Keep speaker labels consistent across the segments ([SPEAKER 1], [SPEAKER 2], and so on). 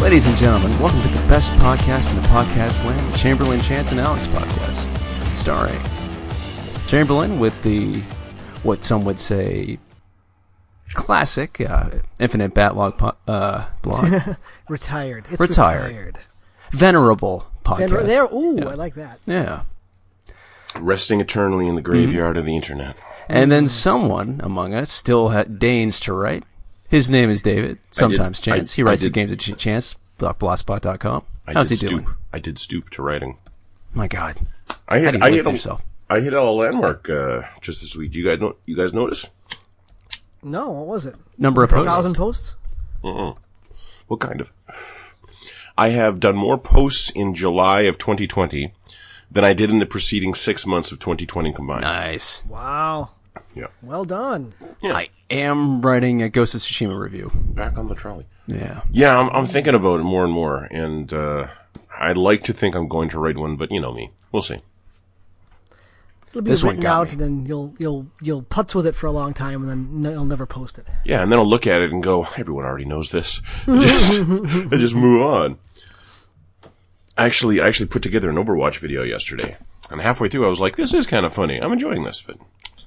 [SPEAKER 1] Ladies and gentlemen, welcome to the best podcast in the podcast land, the Chamberlain Chance and Alex podcast, starring Chamberlain with the what some would say classic uh, Infinite Batlog po- uh, blog,
[SPEAKER 2] Retired. It's
[SPEAKER 1] Retired.
[SPEAKER 2] retired.
[SPEAKER 1] venerable podcast.
[SPEAKER 2] Vener- there. Ooh,
[SPEAKER 1] Yeah.
[SPEAKER 2] I like that.
[SPEAKER 1] yeah.
[SPEAKER 3] Resting eternally in the graveyard of the internet.
[SPEAKER 1] And then someone among us still ha- deigns to write. His name is David, sometimes
[SPEAKER 3] I-
[SPEAKER 1] Chance. he
[SPEAKER 3] I
[SPEAKER 1] writes
[SPEAKER 3] did-
[SPEAKER 1] the games at Ch- Chance, dot blogspot.com.
[SPEAKER 3] I
[SPEAKER 1] How's he
[SPEAKER 3] did
[SPEAKER 1] doing?
[SPEAKER 3] stoop. I did stoop to writing.
[SPEAKER 1] My God. How
[SPEAKER 3] I
[SPEAKER 1] do
[SPEAKER 3] hit.
[SPEAKER 1] you
[SPEAKER 3] I
[SPEAKER 1] live
[SPEAKER 3] hit
[SPEAKER 1] with
[SPEAKER 3] a-
[SPEAKER 1] yourself?
[SPEAKER 3] I hit a landmark uh, just this week. Do you guys know? You guys notice?
[SPEAKER 2] No, what was it?
[SPEAKER 1] Number of
[SPEAKER 2] A
[SPEAKER 1] posts.
[SPEAKER 2] thousand posts?
[SPEAKER 3] What kind of? I have done more posts in July of 2020 than I did in the preceding six months of 2020 combined.
[SPEAKER 1] Nice.
[SPEAKER 2] Wow.
[SPEAKER 3] Yeah.
[SPEAKER 2] Well done.
[SPEAKER 3] Yeah.
[SPEAKER 1] I am writing a Ghost of Tsushima review.
[SPEAKER 3] Back on the trolley.
[SPEAKER 1] Yeah.
[SPEAKER 3] Yeah, I'm, I'm thinking about it more and more, and uh, I'd like to think I'm going to write one, but you know me. We'll see.
[SPEAKER 2] It'll be
[SPEAKER 1] This one
[SPEAKER 2] written
[SPEAKER 1] got
[SPEAKER 2] out,
[SPEAKER 1] me.
[SPEAKER 2] and then you'll you'll you'll putz with it for a long time, and then no, you'll never post it.
[SPEAKER 3] Yeah, and then I'll look at it and go, everyone already knows this. And just, and just move on. Actually, I actually put together an Overwatch video yesterday, and halfway through I was like, this is kind of funny. I'm enjoying this, but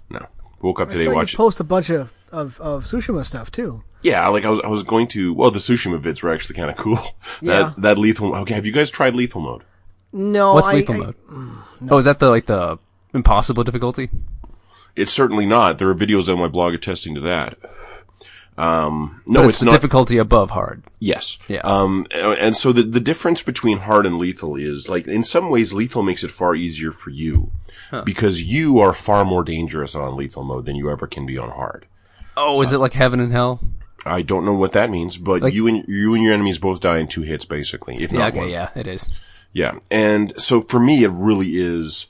[SPEAKER 3] no. Woke up
[SPEAKER 2] I
[SPEAKER 3] today,
[SPEAKER 2] saw you
[SPEAKER 3] watched.
[SPEAKER 2] post a bunch of of, of Tsushima stuff too.
[SPEAKER 3] yeah, like I was, I was going to. Well, the Tsushima vids were actually kind of cool.
[SPEAKER 2] Yeah.
[SPEAKER 3] That that lethal. Okay, have you guys tried lethal mode?
[SPEAKER 2] No,
[SPEAKER 1] What's
[SPEAKER 2] I,
[SPEAKER 1] lethal
[SPEAKER 2] I-
[SPEAKER 1] mode?
[SPEAKER 3] Mm,
[SPEAKER 1] Oh, is that the like the impossible difficulty?
[SPEAKER 3] It's certainly not. There are videos on my blog attesting to that. Um, no,
[SPEAKER 1] But
[SPEAKER 3] it's,
[SPEAKER 1] the
[SPEAKER 3] not.
[SPEAKER 1] difficulty above hard.
[SPEAKER 3] Yes.
[SPEAKER 1] Yeah.
[SPEAKER 3] Um, and so the, the difference between hard and lethal is like, in some ways, lethal makes it far easier for you because you are far more dangerous on lethal mode than you ever can be on hard.
[SPEAKER 1] Oh, is it like heaven and hell?
[SPEAKER 3] I don't know what that means, but
[SPEAKER 1] Like-
[SPEAKER 3] you and you and your enemies both die in two hits, basically, if
[SPEAKER 1] Yeah,
[SPEAKER 3] not
[SPEAKER 1] okay,
[SPEAKER 3] one.
[SPEAKER 1] yeah, it is.
[SPEAKER 3] Yeah. And so for me, it really is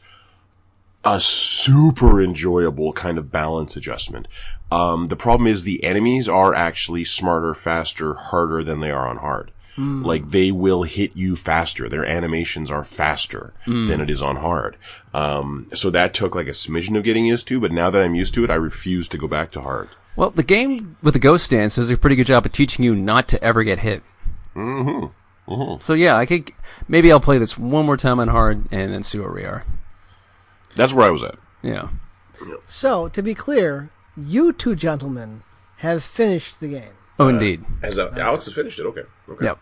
[SPEAKER 3] a super enjoyable kind of balance adjustment. Um, the problem is the enemies are actually smarter, faster, harder than they are on hard. Like they will hit you faster. Their animations are faster than it is on hard. Um, so that took like a smidgen of getting used to, but now that I'm used to it, I refuse to go back to hard.
[SPEAKER 1] Well, the game with the ghost stance does a pretty good job of teaching you not to ever get hit. Mm-hmm. So yeah, I could maybe I'll play this one more time on hard and then see where we are.
[SPEAKER 3] That's where I was at.
[SPEAKER 1] Yeah.
[SPEAKER 2] So to be clear, you two gentlemen have finished the game.
[SPEAKER 1] Oh, indeed.
[SPEAKER 3] As Alex has finished it, okay. Okay.
[SPEAKER 1] Yep.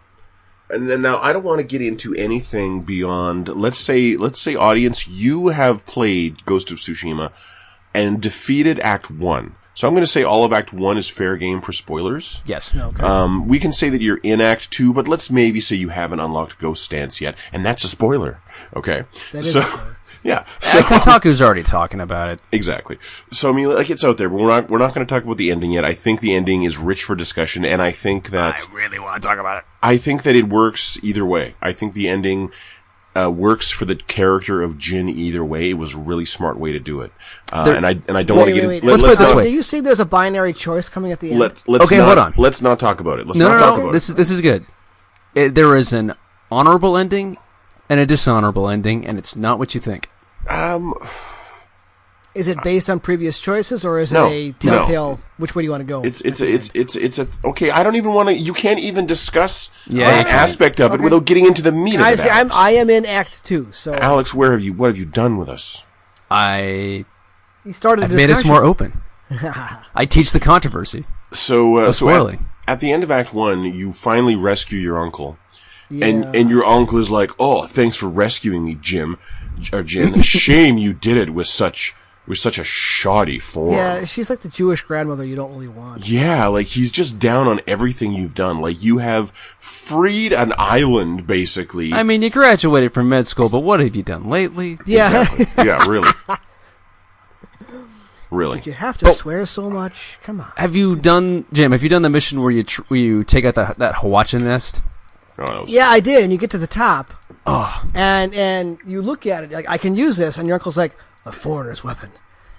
[SPEAKER 3] And then now I don't want to get into anything beyond let's say let's say audience you have played Ghost of Tsushima and defeated act 1. So I'm going to say all of act 1 is fair game for spoilers.
[SPEAKER 1] Yes.
[SPEAKER 2] Okay.
[SPEAKER 3] Um we can say that you're in act 2, but let's maybe say you haven't unlocked Ghost Stance yet and that's a spoiler. Okay.
[SPEAKER 2] That is
[SPEAKER 3] so
[SPEAKER 2] a spoiler.
[SPEAKER 3] yeah. So
[SPEAKER 1] So, Kotaku's already talking about it.
[SPEAKER 3] Exactly. So I mean, like it's out there, but we're not we're not going to talk about the ending yet. I think the ending is rich for discussion, and I think that I really want to talk about it. I think that it works either way. I think the ending uh, works for the character of Jin either way. It was a really smart way to do it, uh,
[SPEAKER 1] There-
[SPEAKER 3] and I and I don't
[SPEAKER 2] Wait,
[SPEAKER 3] want to
[SPEAKER 2] wait,
[SPEAKER 3] get
[SPEAKER 2] wait.
[SPEAKER 3] in, let,
[SPEAKER 1] Let's put it this
[SPEAKER 3] not,
[SPEAKER 1] way.
[SPEAKER 2] Do you see there's a binary choice coming at the end?
[SPEAKER 3] Let, let's
[SPEAKER 1] Okay,
[SPEAKER 3] not,
[SPEAKER 1] hold on.
[SPEAKER 3] Let's not talk about it. Let's
[SPEAKER 1] No,
[SPEAKER 3] not
[SPEAKER 1] no,
[SPEAKER 3] talk
[SPEAKER 1] no.
[SPEAKER 3] about
[SPEAKER 1] This
[SPEAKER 3] it.
[SPEAKER 1] is this is good. It, there is an honorable ending and a dishonorable ending, and it's not what you think.
[SPEAKER 3] Um,
[SPEAKER 2] Is it based on previous choices, or is
[SPEAKER 3] No,
[SPEAKER 2] it a
[SPEAKER 3] no.
[SPEAKER 2] telltale? Which way do you want to go?
[SPEAKER 3] it's it's it's it's it's a okay. I don't even want to. You can't even discuss
[SPEAKER 1] Yeah,
[SPEAKER 3] an
[SPEAKER 1] you can't.
[SPEAKER 3] aspect of it without getting into the meat
[SPEAKER 2] I
[SPEAKER 3] of
[SPEAKER 2] see,
[SPEAKER 3] it.
[SPEAKER 2] I'm
[SPEAKER 3] Alex.
[SPEAKER 2] I am in Act Two, so
[SPEAKER 3] Alex, where have you? What have you done with us?
[SPEAKER 1] I
[SPEAKER 2] he started. a
[SPEAKER 1] I've made us
[SPEAKER 2] discussion.
[SPEAKER 1] more open. I teach the controversy.
[SPEAKER 3] So,
[SPEAKER 1] Oh,
[SPEAKER 3] uh, so at,
[SPEAKER 1] swirly.
[SPEAKER 3] at the end of Act One, you finally rescue your uncle,
[SPEAKER 2] Yeah.
[SPEAKER 3] and and your uncle is like, "Oh, thanks for rescuing me, Jim, J- or Jin. Shame you did it with such with such a shoddy form."
[SPEAKER 2] Yeah, she's like the Jewish grandmother you don't really want.
[SPEAKER 3] Yeah, like he's just down on everything you've done. Like you have freed an island, basically.
[SPEAKER 1] I mean, you graduated from med school, but what have you done lately?
[SPEAKER 2] Yeah,
[SPEAKER 3] yeah, really, really.
[SPEAKER 2] you have to swear so much. Come on.
[SPEAKER 1] Have you done, Jim? Have you done the mission where you tr- where you take out that that Hawaiian nest?
[SPEAKER 3] Oh, that was-
[SPEAKER 2] Yeah, I did, and you get to the top,
[SPEAKER 1] Ah.
[SPEAKER 2] and and you look at it like I can use this, and your uncle's like a foreigner's weapon,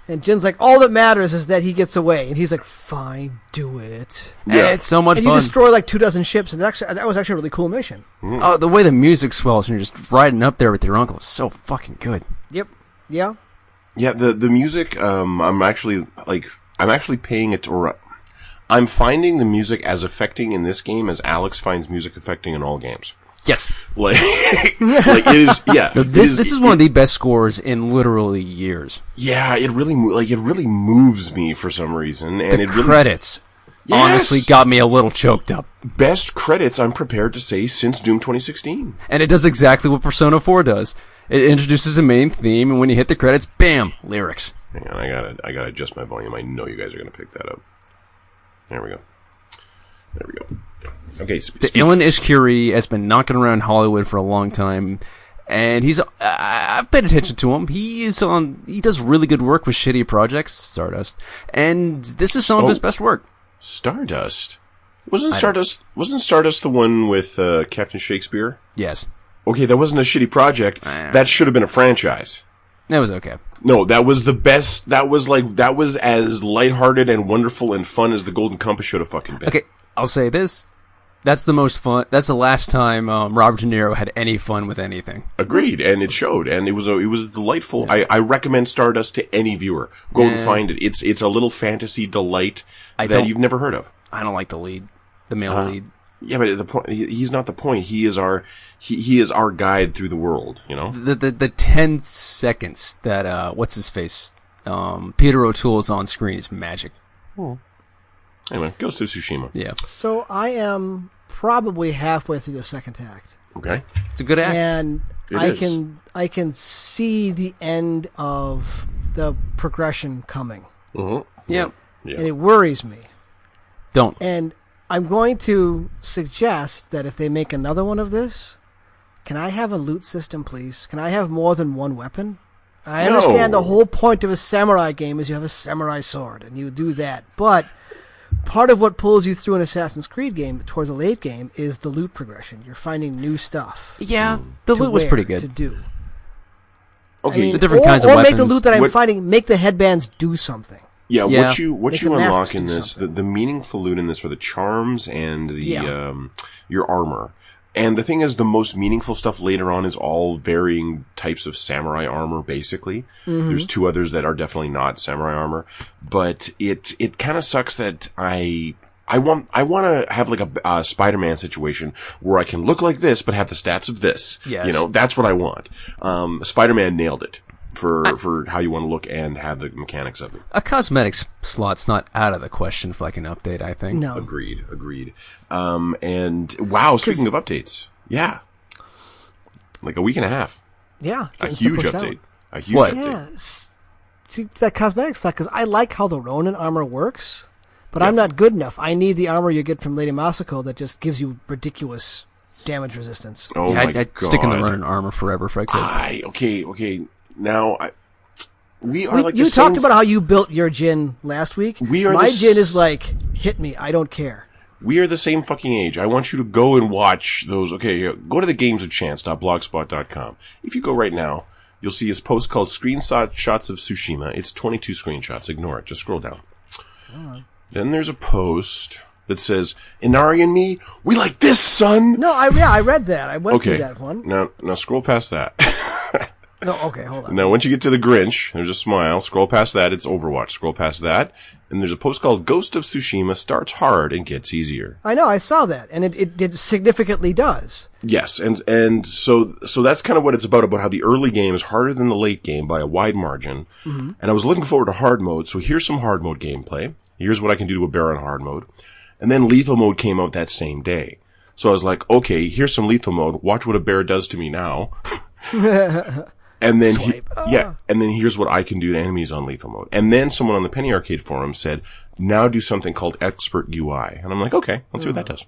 [SPEAKER 2] and Jin's like all that matters is that he gets away, and he's like fine, do it,
[SPEAKER 3] Yeah.
[SPEAKER 1] Eh, it's so much
[SPEAKER 2] and you
[SPEAKER 1] fun.
[SPEAKER 2] destroy like two dozen ships, and that's, that was actually a really cool mission.
[SPEAKER 1] oh, the way the music swells and you're just riding up there with your uncle is so fucking good.
[SPEAKER 2] Yep. Yeah.
[SPEAKER 3] Yeah, the the music. Um, I'm actually like I'm actually paying it, or I'm finding the music as affecting in this game as Alex finds music affecting in all games.
[SPEAKER 1] Yes.
[SPEAKER 3] Like, like it is, yeah. it
[SPEAKER 1] This, this is one of the best scores in literally years.
[SPEAKER 3] yeah, it really, mo- like, it really moves me for some reason. And
[SPEAKER 1] The
[SPEAKER 3] it really,
[SPEAKER 1] credits honestly
[SPEAKER 3] Yes!
[SPEAKER 1] got me a little choked up.
[SPEAKER 3] best credits I'm prepared to say since Doom 2016.
[SPEAKER 1] And it does exactly what Persona 4 does. It introduces a main theme, and when you hit the credits, bam, lyrics.
[SPEAKER 3] Hang on, I gotta, I gotta adjust my volume. I know you guys are gonna pick that up. There we go. There we go. Okay, sp- speak-
[SPEAKER 1] Ilan Ishkiri has been knocking around Hollywood for a long time, and he's I- I've paid attention to him. He is on. He does really good work with shitty projects, Stardust, and this is some of
[SPEAKER 3] Oh.
[SPEAKER 1] his best work.
[SPEAKER 3] Stardust. Wasn't Stardust, wasn't Stardust the one with, uh, Captain Shakespeare?
[SPEAKER 1] Yes,
[SPEAKER 3] Okay, that wasn't a shitty project. That should have been a franchise.
[SPEAKER 1] that was okay.
[SPEAKER 3] No, that was the best. That was like that was as lighthearted and wonderful and fun as the Golden Compass should have fucking been.
[SPEAKER 1] Okay, I'll say this: that's the most fun. That's the last time um, Robert De Niro had any fun with anything.
[SPEAKER 3] Agreed, and it showed, and it was a it was delightful. I, I recommend Stardust to any viewer. Go and find it. It's it's a little fantasy delight that
[SPEAKER 1] don't-
[SPEAKER 3] you've never heard of.
[SPEAKER 1] I don't like the lead, the male lead.
[SPEAKER 3] Yeah, but the point he- he's not the point. He is our he, he is our guide through the world. You know.
[SPEAKER 1] The, the the ten seconds that uh, what's his face, um, Peter O'Toole is on screen is magic.
[SPEAKER 3] Anyway, goes to Tsushima.
[SPEAKER 1] Yeah,
[SPEAKER 2] So I am probably halfway through the second act,
[SPEAKER 3] Okay.
[SPEAKER 1] it's a good act.
[SPEAKER 2] and I
[SPEAKER 3] is.
[SPEAKER 2] can I can see the end of the progression coming,
[SPEAKER 3] Mhm.
[SPEAKER 1] yeah.
[SPEAKER 2] and it worries me.
[SPEAKER 1] Don't.
[SPEAKER 2] And I'm going to suggest that if they make another one of this, can I have a loot system, please? Can I have more than one weapon? I
[SPEAKER 3] No.
[SPEAKER 2] understand the whole point of a samurai game is you have a samurai sword and you do that, but part of what pulls you through an Assassin's Creed game towards a late game is the loot progression. You're finding new stuff.
[SPEAKER 1] Yeah, the
[SPEAKER 2] to
[SPEAKER 1] loot was
[SPEAKER 2] wear,
[SPEAKER 1] pretty
[SPEAKER 2] to
[SPEAKER 1] good.
[SPEAKER 2] do. I
[SPEAKER 3] Okay.
[SPEAKER 2] mean,
[SPEAKER 1] The different
[SPEAKER 2] or,
[SPEAKER 1] kinds of
[SPEAKER 2] or make the
[SPEAKER 1] weapons.
[SPEAKER 2] loot that I'm
[SPEAKER 3] What-
[SPEAKER 2] finding make the headbands do something.
[SPEAKER 3] Yeah,
[SPEAKER 1] Yeah.
[SPEAKER 3] what you
[SPEAKER 2] Make
[SPEAKER 3] what you
[SPEAKER 2] the masks
[SPEAKER 3] unlock
[SPEAKER 2] do
[SPEAKER 3] in this, the,
[SPEAKER 2] something.
[SPEAKER 3] the meaningful loot in this are the charms and the
[SPEAKER 2] Yeah.
[SPEAKER 3] um, your armor. And the thing is, the most meaningful stuff later on is all varying types of samurai armor. Basically,
[SPEAKER 2] Mm-hmm.
[SPEAKER 3] there's two others that are definitely not samurai armor, but it it kind of sucks that I. I want I want to have like a uh, Spider-Man situation where I can look like this but have the stats of this.
[SPEAKER 1] Yes.
[SPEAKER 3] You know, that's what I want. Um, Spider-Man nailed it for for how you want to look and have the mechanics of it.
[SPEAKER 1] A cosmetics slot's not out of the question for like an update. I think.
[SPEAKER 2] No.
[SPEAKER 3] Agreed. Agreed. Um, and wow, speaking of updates, yeah, like a week and a half,
[SPEAKER 2] Yeah.
[SPEAKER 3] a
[SPEAKER 2] getting stuff
[SPEAKER 3] huge
[SPEAKER 2] pushed out.
[SPEAKER 3] update, a huge
[SPEAKER 1] What?
[SPEAKER 3] update.
[SPEAKER 2] Yeah, s- see that cosmetic stuff because I like how the Ronin armor works, but I'm not good enough. I need the armor you get from Lady Masako that just gives you ridiculous damage resistance.
[SPEAKER 3] Oh
[SPEAKER 1] Yeah,
[SPEAKER 3] my
[SPEAKER 1] I'd, I'd
[SPEAKER 3] god!
[SPEAKER 1] stick in the running armor forever if I could.
[SPEAKER 3] I okay, okay. Now I, we are
[SPEAKER 2] We-
[SPEAKER 3] like the
[SPEAKER 2] you talked
[SPEAKER 3] same-
[SPEAKER 2] about how you built your gin last week.
[SPEAKER 3] We are
[SPEAKER 2] my
[SPEAKER 3] the
[SPEAKER 2] gin
[SPEAKER 3] s-
[SPEAKER 2] is like hit me. I don't care.
[SPEAKER 3] we are the same fucking age. I want you to go and watch those. Okay, uh, go to the games of chance.blogspot.com. If you go right now, you'll see his post called "Screenshot Shots of Tsushima." It's 22 screenshots. Ignore it. Just scroll down. Then there's a post that says "Inari and me, we like this, son."
[SPEAKER 2] No, I yeah, I read that. I went
[SPEAKER 3] okay,
[SPEAKER 2] through that one.
[SPEAKER 3] now now scroll past that.
[SPEAKER 2] No, okay, hold on.
[SPEAKER 3] now once you get to the Grinch, there's a smile. Scroll past that. It's Overwatch. Scroll past that, and there's a post called "Ghost of Tsushima starts hard and gets easier."
[SPEAKER 2] I know I saw that, and it, it, it significantly does.
[SPEAKER 3] Yes, and and so so that's kind of what it's about about how the early game is harder than the late game by a wide margin. And I was looking forward to hard mode, so here's some hard mode gameplay. Here's what I can do to a bear on hard mode. And then lethal mode came out that same day. So I was like, okay, here's some lethal mode. Watch what a bear does to me now. and then he- yeah, and then here's what I can do to enemies on lethal mode. And then someone on the Penny Arcade forum said, now do something called expert UI. And I'm like, okay, let's see what that does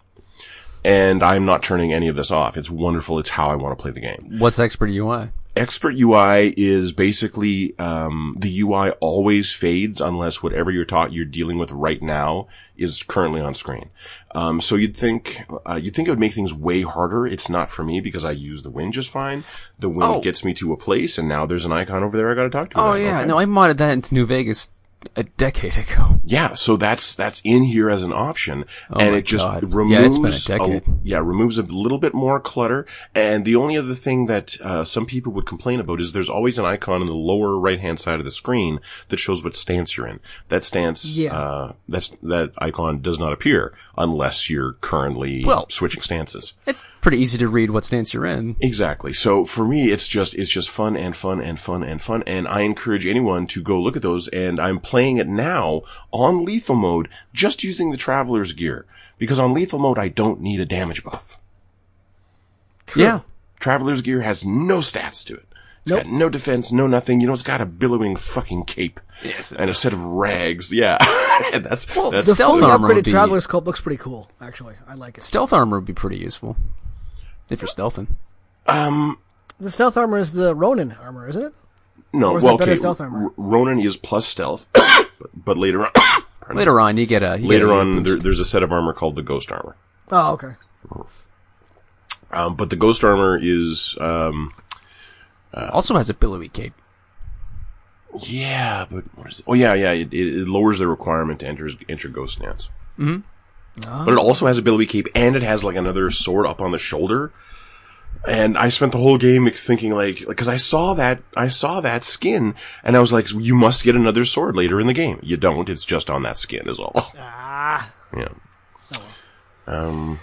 [SPEAKER 3] and I'm not turning any of this off. It's wonderful. It's how I want to play the game.
[SPEAKER 1] What's expert UI?
[SPEAKER 3] Expert UI is basically um, the UI always fades unless whatever you're taught you're dealing with right now is currently on screen. Um, so you'd think uh, you'd think it would make things way harder. It's not for me because I use the wind just fine. The wind
[SPEAKER 1] Oh.
[SPEAKER 3] gets me to a place, and now there's an icon over there I got to talk to.
[SPEAKER 1] Oh
[SPEAKER 3] now.
[SPEAKER 1] yeah,
[SPEAKER 3] Okay.
[SPEAKER 1] no, I modded that into New Vegas a decade ago.
[SPEAKER 3] Yeah, so that's that's in here as an option, and
[SPEAKER 1] Oh my
[SPEAKER 3] it just
[SPEAKER 1] God.
[SPEAKER 3] removes
[SPEAKER 1] Yeah, it's been a decade.
[SPEAKER 3] yeah removes a little bit more clutter. And the only other thing that uh, some people would complain about is there's always an icon in the lower right hand side of the screen that shows what stance you're in. That stance,
[SPEAKER 2] Yeah.
[SPEAKER 3] uh, that's that icon does not appear unless you're currently
[SPEAKER 1] Well-
[SPEAKER 3] switching stances.
[SPEAKER 1] It's pretty easy to read what stance you're in.
[SPEAKER 3] Exactly. So for me, it's just, it's just fun and fun and fun and fun. And I encourage anyone to go look at those. And I'm playing it now on lethal mode, just using the traveler's gear because on lethal mode, I don't need a damage buff.
[SPEAKER 1] Yeah.
[SPEAKER 3] Traveler's gear has no stats to it. It's
[SPEAKER 2] Nope.
[SPEAKER 3] got no defense, no nothing. You know, it's got a billowing fucking cape
[SPEAKER 1] Yes.
[SPEAKER 3] and a set of rags. Yeah. And that's,
[SPEAKER 1] Well,
[SPEAKER 3] that's
[SPEAKER 2] The
[SPEAKER 1] Stealth
[SPEAKER 2] fully
[SPEAKER 1] armor would
[SPEAKER 2] upgraded
[SPEAKER 1] be-
[SPEAKER 2] traveler's scope looks pretty cool. Actually, I like it.
[SPEAKER 1] Stealth armor would be pretty useful. If you're stealthing.
[SPEAKER 2] The stealth armor is the Ronin armor, isn't it?
[SPEAKER 3] no,
[SPEAKER 2] or is
[SPEAKER 3] well,
[SPEAKER 2] that better
[SPEAKER 3] okay.
[SPEAKER 2] stealth armor?
[SPEAKER 3] R- Ronin is plus stealth, but, but later on, pardon me.
[SPEAKER 1] Later on, you get a. You
[SPEAKER 3] later
[SPEAKER 1] get a
[SPEAKER 3] on,
[SPEAKER 1] boost.
[SPEAKER 3] there, there's a set of armor called the ghost armor.
[SPEAKER 2] Oh, okay.
[SPEAKER 3] Um, but the ghost armor is, um,
[SPEAKER 1] also has a billowy cape.
[SPEAKER 3] yeah, but what is it? Oh, yeah, yeah. It, it, it lowers the requirement to enter, enter ghost stance. Mm-hmm. But it also has a billowy cape and it has like another sword up on the shoulder. And I spent the whole game thinking like, cause I saw that, I saw that skin and I was like, you must get another sword later in the game. You don't. It's just on that skin is all.
[SPEAKER 2] Ah.
[SPEAKER 3] yeah. Um,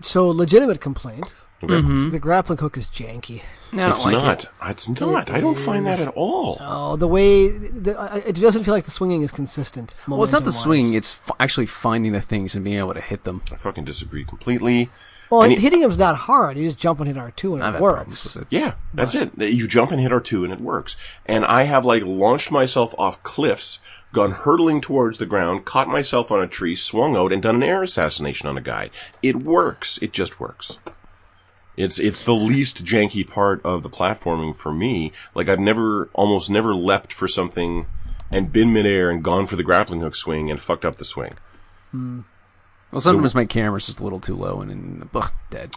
[SPEAKER 2] So legitimate complaint.
[SPEAKER 3] okay.
[SPEAKER 1] Mm-hmm.
[SPEAKER 2] The grappling hook is janky.
[SPEAKER 1] No, I don't
[SPEAKER 3] it's
[SPEAKER 1] like it.
[SPEAKER 3] not. It's not. I don't find that at all.
[SPEAKER 2] Oh, the way the, uh, it doesn't feel like the swinging is consistent.
[SPEAKER 1] Well, it's not the
[SPEAKER 2] momentum-wise.
[SPEAKER 1] swing. It's f- actually finding the things and being able to hit them.
[SPEAKER 3] I fucking disagree completely.
[SPEAKER 2] Well,
[SPEAKER 3] And it-
[SPEAKER 2] hitting him's not hard. You just jump and hit R two, and
[SPEAKER 1] I've
[SPEAKER 2] it
[SPEAKER 1] had
[SPEAKER 2] works.
[SPEAKER 1] problems with it.
[SPEAKER 3] Yeah, that's it. You jump and hit R2 and it works. And I have like launched myself off cliffs, gone hurtling towards the ground, caught myself on a tree, swung out and done an air assassination on a guy. It works. It just works. It's, it's the least janky part of the platforming for me. Like I've never, almost never leapt for something and been midair and gone for the grappling hook swing and fucked up the swing.
[SPEAKER 1] Well, sometimes my camera's just a little too low and then ugh, dead.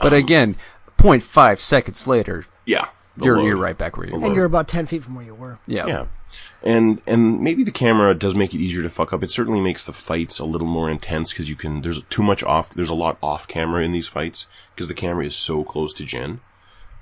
[SPEAKER 1] But
[SPEAKER 3] Um,
[SPEAKER 1] again, 0.5 seconds later,
[SPEAKER 3] Yeah. the
[SPEAKER 1] you're,
[SPEAKER 3] load.
[SPEAKER 1] you're right back where you were.
[SPEAKER 2] And you're about ten feet from where you were.
[SPEAKER 1] Yeah.
[SPEAKER 3] Yeah. And and maybe the camera does make it easier to fuck up. It certainly makes the fights a little more intense because you can. There's too much off. There's a lot off camera in these fights because the camera is so close to Jin.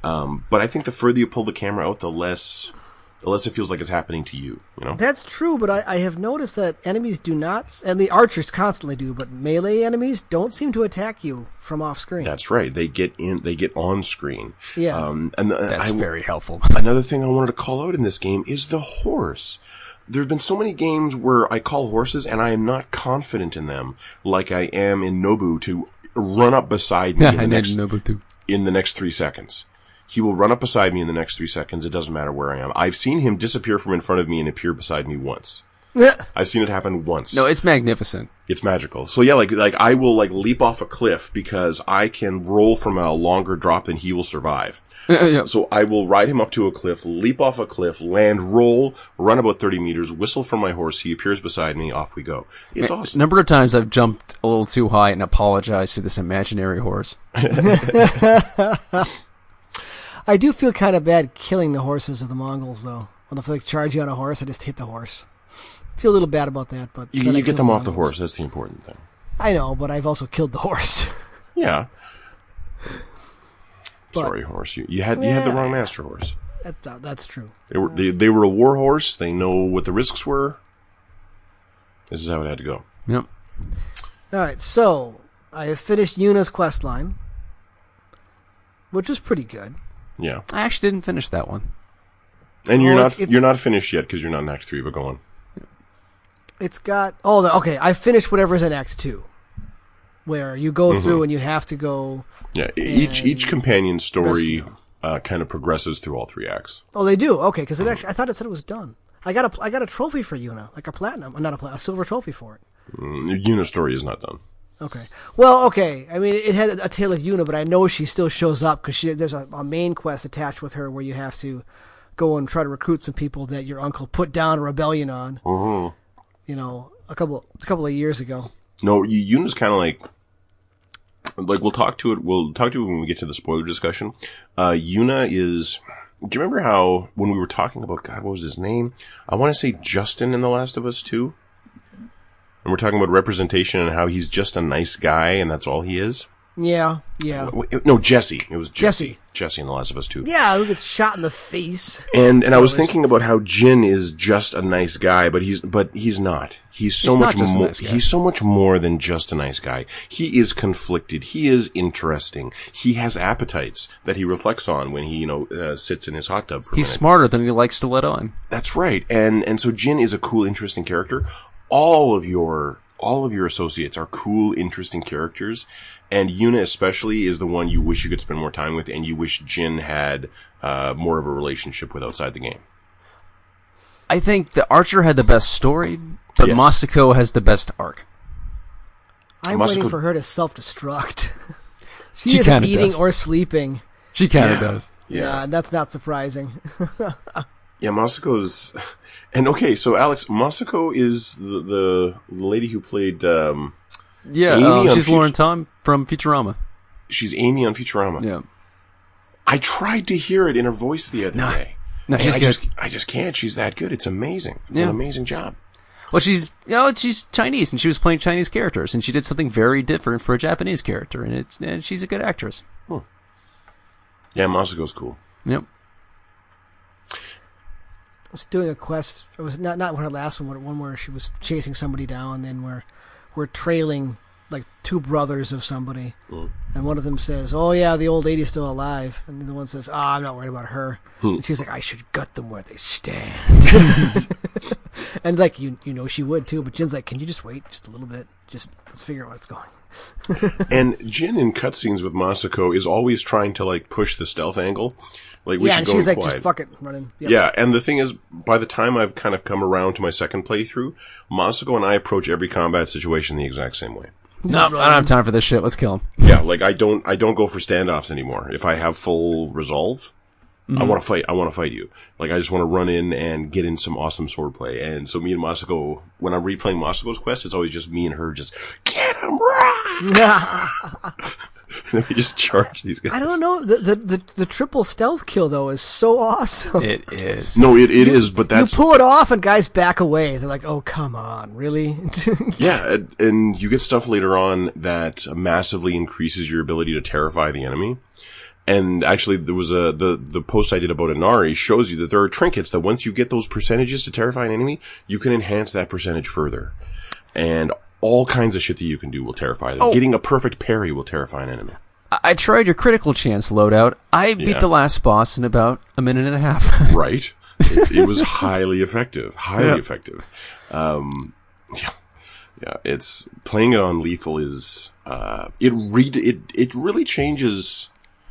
[SPEAKER 3] Um, but I think the further you pull the camera out, the less the less it feels like it's happening to you. You know.
[SPEAKER 2] That's true, but I, I have noticed that enemies do not, and the archers constantly do, but melee enemies don't seem to attack you from off screen.
[SPEAKER 3] That's right. They get in. They get on screen.
[SPEAKER 2] Yeah.
[SPEAKER 3] Um, and the,
[SPEAKER 1] That's
[SPEAKER 3] I,
[SPEAKER 1] very helpful.
[SPEAKER 3] another thing I wanted to call out in this game is the horse. There have been so many games where I call horses and I am not confident in them, like I am in Nobu to run up beside me in, the
[SPEAKER 1] and then
[SPEAKER 3] next,
[SPEAKER 1] Nobutu.
[SPEAKER 3] in the next three seconds. He will run up beside me in the next three seconds. It doesn't matter where I am. I've seen him disappear from in front of me and appear beside me once. I've seen it happen once.
[SPEAKER 1] No, it's magnificent.
[SPEAKER 3] It's magical. So yeah, like like I will like leap off a cliff because I can roll from a longer drop than he will survive.
[SPEAKER 1] yeah.
[SPEAKER 3] So I will ride him up to a cliff, leap off a cliff, land, roll, run about thirty meters, whistle for my horse. He appears beside me. Off we go. It's awesome.
[SPEAKER 1] Number of times I've jumped a little too high and apologized to this imaginary horse.
[SPEAKER 2] I do feel kind of bad killing the horses of the Mongols, though. When if they charge you on a horse, I just hit the horse. Feel a little bad about that, but
[SPEAKER 3] You,
[SPEAKER 2] but I
[SPEAKER 3] you
[SPEAKER 2] killed
[SPEAKER 3] get them off the
[SPEAKER 2] Mongols.
[SPEAKER 3] horse. That's the important thing.
[SPEAKER 2] I know, but I've also killed the horse.
[SPEAKER 3] Yeah.
[SPEAKER 2] But-
[SPEAKER 3] Sorry, horse. You, you had you had the
[SPEAKER 2] Yeah.
[SPEAKER 3] wrong master horse.
[SPEAKER 2] that, that- that's true.
[SPEAKER 3] They were they, they were a war horse. They know what the risks were. This is how it had to go.
[SPEAKER 1] Yep.
[SPEAKER 2] All right, so I have finished Yuna's quest line, which was pretty good.
[SPEAKER 3] Yeah.
[SPEAKER 1] I actually didn't finish that one.
[SPEAKER 3] And you're
[SPEAKER 2] Well,
[SPEAKER 3] not
[SPEAKER 2] it- it-
[SPEAKER 3] you're not finished yet because you're not in Act Three. But go on.
[SPEAKER 2] It's got oh the, okay. I finished whatever's in Act Two, where you go through and you have to go.
[SPEAKER 3] Yeah, e- each each companion story
[SPEAKER 2] Rescue.
[SPEAKER 3] uh, kind of progresses through all three acts.
[SPEAKER 2] Oh, they do. Okay, because it actually I thought it said it was done. I got a I got a trophy for Yuna, like a platinum, not a platinum, a silver trophy for it.
[SPEAKER 3] Mm, Yuna's story is not done.
[SPEAKER 2] Okay. Well, okay. I mean, it had a tale of Yuna, but I know she still shows up because there's a, a main quest attached with her where you have to go and try to recruit some people that your uncle put down a rebellion on. You know, a couple a couple of years ago.
[SPEAKER 3] No, y- Yuna's kind of like like we'll talk to it. We'll talk to it when we get to the spoiler discussion. Uh, Yuna is Do you remember how when we were talking about God, what was his name? I want to say Justin in The Last of Us Two, and we're talking about representation and how he's just a nice guy and that's all he is.
[SPEAKER 2] Yeah, yeah,
[SPEAKER 3] Wait, it- No, Jesse. It was
[SPEAKER 2] Jesse.
[SPEAKER 3] Jesse. Jesse in The Last of Us Two.
[SPEAKER 2] yeah. Who gets shot in the face?
[SPEAKER 3] And and I was thinking about how Jin is just a nice guy, but he's but he's not. He's so
[SPEAKER 1] He's not
[SPEAKER 3] much
[SPEAKER 1] just a
[SPEAKER 3] more.
[SPEAKER 1] nice guy.
[SPEAKER 3] he's so much more than just a nice guy. He is conflicted. He is interesting. He has appetites that he reflects on when he you know uh, sits in his hot tub for
[SPEAKER 1] He's
[SPEAKER 3] a minute.
[SPEAKER 1] smarter than he likes to let on.
[SPEAKER 3] That's right. And and so Jin is a cool, interesting character. All of your all of your associates are cool, interesting characters, and Yuna especially is the one you wish you could spend more time with, and you wish Jin had uh, more of a relationship with outside the game.
[SPEAKER 1] I think the Archer had the best story, but
[SPEAKER 3] Yes.
[SPEAKER 1] Masako has the best arc.
[SPEAKER 2] I'm
[SPEAKER 3] Must
[SPEAKER 2] waiting
[SPEAKER 3] go-
[SPEAKER 2] for her to self-destruct. she,
[SPEAKER 1] She
[SPEAKER 2] isn't
[SPEAKER 1] kinda
[SPEAKER 2] eating
[SPEAKER 1] does.
[SPEAKER 2] or sleeping.
[SPEAKER 1] She kind of
[SPEAKER 3] Yeah.
[SPEAKER 1] does.
[SPEAKER 2] Yeah, that's not surprising.
[SPEAKER 3] Yeah, Masako's, and okay, so Alex, Masako is the, the lady who played, um,
[SPEAKER 1] Yeah,
[SPEAKER 3] Amy
[SPEAKER 1] um,
[SPEAKER 3] on
[SPEAKER 1] she's
[SPEAKER 3] Fut-
[SPEAKER 1] Lauren Tom from Futurama.
[SPEAKER 3] she's Amy on Futurama.
[SPEAKER 1] Yeah,
[SPEAKER 3] I tried to hear it in her voice the other
[SPEAKER 1] No.
[SPEAKER 3] day.
[SPEAKER 1] no, she's
[SPEAKER 3] I
[SPEAKER 1] good.
[SPEAKER 3] just, I just can't. She's that good. It's amazing. It's an
[SPEAKER 1] Yeah.
[SPEAKER 3] amazing job.
[SPEAKER 1] Well, she's you know she's Chinese and she was playing Chinese characters and she did something very different for a Japanese character and it's and she's a good actress.
[SPEAKER 3] Yeah, Masako's cool.
[SPEAKER 1] Yep.
[SPEAKER 2] I was doing a quest. It was not not her last one, but one where she was chasing somebody down, and then we're we're trailing like two brothers of somebody,
[SPEAKER 3] Hmm.
[SPEAKER 2] and one of them says, "Oh yeah, the old lady's still alive," and the other one says, "Ah, I'm not worried about her."
[SPEAKER 3] Hmm.
[SPEAKER 2] And she's like, "I should gut them where they stand," and like you you know she would too, but Jin's like, "Can you just wait just a little bit? Just let's figure out what's going."
[SPEAKER 3] And Jin in cutscenes with Masako is always trying to like push the stealth angle. Like we
[SPEAKER 2] yeah,
[SPEAKER 3] should
[SPEAKER 2] and
[SPEAKER 3] go
[SPEAKER 2] she's
[SPEAKER 3] in
[SPEAKER 2] like,
[SPEAKER 3] quiet.
[SPEAKER 2] "Just fuck it, running."
[SPEAKER 3] Yeah, and the thing is, by the time I've kind of come around to my second playthrough, Masako and I approach every combat situation the exact same way.
[SPEAKER 1] No, I don't have time for this shit. Let's kill him.
[SPEAKER 3] Yeah, like I don't I don't go for standoffs anymore. If I have full resolve, I
[SPEAKER 2] Mm-hmm.
[SPEAKER 3] want to fight. I want to fight you. Like I just want to run in and get in some awesome swordplay. And so me and Masako, when I'm replaying Masako's quest, it's always just me and her just get him right. and we just charge these guys.
[SPEAKER 2] I don't know the, the the the triple stealth kill though is so awesome.
[SPEAKER 1] It is.
[SPEAKER 3] No, it, it is, but that's
[SPEAKER 2] you pull it off and guys back away. They're like, "Oh, come on, really?"
[SPEAKER 3] yeah, and- and you get stuff later on that massively increases your ability to terrify the enemy. And actually, there was a the the post I did about Inari shows you that there are trinkets that once you get those percentages to terrify an enemy, you can enhance that percentage further, and all kinds of shit that you can do will terrify them. Getting a perfect parry will terrify an enemy.
[SPEAKER 1] I, I tried your critical chance loadout. I beat
[SPEAKER 3] Yeah.
[SPEAKER 1] the last boss in about a minute and a half.
[SPEAKER 3] Right? it, it was highly effective. Highly effective. Um, yeah, yeah. It's playing it on lethal is uh, it read it it really changes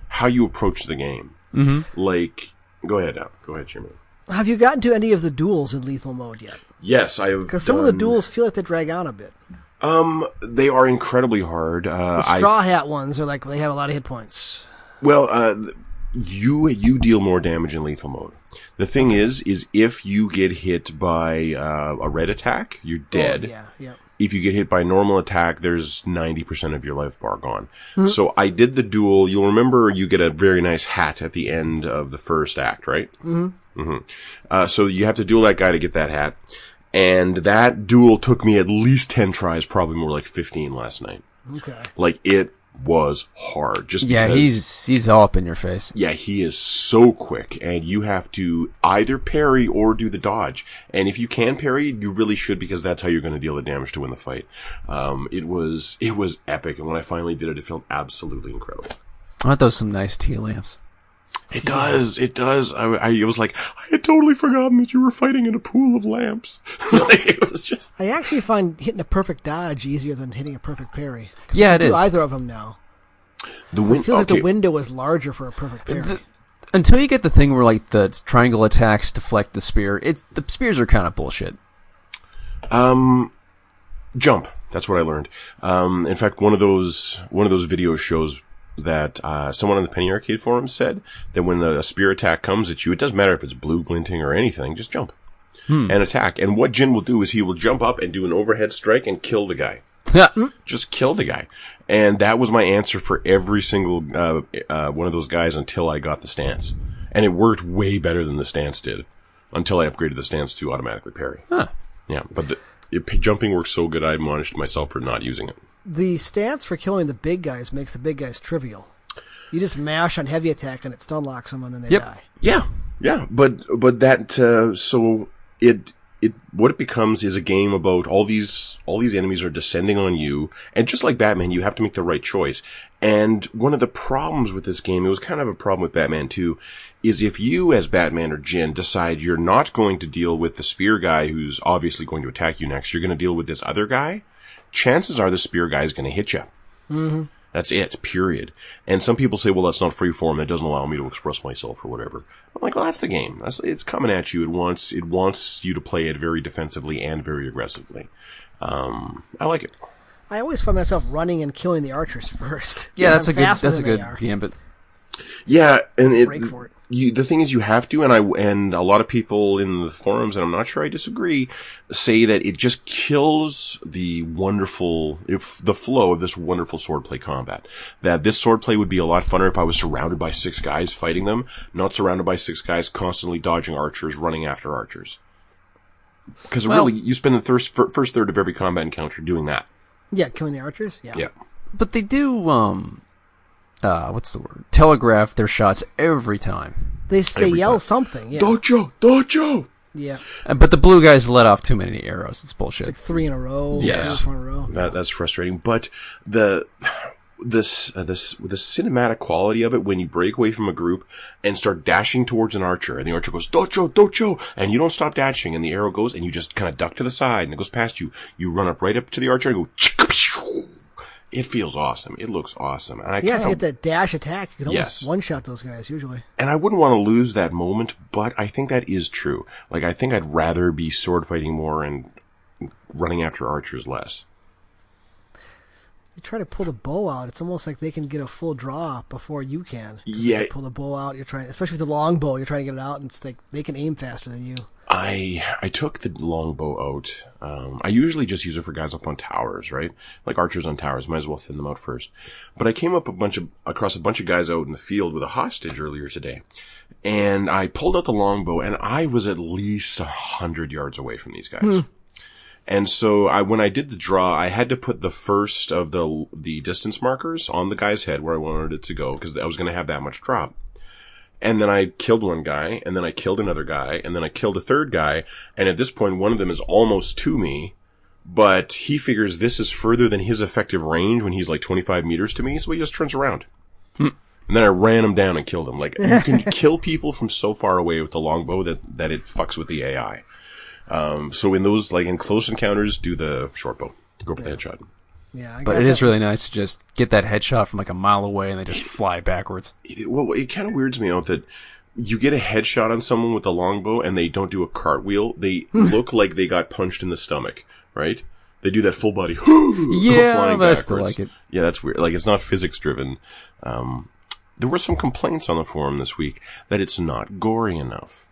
[SPEAKER 3] how you approach the game. Mm-hmm. Like, go ahead, Al. Go ahead, Chairman.
[SPEAKER 2] Have you gotten to any of the duels in lethal mode yet?
[SPEAKER 3] Yes, I have.
[SPEAKER 2] Because some of the
[SPEAKER 3] done-
[SPEAKER 2] duels feel like they drag on a bit.
[SPEAKER 3] um, they are incredibly hard. Uh,
[SPEAKER 2] The
[SPEAKER 3] I-
[SPEAKER 2] straw hat ones are like they have a lot of hit points.
[SPEAKER 3] Well, uh, th- you you deal more damage in lethal mode. The thing is, is if you get hit by uh, a red attack, you're dead.
[SPEAKER 2] Oh, yeah, yeah.
[SPEAKER 3] if you get hit by a normal attack, there's 90% of your life bar gone. So I did the duel. You'll remember you get a very nice hat at the end of the first act, right? Mm-hmm. Uh, so you have to duel that guy to get that hat. And that duel took me at least 10 tries, probably more like 15 last night.
[SPEAKER 2] Okay.
[SPEAKER 3] Like it was hard. Just
[SPEAKER 1] yeah,
[SPEAKER 3] because-
[SPEAKER 1] he's he's all up in your face.
[SPEAKER 3] yeah, he is so quick, and you have to either parry or do the dodge. And if you can parry, you really should because that's how you're going to deal the damage to win the fight. Um, it was it was epic, and when I finally did it, it felt absolutely incredible.
[SPEAKER 1] Aren't those some nice tea lamps?
[SPEAKER 3] It does, it does. I, I it was like I had totally forgotten that you were fighting in a pool of lamps. Like, it was just
[SPEAKER 2] I actually find hitting a perfect dodge easier than hitting a perfect parry. 'Cause
[SPEAKER 1] Yeah,
[SPEAKER 2] I
[SPEAKER 1] it
[SPEAKER 2] can
[SPEAKER 1] is.
[SPEAKER 2] do either of them now.
[SPEAKER 3] the win.
[SPEAKER 2] It feels like
[SPEAKER 3] okay.
[SPEAKER 2] the window is larger for a perfect parry.
[SPEAKER 1] The- until you get the thing where like the triangle attacks deflect the spear, it's the spears are kind of bullshit.
[SPEAKER 3] Um, jump. That's what I learned. Um, in fact, one of those one of those video shows that uh, someone on the Penny Arcade forum said that when a, a spear attack comes at you, it doesn't matter if it's blue glinting or anything, just jump and attack. And what Jin will do is he will jump up and do an overhead strike and kill the guy.
[SPEAKER 1] mm,
[SPEAKER 3] Just kill the guy. And that was my answer for every single uh, uh, one of those guys until I got the stance. and it worked way better than the stance did until I upgraded the stance to automatically parry.
[SPEAKER 1] Huh.
[SPEAKER 3] Yeah, but the, it, jumping works so good, I admonished myself for not using it.
[SPEAKER 2] The stance for killing the big guys makes the big guys trivial. You just mash on heavy attack and it stun locks them and then they
[SPEAKER 1] Yep.
[SPEAKER 2] die.
[SPEAKER 3] Yeah, yeah, but but that uh, so it it what it becomes is a game about all these all these enemies are descending on you, and just like Batman, you have to make the right choice. And one of the problems with this game, it was kind of a problem with Batman too, is if you as Batman or Jin decide you're not going to deal with the spear guy who's obviously going to attack you next, you're going to deal with this other guy. Chances are the spear guy is going to hit you. That's it, period. And some people say, well, that's not free form. That doesn't allow me to express myself or whatever. I'm like, well, that's the game. That's, it's coming at you. It wants, it wants you to play it very defensively and very aggressively. Um, I like it.
[SPEAKER 2] I always find myself running and killing the archers first.
[SPEAKER 1] Yeah,
[SPEAKER 2] And
[SPEAKER 1] that's
[SPEAKER 2] I'm
[SPEAKER 1] a good.
[SPEAKER 2] faster
[SPEAKER 1] That's a
[SPEAKER 2] than
[SPEAKER 1] good
[SPEAKER 2] they are.
[SPEAKER 1] gambit.
[SPEAKER 3] Yeah. And it,
[SPEAKER 2] Break for it.
[SPEAKER 3] You, the thing is you have to, and I, and a lot of people in the forums, and I'm not sure I disagree, say that it just kills the wonderful, if the flow of this wonderful swordplay combat. That this swordplay would be a lot funner if I was surrounded by six guys fighting them, not surrounded by six guys constantly dodging archers, running after archers. Because
[SPEAKER 1] Well-
[SPEAKER 3] really, you spend the first, first third of every combat encounter doing that.
[SPEAKER 2] Yeah, killing the archers. Yeah.
[SPEAKER 3] Yeah.
[SPEAKER 1] But they do. Um, uh, what's the word? Telegraph their shots every time.
[SPEAKER 2] They they
[SPEAKER 3] Every
[SPEAKER 2] yell
[SPEAKER 3] time.
[SPEAKER 2] something. Yeah.
[SPEAKER 3] Dojo! Dojo!
[SPEAKER 2] Yeah.
[SPEAKER 1] Uh, But the blue guys let off too many arrows. It's bullshit.
[SPEAKER 2] Like three in a row.
[SPEAKER 3] Yes.
[SPEAKER 2] Yeah. Just one in a row.
[SPEAKER 3] That, that's frustrating. But the this uh, this the cinematic quality of it when you break away from a group and start dashing towards an archer, and the archer goes docho docho, and you don't stop dashing, and the arrow goes, and you just kind of duck to the side, and it goes past you. You run up right up to the archer and go. "Chick, pshoo." It feels awesome. It looks awesome, and I
[SPEAKER 2] Yeah, if you
[SPEAKER 3] kind
[SPEAKER 2] get
[SPEAKER 3] of
[SPEAKER 2] that dash attack, you can almost
[SPEAKER 3] Yes.
[SPEAKER 2] one shot those guys usually.
[SPEAKER 3] and I wouldn't want to lose that moment, but I think that is true. Like I think I'd rather be sword fighting more and running after archers less.
[SPEAKER 2] You try to pull the bow out, it's almost like they can get a full draw before you can. 'Cause
[SPEAKER 3] Yeah.
[SPEAKER 2] You pull the bow out, you're trying, especially with the long bow, you're trying to get it out, and it's like they can aim faster than you.
[SPEAKER 3] I I took the longbow out. Um, I usually just use it for guys up on towers, right? Like archers on towers, might as well thin them out first. But I came up a bunch of across a bunch of guys out in the field with a hostage earlier today, and I pulled out the longbow, and I was at least a hundred yards away from these guys. And so I, when I did the draw, I had to put the first of the the distance markers on the guy's head where I wanted it to go because I was going to have that much drop. And then I killed one guy, and then I killed another guy, and then I killed a third guy. And at this point, one of them is almost to me, but he figures this is further than his effective range when he's like 25 meters to me, so he just turns around. And then I ran him down and killed him. Like, you can kill people from so far away with the longbow that, that it fucks with the AI. Um, so in those, like, in close encounters, do the shortbow. Go for the headshot.
[SPEAKER 2] Yeah. I
[SPEAKER 1] But
[SPEAKER 2] got
[SPEAKER 1] it is
[SPEAKER 2] that.
[SPEAKER 1] really nice to just get that headshot from like a mile away and they just fly backwards.
[SPEAKER 3] it, well, it kind of weirds me out that you get a headshot on someone with a longbow and they don't do a cartwheel. They
[SPEAKER 1] Hmm.
[SPEAKER 3] look like they got punched in the stomach, right? They do that full body.
[SPEAKER 1] Yeah,
[SPEAKER 3] flying
[SPEAKER 1] but I still
[SPEAKER 3] backwards.
[SPEAKER 1] like it.
[SPEAKER 3] Yeah, that's weird. Like it's not physics driven. Um, there were some complaints on the forum this week that it's not gory enough.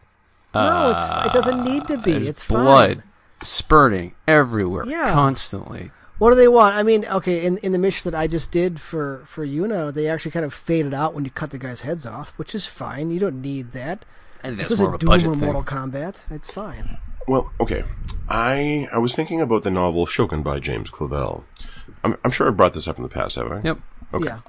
[SPEAKER 2] No, it's, it doesn't need to be.
[SPEAKER 1] There's
[SPEAKER 2] It's fine.
[SPEAKER 1] uh, blood spurting everywhere
[SPEAKER 2] Yeah.
[SPEAKER 1] constantly.
[SPEAKER 2] What do they want? I mean, okay, in, in the mission that I just did for for Yuna, they actually kind of faded out when you cut the guys' heads off, which is fine. You don't need that.
[SPEAKER 1] And
[SPEAKER 2] This
[SPEAKER 1] that's more of
[SPEAKER 2] isn't
[SPEAKER 1] a
[SPEAKER 2] Doom
[SPEAKER 1] budget
[SPEAKER 2] or
[SPEAKER 1] thing.
[SPEAKER 2] Mortal Kombat. It's fine.
[SPEAKER 3] Well, okay. I I was thinking about the novel Shogun by James Clavell. I'm, I'm sure I brought this up in the past, haven't I?
[SPEAKER 1] Yep.
[SPEAKER 3] Okay.
[SPEAKER 2] Yeah.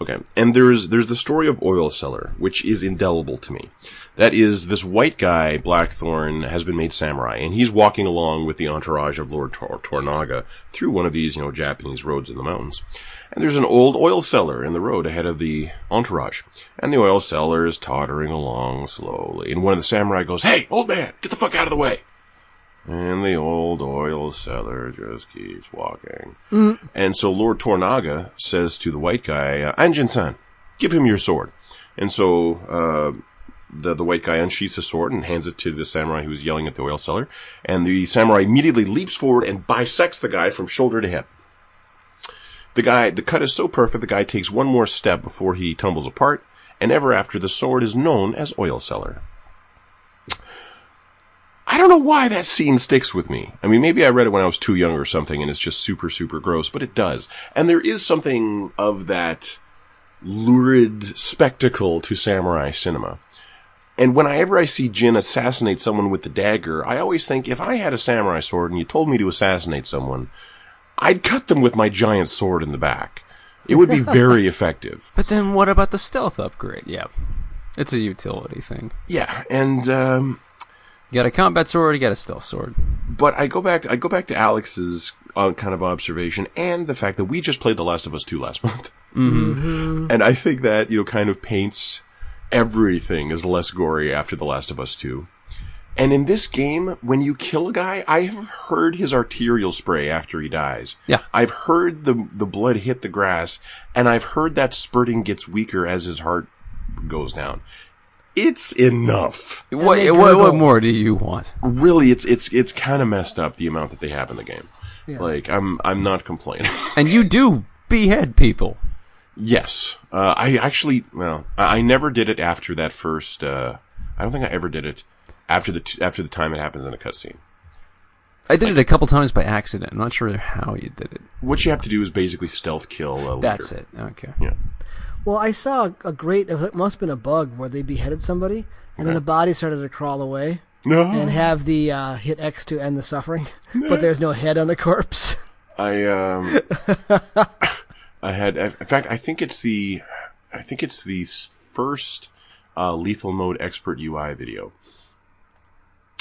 [SPEAKER 3] Okay. And there's there's the story of Oil Seller, which is indelible to me. That is this white guy, Blackthorn, has been made samurai, and he's walking along with the entourage of Lord Tor- Tornaga through one of these, you know, Japanese roads in the mountains. And there's an old oil seller in the road ahead of the entourage. And the oil seller is tottering along slowly. And one of the samurai goes, Hey, old man, get the fuck out of the way. And the old oil seller just keeps walking. And so Lord Tornaga says to the white guy, uh, Anjin-san, give him your sword. And so uh, the the white guy unsheathes his sword and hands it to the samurai who's yelling at the oil seller. And the samurai immediately leaps forward and bisects the guy from shoulder to hip. The guy, the cut is so perfect, the guy takes one more step before he tumbles apart. And ever after, the sword is known as oil seller. I don't know why that scene sticks with me. I mean, maybe I read it when I was too young or something and it's just super, super gross, but it does. And there is something of that lurid spectacle to samurai cinema. And whenever I see Jin assassinate someone with the dagger, I always think if I had a samurai sword and you told me to assassinate someone, I'd cut them with my giant sword in the back. It would be very effective.
[SPEAKER 1] But then what about the stealth upgrade? Yeah. It's a utility thing.
[SPEAKER 3] Yeah, and um,
[SPEAKER 1] You got a combat sword, you got a stealth sword.
[SPEAKER 3] but I go back. I go back to Alex's uh, kind of observation and the fact that we just played The Last of Us Two last month, mm-hmm. and I think that you know kind of paints everything as less gory after The Last of Us Two. And in this game, when you kill a guy, I have heard his arterial spray after he dies.
[SPEAKER 1] Yeah.
[SPEAKER 3] I've heard the the blood hit the grass, and I've heard that spurting gets weaker as his heart goes down. It's enough.
[SPEAKER 1] What,
[SPEAKER 2] they
[SPEAKER 1] what, what
[SPEAKER 2] gurgle.
[SPEAKER 1] more do you want?
[SPEAKER 3] really it's it's it's kind of messed up the amount that they have in the game. Like I'm I'm not complaining.
[SPEAKER 1] And you do behead people.
[SPEAKER 3] yes, uh, I actually well I, I never did it after that first. Uh, I don't think I ever did it after the t- after the time it happens in a cutscene.
[SPEAKER 1] I did it a couple times by accident. I'm not sure how you did it.
[SPEAKER 3] What you have to do is basically stealth kill. A leader.
[SPEAKER 1] That's it. Okay.
[SPEAKER 3] Yeah.
[SPEAKER 2] Well, I saw a, a great. It must have been a bug where they beheaded somebody, and then
[SPEAKER 3] Okay.
[SPEAKER 1] Uh-huh.
[SPEAKER 2] the body started to crawl away and
[SPEAKER 3] No.
[SPEAKER 2] have the uh, hit X to end the suffering, but there's no head on the corpse.
[SPEAKER 3] I um. I had in fact I think it's the I think it's the s- first uh, lethal mode expert UI video.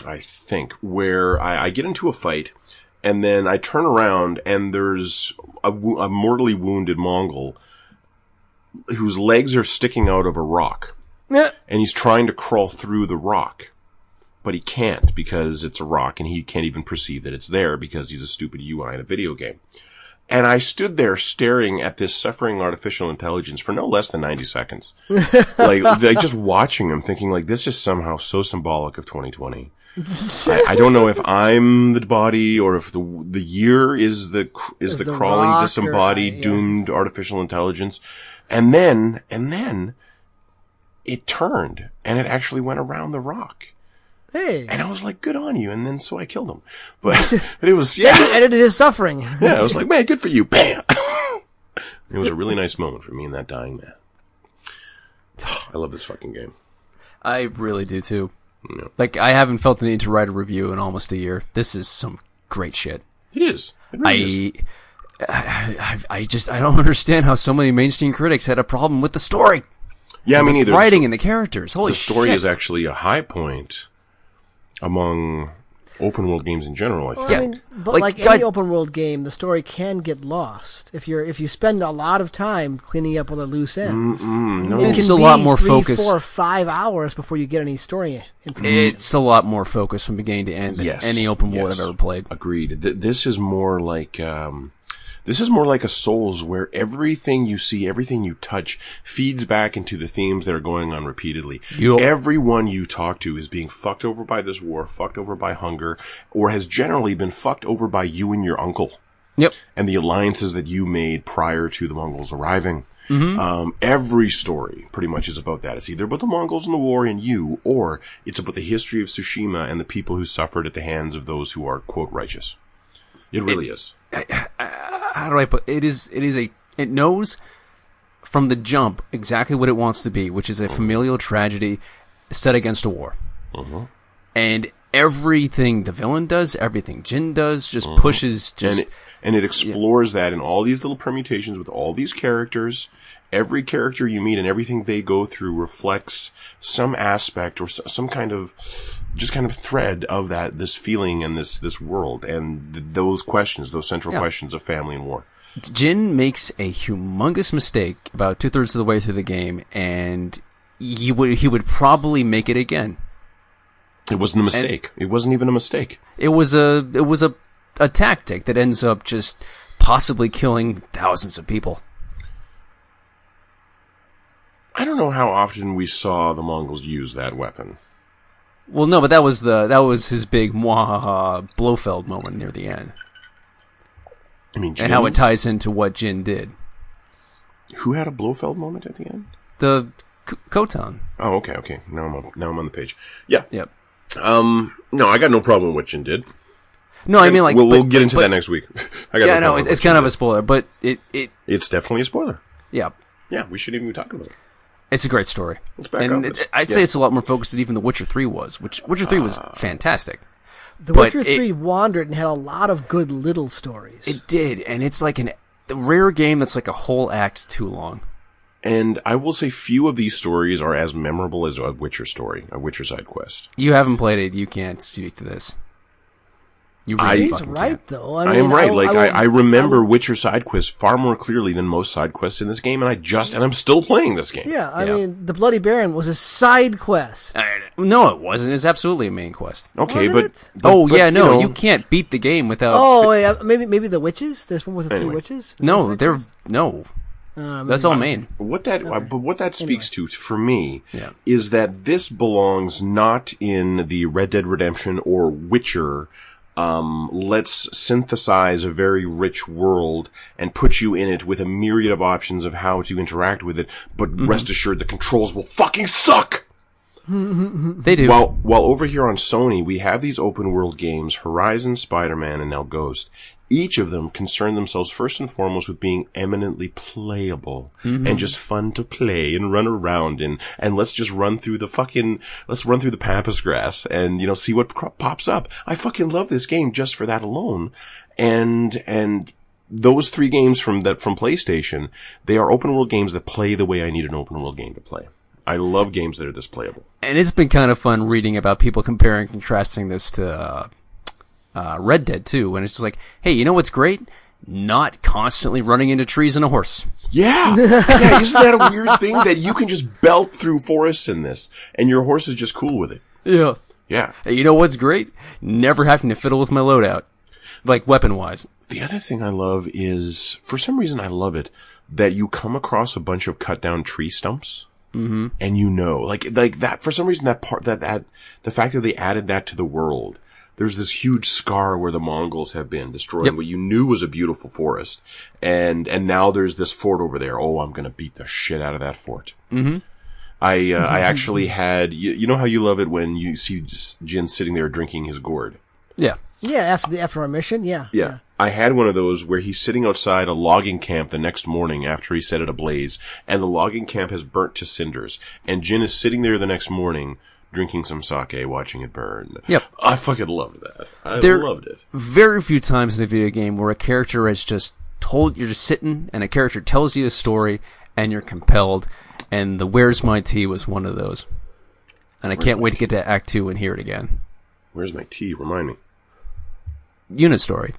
[SPEAKER 3] I think, where I, I get into a fight and then I turn around and there's a, wo- a mortally wounded Mongol whose legs are sticking out of a rock.
[SPEAKER 2] Yeah.
[SPEAKER 3] And he's trying to crawl through the rock, but he can't because it's a rock and he can't even perceive that it's there because he's a stupid UI in a video game. And I stood there staring at this suffering artificial intelligence for no less than 90 seconds. like, like just watching him thinking like this is somehow so symbolic of 2020. I, I don't know if I'm the body or if the the year is the cr- is the,
[SPEAKER 2] The
[SPEAKER 3] crawling
[SPEAKER 2] rock or-
[SPEAKER 3] disembodied
[SPEAKER 2] yeah.
[SPEAKER 3] doomed artificial intelligence, and then and then it turned and it actually went around the rock,
[SPEAKER 2] Hey,
[SPEAKER 3] and I was like, "Good on you!" And then so I killed him, but, but it was yeah,
[SPEAKER 2] it ended his suffering.
[SPEAKER 3] yeah, I was like, "Man, good for you!" Bam. it was a really nice moment for me and that dying man. I love this fucking game.
[SPEAKER 1] I really do too. Like, I haven't felt the need to write a review in almost a year. This is some great shit.
[SPEAKER 3] It is. It really is.
[SPEAKER 1] I, I, I, I just, I don't understand how so many mainstream critics had a problem with the story,
[SPEAKER 3] Yeah, I mean, either
[SPEAKER 1] writing, and the characters. Holy
[SPEAKER 3] the story
[SPEAKER 1] shit.
[SPEAKER 3] is actually a high point among open world games in general. I think.
[SPEAKER 1] Yeah.
[SPEAKER 2] I mean, but
[SPEAKER 1] Like,
[SPEAKER 2] like,
[SPEAKER 1] God-
[SPEAKER 2] any open world game, the story can get lost if you're if you spend a lot of time cleaning up all the loose ends.
[SPEAKER 3] Mm, no.
[SPEAKER 2] It
[SPEAKER 1] It's
[SPEAKER 2] can
[SPEAKER 1] a lot
[SPEAKER 2] be
[SPEAKER 1] more
[SPEAKER 2] three,
[SPEAKER 1] focused.
[SPEAKER 2] four, five hours before you get any story. Information.
[SPEAKER 1] It's a lot more focused from beginning to end than
[SPEAKER 3] Yes.
[SPEAKER 1] any open world
[SPEAKER 3] Yes.
[SPEAKER 1] I've ever played.
[SPEAKER 3] Agreed. Th- this is more like um, this is more like a Souls, where everything you see, everything you touch, feeds back into the themes that are going on repeatedly.
[SPEAKER 1] Yup.
[SPEAKER 3] Everyone you talk to is being fucked over by this war, fucked over by hunger, or has generally been fucked over by you and your uncle.
[SPEAKER 1] Yep.
[SPEAKER 3] and the alliances that you made prior to the Mongols arriving. Um, every story pretty much is about that. It's either about the Mongols and the war and you, or it's about the history of Tsushima and the people who suffered at the hands of those who are quote righteous. It really is.
[SPEAKER 1] Uh, how do I put it is it is a it knows from the jump exactly what it wants to be, which is a
[SPEAKER 3] Mm-hmm.
[SPEAKER 1] familial tragedy set against a war.
[SPEAKER 3] Mm-hmm.
[SPEAKER 1] And everything the villain does, everything Jin does, just pushes
[SPEAKER 3] Mm-hmm. and
[SPEAKER 1] just
[SPEAKER 3] it, and it explores that in all these little permutations with all these characters. Every character you meet and everything they go through reflects some aspect or s- some kind of just kind of thread of that this feeling and this this world and th- those questions, those central
[SPEAKER 1] Yeah.
[SPEAKER 3] questions of family and war.
[SPEAKER 1] Jin makes a humongous mistake about two thirds of the way through the game, and he would he would probably make it again.
[SPEAKER 3] It wasn't a mistake. it wasn't even a mistake.
[SPEAKER 1] It was a it was a a tactic that ends up just possibly killing thousands of people.
[SPEAKER 3] I don't know how often we saw the Mongols use that weapon.
[SPEAKER 1] Well, no, but that was the that was his big mwahaha Blofeld moment near the end,
[SPEAKER 3] I mean,
[SPEAKER 1] and how it
[SPEAKER 3] Jin's-
[SPEAKER 1] ties into what Jin did.
[SPEAKER 3] Who had a Blofeld moment at the end?
[SPEAKER 1] The K- Kotan.
[SPEAKER 3] Oh, okay, okay. Now I'm on, now I'm on the page. Yeah.
[SPEAKER 1] Yep.
[SPEAKER 3] Um. No, I got no problem with what Jin did.
[SPEAKER 1] No, I mean like
[SPEAKER 3] we'll,
[SPEAKER 1] but-
[SPEAKER 3] we'll get into
[SPEAKER 1] but-
[SPEAKER 3] that next week. I
[SPEAKER 1] Yeah,
[SPEAKER 3] got
[SPEAKER 1] no,
[SPEAKER 3] no, problem
[SPEAKER 1] it's,
[SPEAKER 3] with
[SPEAKER 1] it's kind
[SPEAKER 3] you.
[SPEAKER 1] of a spoiler, but it it
[SPEAKER 3] It's definitely a spoiler.
[SPEAKER 1] yeah.
[SPEAKER 3] Yeah, we shouldn't even be talking about it.
[SPEAKER 1] It's a great story.
[SPEAKER 3] back
[SPEAKER 1] and
[SPEAKER 3] off
[SPEAKER 1] it,
[SPEAKER 3] it.
[SPEAKER 1] I'd
[SPEAKER 3] Yeah. Ah.
[SPEAKER 1] say it's a lot more focused than even The Witcher 3 was, which Witcher 3 was fantastic.
[SPEAKER 2] The
[SPEAKER 1] But
[SPEAKER 2] Witcher
[SPEAKER 1] it-
[SPEAKER 2] 3 wandered and had a lot of good little stories.
[SPEAKER 1] It did, and it's like an the rare game that's like a whole act too long.
[SPEAKER 3] And I will say few of these stories are as memorable as a Witcher story, a Witcher side quest.
[SPEAKER 1] You haven't played it, you can't speak to this. You really
[SPEAKER 3] I-
[SPEAKER 2] He's
[SPEAKER 1] fucking
[SPEAKER 2] right,
[SPEAKER 1] can't.
[SPEAKER 2] though. I,
[SPEAKER 3] I,
[SPEAKER 2] mean,
[SPEAKER 3] am right.
[SPEAKER 2] will-
[SPEAKER 3] like
[SPEAKER 2] will-
[SPEAKER 3] I, I remember Witcher side quests far more clearly than most side quests in this game, and I just and I'm still playing this game.
[SPEAKER 2] Yeah, I
[SPEAKER 1] Yeah. Uh,
[SPEAKER 2] mean, the Bloody Baron was a side quest.
[SPEAKER 1] I- no, it wasn't. It's absolutely a main quest.
[SPEAKER 3] Okay,
[SPEAKER 2] Wasn't
[SPEAKER 3] but,
[SPEAKER 2] it?
[SPEAKER 3] but-
[SPEAKER 1] oh
[SPEAKER 3] but,
[SPEAKER 1] yeah,
[SPEAKER 3] you
[SPEAKER 1] no,
[SPEAKER 3] know,
[SPEAKER 1] you can't beat the game without.
[SPEAKER 2] Oh, yeah, maybe maybe the witches. There's one with the
[SPEAKER 3] Anyway.
[SPEAKER 2] three witches. Is this
[SPEAKER 1] no,
[SPEAKER 2] it?
[SPEAKER 1] they're no.
[SPEAKER 2] Uh,
[SPEAKER 1] That's all main.
[SPEAKER 3] What that, but what that speaks to for me
[SPEAKER 1] Yeah.
[SPEAKER 3] is that this belongs not in the Red Dead Redemption or Witcher. Um, let's synthesize a very rich world and put you in it with a myriad of options of how to interact with it. But
[SPEAKER 1] Mm-hmm.
[SPEAKER 3] rest assured, the controls will fucking suck.
[SPEAKER 1] They do.
[SPEAKER 3] While while over here on Sony, we have these open world games, Horizon, Spider-Man, and now Ghost. Each of them concern themselves first and foremost with being eminently playable and just fun to play and run around in. And let's just run through the fucking, let's run through the pampas grass and, you know, see what cro- pops up. I fucking love this game just for that alone. And, and those three games from that, from PlayStation, they are open world games that play the way I need an open world game to play. I love games that are this playable.
[SPEAKER 1] and it's been kind of fun reading about people comparing and contrasting this to uh, uh, Red Dead too. And it's just like, hey, you know what's great? Not constantly running into trees and a horse.
[SPEAKER 3] Yeah. yeah. Isn't that a weird thing that you can just belt through forests in this and your horse is just cool with it?
[SPEAKER 1] Yeah.
[SPEAKER 3] Yeah.
[SPEAKER 1] Hey, you know what's great? Never having to fiddle with my loadout, like weapon wise.
[SPEAKER 3] The other thing I love is, for some reason, I love it that you come across a bunch of cut down tree stumps. And you know, like, like that, for some reason, that part, that, that, the fact that they added that to the world, there's this huge scar where the Mongols have been destroying
[SPEAKER 1] Yep.
[SPEAKER 3] what you knew was a beautiful forest. And, and now there's this fort over there. Oh, I'm going to beat the shit out of that fort. Mm-hmm. I, uh, I actually had, you, you know how you love it when you see just Jin sitting there drinking his gourd?
[SPEAKER 1] Yeah.
[SPEAKER 2] yeah, after the after our mission, yeah,
[SPEAKER 3] Yeah. I had one of those where he's sitting outside a logging camp the next morning after he set it ablaze, and the logging camp has burnt to cinders, and Jin is sitting there the next morning drinking some sake, watching it burn.
[SPEAKER 1] Yep.
[SPEAKER 3] I fucking loved that. I
[SPEAKER 1] There-
[SPEAKER 3] loved it.
[SPEAKER 1] very few times in a video game where a character is just told you're just sitting and a character tells you a story and you're compelled and the where's my tea was one of those and i can't wait to get to act 2 and hear it again
[SPEAKER 3] Where's my tea? Remind me.
[SPEAKER 1] unit story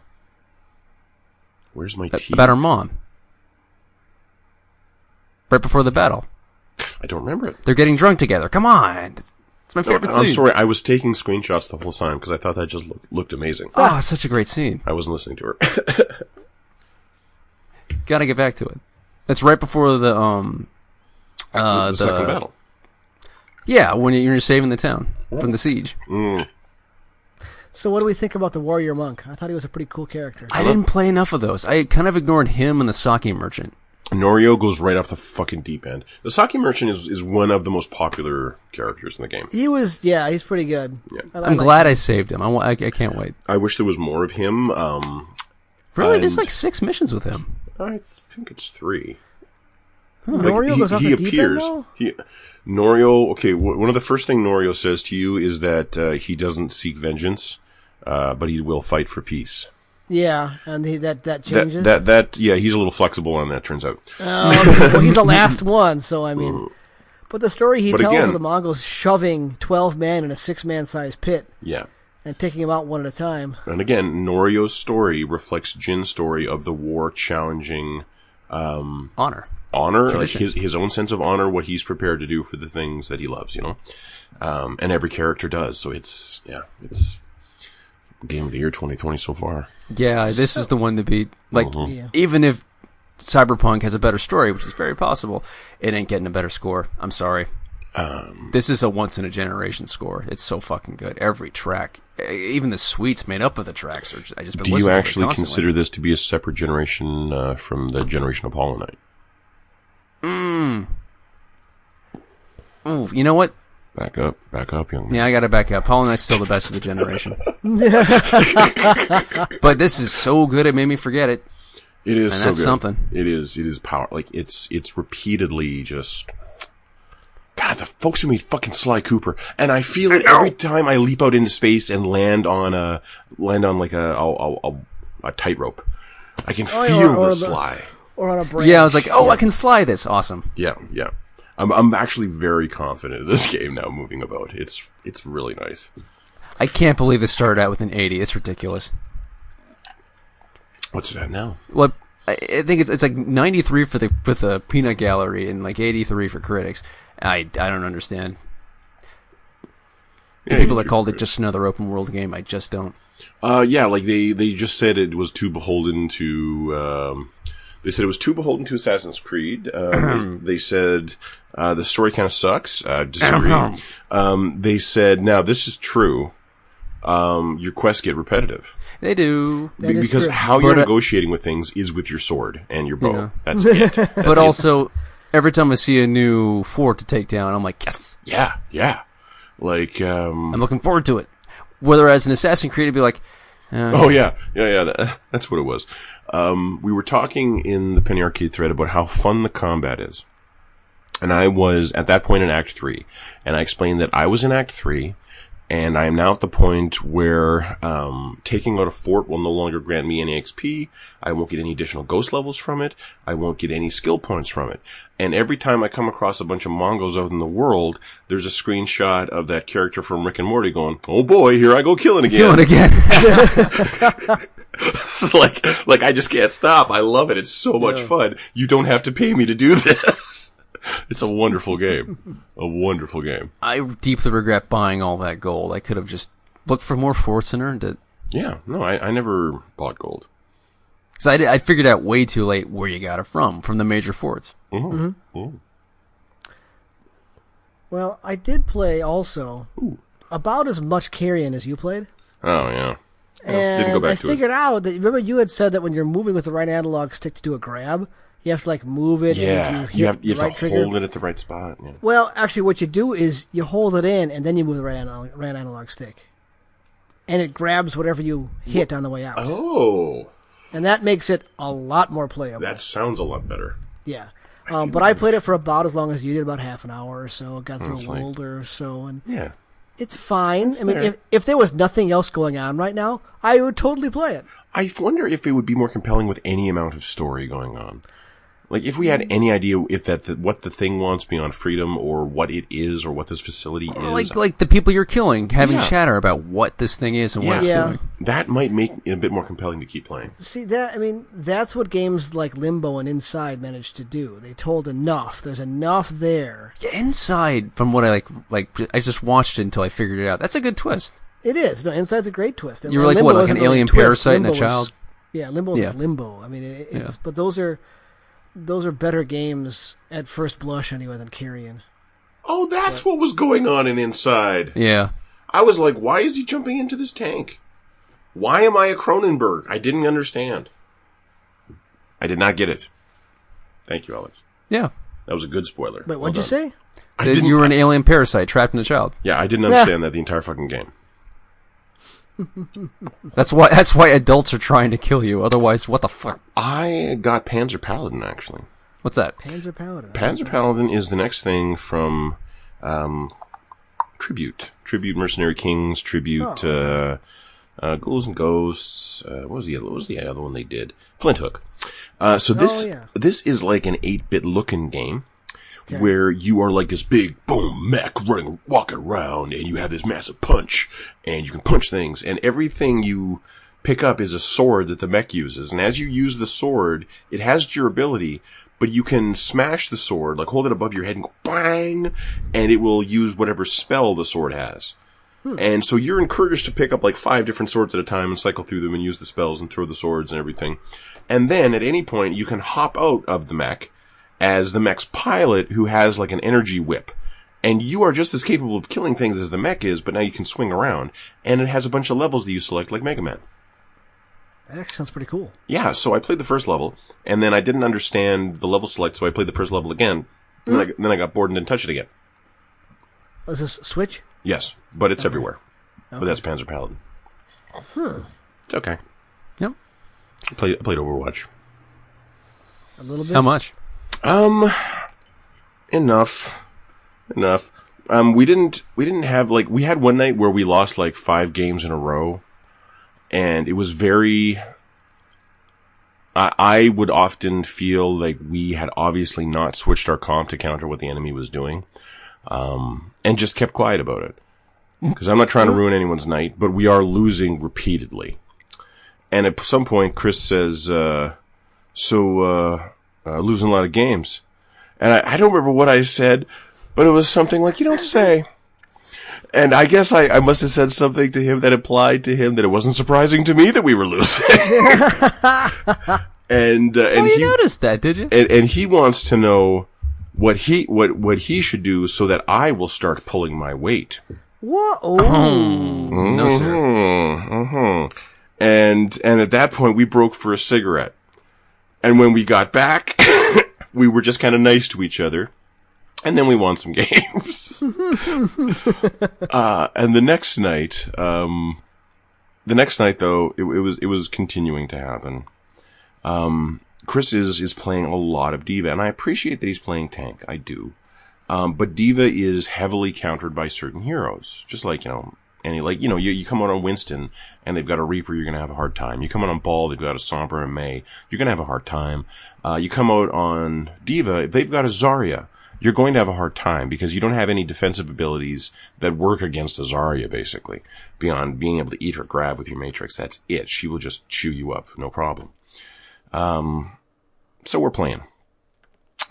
[SPEAKER 3] Where's my
[SPEAKER 1] a- Uh,
[SPEAKER 3] tea?
[SPEAKER 1] about her mom right before the battle
[SPEAKER 3] I don't remember it.
[SPEAKER 1] they're getting drunk together come on it's my
[SPEAKER 3] No,
[SPEAKER 1] favorite
[SPEAKER 3] I'm
[SPEAKER 1] scene
[SPEAKER 3] sorry. I was taking screenshots the whole time because I thought that just looked, looked amazing.
[SPEAKER 1] oh such a great scene
[SPEAKER 3] I wasn't listening to her.
[SPEAKER 1] gotta get back to it that's right before the um uh
[SPEAKER 3] the second battle.
[SPEAKER 1] yeah when you're saving the town from the siege
[SPEAKER 3] Mm.
[SPEAKER 2] So what do we think about the warrior monk? I thought he was a pretty cool character.
[SPEAKER 1] I didn't play enough of those. I kind of ignored him and the sake merchant.
[SPEAKER 3] Norio goes right off the fucking deep end. The sake merchant is, is one of the most popular characters in the game.
[SPEAKER 2] He was, yeah, he's pretty good. I like
[SPEAKER 1] I'm glad I saved him. I, wa- I, I can't wait.
[SPEAKER 3] I wish there was more of him. Um,
[SPEAKER 1] Really,
[SPEAKER 3] And-
[SPEAKER 1] there's like six missions with him.
[SPEAKER 3] I think it's three. Like,
[SPEAKER 2] Norio goes off the deep end, though?
[SPEAKER 3] he, Norio. Okay, wh- one of the first thing Norio says to you is that uh, he doesn't seek vengeance, uh, but he will fight for peace.
[SPEAKER 2] Yeah, and he, that that
[SPEAKER 3] That,
[SPEAKER 2] changes.
[SPEAKER 3] that that yeah, he's a little flexible on that. Turns out,
[SPEAKER 2] Oh, okay. well, he's the last one, so I mean, but the story he
[SPEAKER 3] But
[SPEAKER 2] tells
[SPEAKER 3] again-
[SPEAKER 2] of the Mongols shoving twelve men in a six-man sized pit
[SPEAKER 3] yeah.
[SPEAKER 2] and taking them out one at a time.
[SPEAKER 3] And again, Norio's story reflects Jin's story of the war challenging
[SPEAKER 1] Honor.
[SPEAKER 3] honor, like
[SPEAKER 1] Tradition.
[SPEAKER 3] his his own sense of honor, what he's prepared to do for the things that he loves. You know, um, and every character does. So it's yeah, it's game of the year 2020 so far.
[SPEAKER 1] Yeah, this is the one to beat. Like,
[SPEAKER 3] Uh-huh.
[SPEAKER 2] Yeah.
[SPEAKER 1] even if Cyberpunk has a better story, which is very possible, it ain't getting a better score. I'm sorry.
[SPEAKER 3] Um,
[SPEAKER 1] this is a once in a generation score. It's so fucking good. Every track, e- even the suites made up of the tracks, are just, I just been
[SPEAKER 3] Do you
[SPEAKER 1] listening to it
[SPEAKER 3] actually
[SPEAKER 1] constantly.
[SPEAKER 3] consider this to be a separate generation uh, from the generation of Hollow Knight?
[SPEAKER 1] Ooh, you know what?
[SPEAKER 3] Back up, back up, young man.
[SPEAKER 1] Yeah, I gotta back up. Hollow Knight's still the best of the generation. but this is so good it made me forget it.
[SPEAKER 3] It
[SPEAKER 1] And
[SPEAKER 3] is so
[SPEAKER 1] that's
[SPEAKER 3] good.
[SPEAKER 1] something.
[SPEAKER 3] It is. It is power. Like it's. It's repeatedly just. the folks who made fucking Sly Cooper, and I feel it every time I leap out into space and land on a land on like a a, a, a, a tightrope. I can
[SPEAKER 2] Oh, yeah,
[SPEAKER 3] feel
[SPEAKER 2] or- or
[SPEAKER 3] the
[SPEAKER 2] the-
[SPEAKER 3] Sly.
[SPEAKER 2] or on a branch.
[SPEAKER 1] Yeah, I was like, oh, I can slide this. Awesome.
[SPEAKER 3] Yeah, yeah. I'm I'm actually very confident in this game now. Moving about, it's it's really nice.
[SPEAKER 1] I can't believe this started out with an 80. It's ridiculous.
[SPEAKER 3] What's it at now?
[SPEAKER 1] Well, I I think it's it's like 93 for the for the peanut gallery and like 83 for critics. I, I don't understand. The people that called it just another open world game, I just don't.
[SPEAKER 3] Uh, yeah, like they, they just said it was too beholden to, um, they said it was too beholden to Assassin's Creed. Um, they said, uh, the story kind of sucks. Uh, disagree. um, they said, now this is true. Um, your quests get repetitive
[SPEAKER 1] They do.
[SPEAKER 2] That
[SPEAKER 3] Be-
[SPEAKER 2] is
[SPEAKER 3] because
[SPEAKER 2] true.
[SPEAKER 3] how you're
[SPEAKER 1] But, uh,
[SPEAKER 3] negotiating with things is with your sword and your bow.
[SPEAKER 1] Yeah.
[SPEAKER 3] That's it.
[SPEAKER 1] but also, every time I see a new fort to take down, I'm like, yes,
[SPEAKER 3] yeah, yeah. Like, um,
[SPEAKER 1] I'm looking forward to it. Whether as an Assassin's Creed, I'd be like,
[SPEAKER 3] Oh yeah, yeah, yeah. That, that's what it was. Um, we were talking in the Penny Arcade thread about how fun the combat is, and I was at that point in Act Three, and I explained that I was in Act Three, and I am now at the point where um, taking out a fort will no longer grant me any XP. I won't get any additional ghost levels from it. I won't get any skill points from it. And every time I come across a bunch of Mongos out in the world, there's a screenshot of that character from Rick and Morty going, "Oh boy, here I go killing again."
[SPEAKER 1] doing it again.
[SPEAKER 3] It's like like I just can't stop. I love it. It's so much fun. You don't have to pay me to do this. It's a wonderful game. A wonderful game.
[SPEAKER 1] I deeply regret buying all that gold. I could have just looked for more forts and earned it.
[SPEAKER 3] Yeah. No, I, I never bought gold.
[SPEAKER 1] Because I, did- I figured out way too late where you got it from, from the major forts.
[SPEAKER 2] Well, I did play also about as much Carrion as you played.
[SPEAKER 3] Oh yeah.
[SPEAKER 2] and
[SPEAKER 3] didn't go back
[SPEAKER 2] I
[SPEAKER 3] to it.
[SPEAKER 2] figured out that remember you had said that when you're moving with the right analog stick to do a grab, you have to like move it. and
[SPEAKER 3] Yeah.
[SPEAKER 2] if you, hit
[SPEAKER 3] You have you
[SPEAKER 2] the
[SPEAKER 3] have
[SPEAKER 2] right
[SPEAKER 3] to
[SPEAKER 2] trigger.
[SPEAKER 3] hold it at the right spot. Yeah.
[SPEAKER 2] Well, actually, what you do is you hold it in and then you move the right analog, right analog stick, and it grabs whatever you hit on the way out,
[SPEAKER 3] Oh.
[SPEAKER 2] and that makes it a lot more playable.
[SPEAKER 3] That sounds a lot better.
[SPEAKER 2] Yeah. Um, but I played it for about as long as you did, about half an hour or so. Got through a
[SPEAKER 3] like-
[SPEAKER 2] world or so, and
[SPEAKER 3] Yeah.
[SPEAKER 2] it's fine. I mean,
[SPEAKER 3] there.
[SPEAKER 2] if if there was nothing else going on right now, I would totally play it.
[SPEAKER 3] I wonder if it would be more compelling with any amount of story going on. Like if we had any idea if that the, what the thing wants beyond freedom or what it is or what this facility is.
[SPEAKER 1] Like like the people you're killing, having
[SPEAKER 3] Yeah.
[SPEAKER 1] chatter about what this thing is and what it's
[SPEAKER 2] Yeah.
[SPEAKER 1] doing.
[SPEAKER 3] That might make it a bit more compelling to keep playing.
[SPEAKER 2] See that? I mean, that's what games like Limbo and Inside managed to do. They told enough. There's enough there.
[SPEAKER 1] Yeah, Inside, from what I like, like I just watched it until I figured it out. That's a good twist.
[SPEAKER 2] It is. No, Inside's a great twist. And
[SPEAKER 1] You were like,
[SPEAKER 2] Limbo
[SPEAKER 1] what, like
[SPEAKER 2] wasn't
[SPEAKER 1] an
[SPEAKER 2] really
[SPEAKER 1] alien
[SPEAKER 2] twist.
[SPEAKER 1] parasite and a
[SPEAKER 2] Limbo was-
[SPEAKER 1] child?
[SPEAKER 2] yeah, Limbo's
[SPEAKER 1] Yeah.
[SPEAKER 2] like Limbo. I mean, it, it's
[SPEAKER 1] Yeah.
[SPEAKER 2] but those are those are better games at first blush anyway than Carrion.
[SPEAKER 3] Oh, that's what was going on in inside.
[SPEAKER 1] Yeah,
[SPEAKER 3] I was like, why is he jumping into this tank? Why am I a Cronenberg? I didn't understand. I did not get it. Thank you, Alex.
[SPEAKER 1] yeah.
[SPEAKER 3] That was a good spoiler.
[SPEAKER 2] But
[SPEAKER 3] Well
[SPEAKER 2] what'd you
[SPEAKER 3] done.
[SPEAKER 2] say?
[SPEAKER 3] I
[SPEAKER 1] That
[SPEAKER 3] didn't,
[SPEAKER 1] you were an alien parasite trapped in a child.
[SPEAKER 3] yeah, I didn't understand that the entire fucking game.
[SPEAKER 1] That's why. That's why adults are trying to kill you. Otherwise, what the fuck?
[SPEAKER 3] I got Panzer Paladin actually.
[SPEAKER 1] What's that?
[SPEAKER 2] Panzer Paladin.
[SPEAKER 3] Panzer Paladin is the next thing from um, Tribute. Tribute Mercenary Kings,
[SPEAKER 2] Oh.
[SPEAKER 3] Tribute uh, uh, Ghouls and Ghosts. Uh, what was the other, what was the other one they did? Flint Hook. Uh, so this
[SPEAKER 2] yeah.
[SPEAKER 3] this is like an 8-bit looking game where you are like this big boom mech running walking around and you have this massive punch and you can punch things and everything you pick up is a sword that the mech uses and as you use the sword it has durability but you can smash the sword like hold it above your head and go bang and it will use whatever spell the sword has and so you're encouraged to pick up like five different swords at a time and cycle through them and use the spells and throw the swords and everything. And then at any point you can hop out of the mech as the mech's pilot who has like an energy whip. And you are just as capable of killing things as the mech is, but now you can swing around. And it has a bunch of levels that you select like Mega Man.
[SPEAKER 2] That actually sounds pretty cool.
[SPEAKER 3] Yeah, so I played the first level, and then I didn't understand the level select, so I played the first level again. And then, I, then I got bored and didn't touch it again.
[SPEAKER 2] Is this Switch?
[SPEAKER 3] Yes, but it's everywhere. But that's Panzer Paladin. It's okay.
[SPEAKER 1] Yep.
[SPEAKER 3] I played, I played Overwatch.
[SPEAKER 1] Um,
[SPEAKER 2] A little bit.
[SPEAKER 1] How much?
[SPEAKER 3] Um, enough. enough. Um, we didn't, we didn't have like, we had one night where we lost like five games in a row and it was very, I, I would often feel like we had obviously not switched our comp to counter what the enemy was doing. Um, and just kept quiet about it. Cause I'm not trying to ruin anyone's night, but we are losing repeatedly. And at some point, Chris says, uh, so, uh, uh, losing a lot of games. And I, I don't remember what I said, but it was something like, you don't say. And I guess I, I must have said something to him that implied to him that it wasn't surprising to me that we were losing. and, uh, and
[SPEAKER 1] Oh, you
[SPEAKER 3] he,
[SPEAKER 1] noticed that, did you?
[SPEAKER 3] and, and he wants to know what he, what, what he should do so that I will start pulling my weight.
[SPEAKER 2] Whoa. Oh.
[SPEAKER 1] No, sir.
[SPEAKER 3] Mm-hmm. And and at that point, we broke for a cigarette. And when we got back, we were just kind of nice to each other. And then we won some games. uh, and the next night, um, the next night though, it, it was it was continuing to happen. Um, Chris is is playing a lot of diva, and I appreciate that he's playing tank. I do. Um, but Diva is heavily countered by certain heroes. Just like, you know, any, like, you know, you, you come out on Winston and they've got a Reaper, you're gonna have a hard time. You come out on Ball, they've got a Sombra and May, you're gonna have a hard time. Uh, you come out on Diva, if they've got a Zarya, you're going to have a hard time because you don't have any defensive abilities that work against a Zarya, basically. Beyond being able to eat or grab with your Matrix, that's it. She will just chew you up, no problem. Um, so we're playing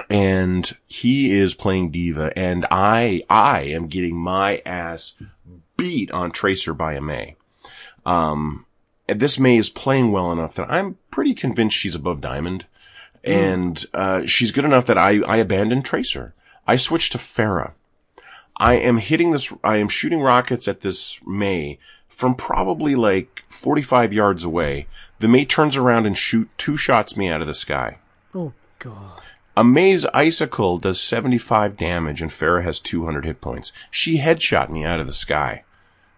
[SPEAKER 3] and he is playing diva and i i am getting my ass beat on tracer by a may um and this may is playing well enough that i'm pretty convinced she's above diamond and uh she's good enough that i i abandon tracer i switch to farah i am hitting this i am shooting rockets at this may from probably like 45 yards away the may turns around and shoot two shots me out of the sky
[SPEAKER 2] oh, God.
[SPEAKER 3] a Maze Icicle does 75 damage and Farah has 200 hit points. She headshot me out of the sky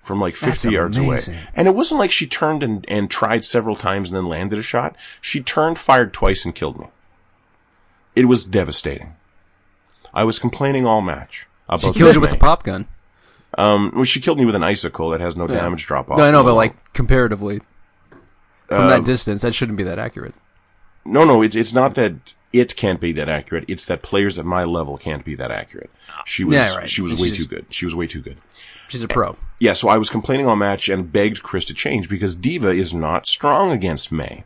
[SPEAKER 3] from like 50
[SPEAKER 1] That's
[SPEAKER 3] yards
[SPEAKER 1] amazing.
[SPEAKER 3] away. And it wasn't like she turned and, and tried several times and then landed a shot. She turned, fired twice and killed me. It was devastating. I was complaining all match.
[SPEAKER 1] She
[SPEAKER 3] about
[SPEAKER 1] killed
[SPEAKER 3] this
[SPEAKER 1] you with the
[SPEAKER 3] May.
[SPEAKER 1] pop gun.
[SPEAKER 3] Um, well, she killed me with an icicle that has no damage drop off.
[SPEAKER 1] No, I know, but like comparatively, from
[SPEAKER 3] Um,
[SPEAKER 1] that distance, that shouldn't be that accurate.
[SPEAKER 3] No, no, it's it's not that it can't be that accurate. It's that players at my level can't be that accurate. She was
[SPEAKER 1] Yeah, right.
[SPEAKER 3] she was
[SPEAKER 1] It's
[SPEAKER 3] way
[SPEAKER 1] just-
[SPEAKER 3] too good. She was way too good.
[SPEAKER 1] She's a pro.
[SPEAKER 3] Yeah, so I was complaining all match and begged Chris to change because Diva is not strong against May.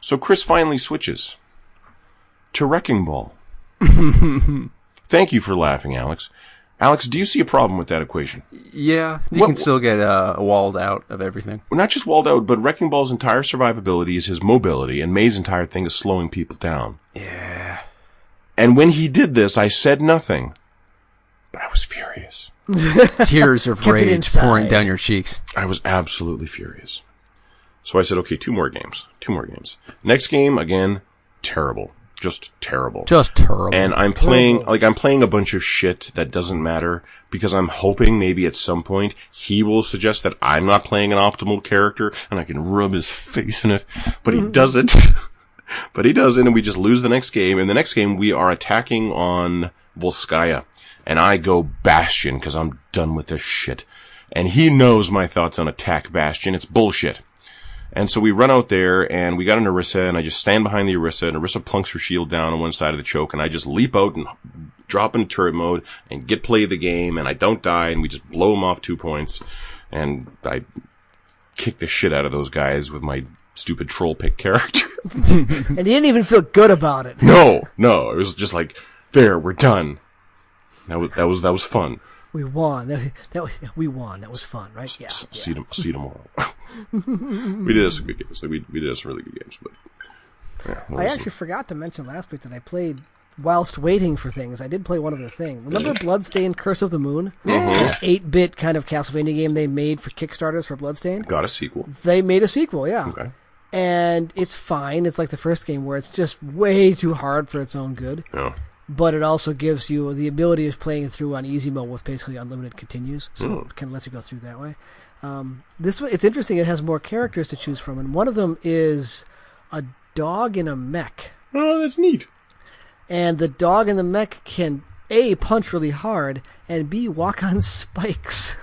[SPEAKER 3] So Chris finally switches to Wrecking Ball. Thank you for laughing, Alex. Alex, do you see a problem with that equation?
[SPEAKER 1] Yeah, you
[SPEAKER 3] What-
[SPEAKER 1] can still get uh, walled out of everything.
[SPEAKER 3] Well, not just walled out, but Wrecking Ball's entire survivability is his mobility, and May's entire thing is slowing people down. Yeah. And when he did this, I said nothing, but I was furious.
[SPEAKER 1] Tears of
[SPEAKER 2] it
[SPEAKER 1] rage
[SPEAKER 2] inside.
[SPEAKER 1] pouring down your cheeks.
[SPEAKER 3] I was absolutely furious. So I said, okay, two more games, two more games. Next game, again, terrible. Just terrible.
[SPEAKER 1] Just terrible.
[SPEAKER 3] and I'm playing, like, I'm playing a bunch of shit that doesn't matter because I'm hoping maybe at some point he will suggest that I'm not playing an optimal character and I can rub his face in it, but he doesn't. but he doesn't and we just lose the next game. And the next game we are attacking on Volskaya and I go Bastion because I'm done with this shit. And he knows my thoughts on attack Bastion. It's bullshit. And so we run out there and we got an Orisa and I just stand behind the Orisa and Orisa plunks her shield down on one side of the choke and I just leap out and drop into turret mode and get play the game and I don't die and we just blow him off two points and I kick the shit out of those guys with my stupid troll pick character.
[SPEAKER 2] And he didn't even feel good about it.
[SPEAKER 3] no, no, it was just like, there, we're done. That was, that was, that was fun.
[SPEAKER 2] We won. That, that was, we won. That was fun, right? Yeah.
[SPEAKER 3] S- See, tom- see tomorrow. we did have some good games. Like, we, we did have some really good games, but. Yeah,
[SPEAKER 2] I
[SPEAKER 3] wasn't-
[SPEAKER 2] actually forgot to mention last week that I played whilst waiting for things. I did play one other thing. Remember Bloodstained Curse of the Moon? That 8-bit kind of Castlevania game they made for Kickstarters for Bloodstained?
[SPEAKER 3] got a sequel.
[SPEAKER 2] They made a sequel, yeah.
[SPEAKER 3] Okay.
[SPEAKER 2] And it's fine. It's like the first game where it's just way too hard for its own good,
[SPEAKER 3] Yeah.
[SPEAKER 2] but it also gives you the ability of playing it through on easy mode with basically unlimited continues. So it kind of lets you go through that way. Um, this one, it's interesting. It has more characters to choose from, and one of them is a dog in a mech
[SPEAKER 3] Oh, that's neat.
[SPEAKER 2] and the dog in the mech can A, punch really hard, and B, walk on spikes.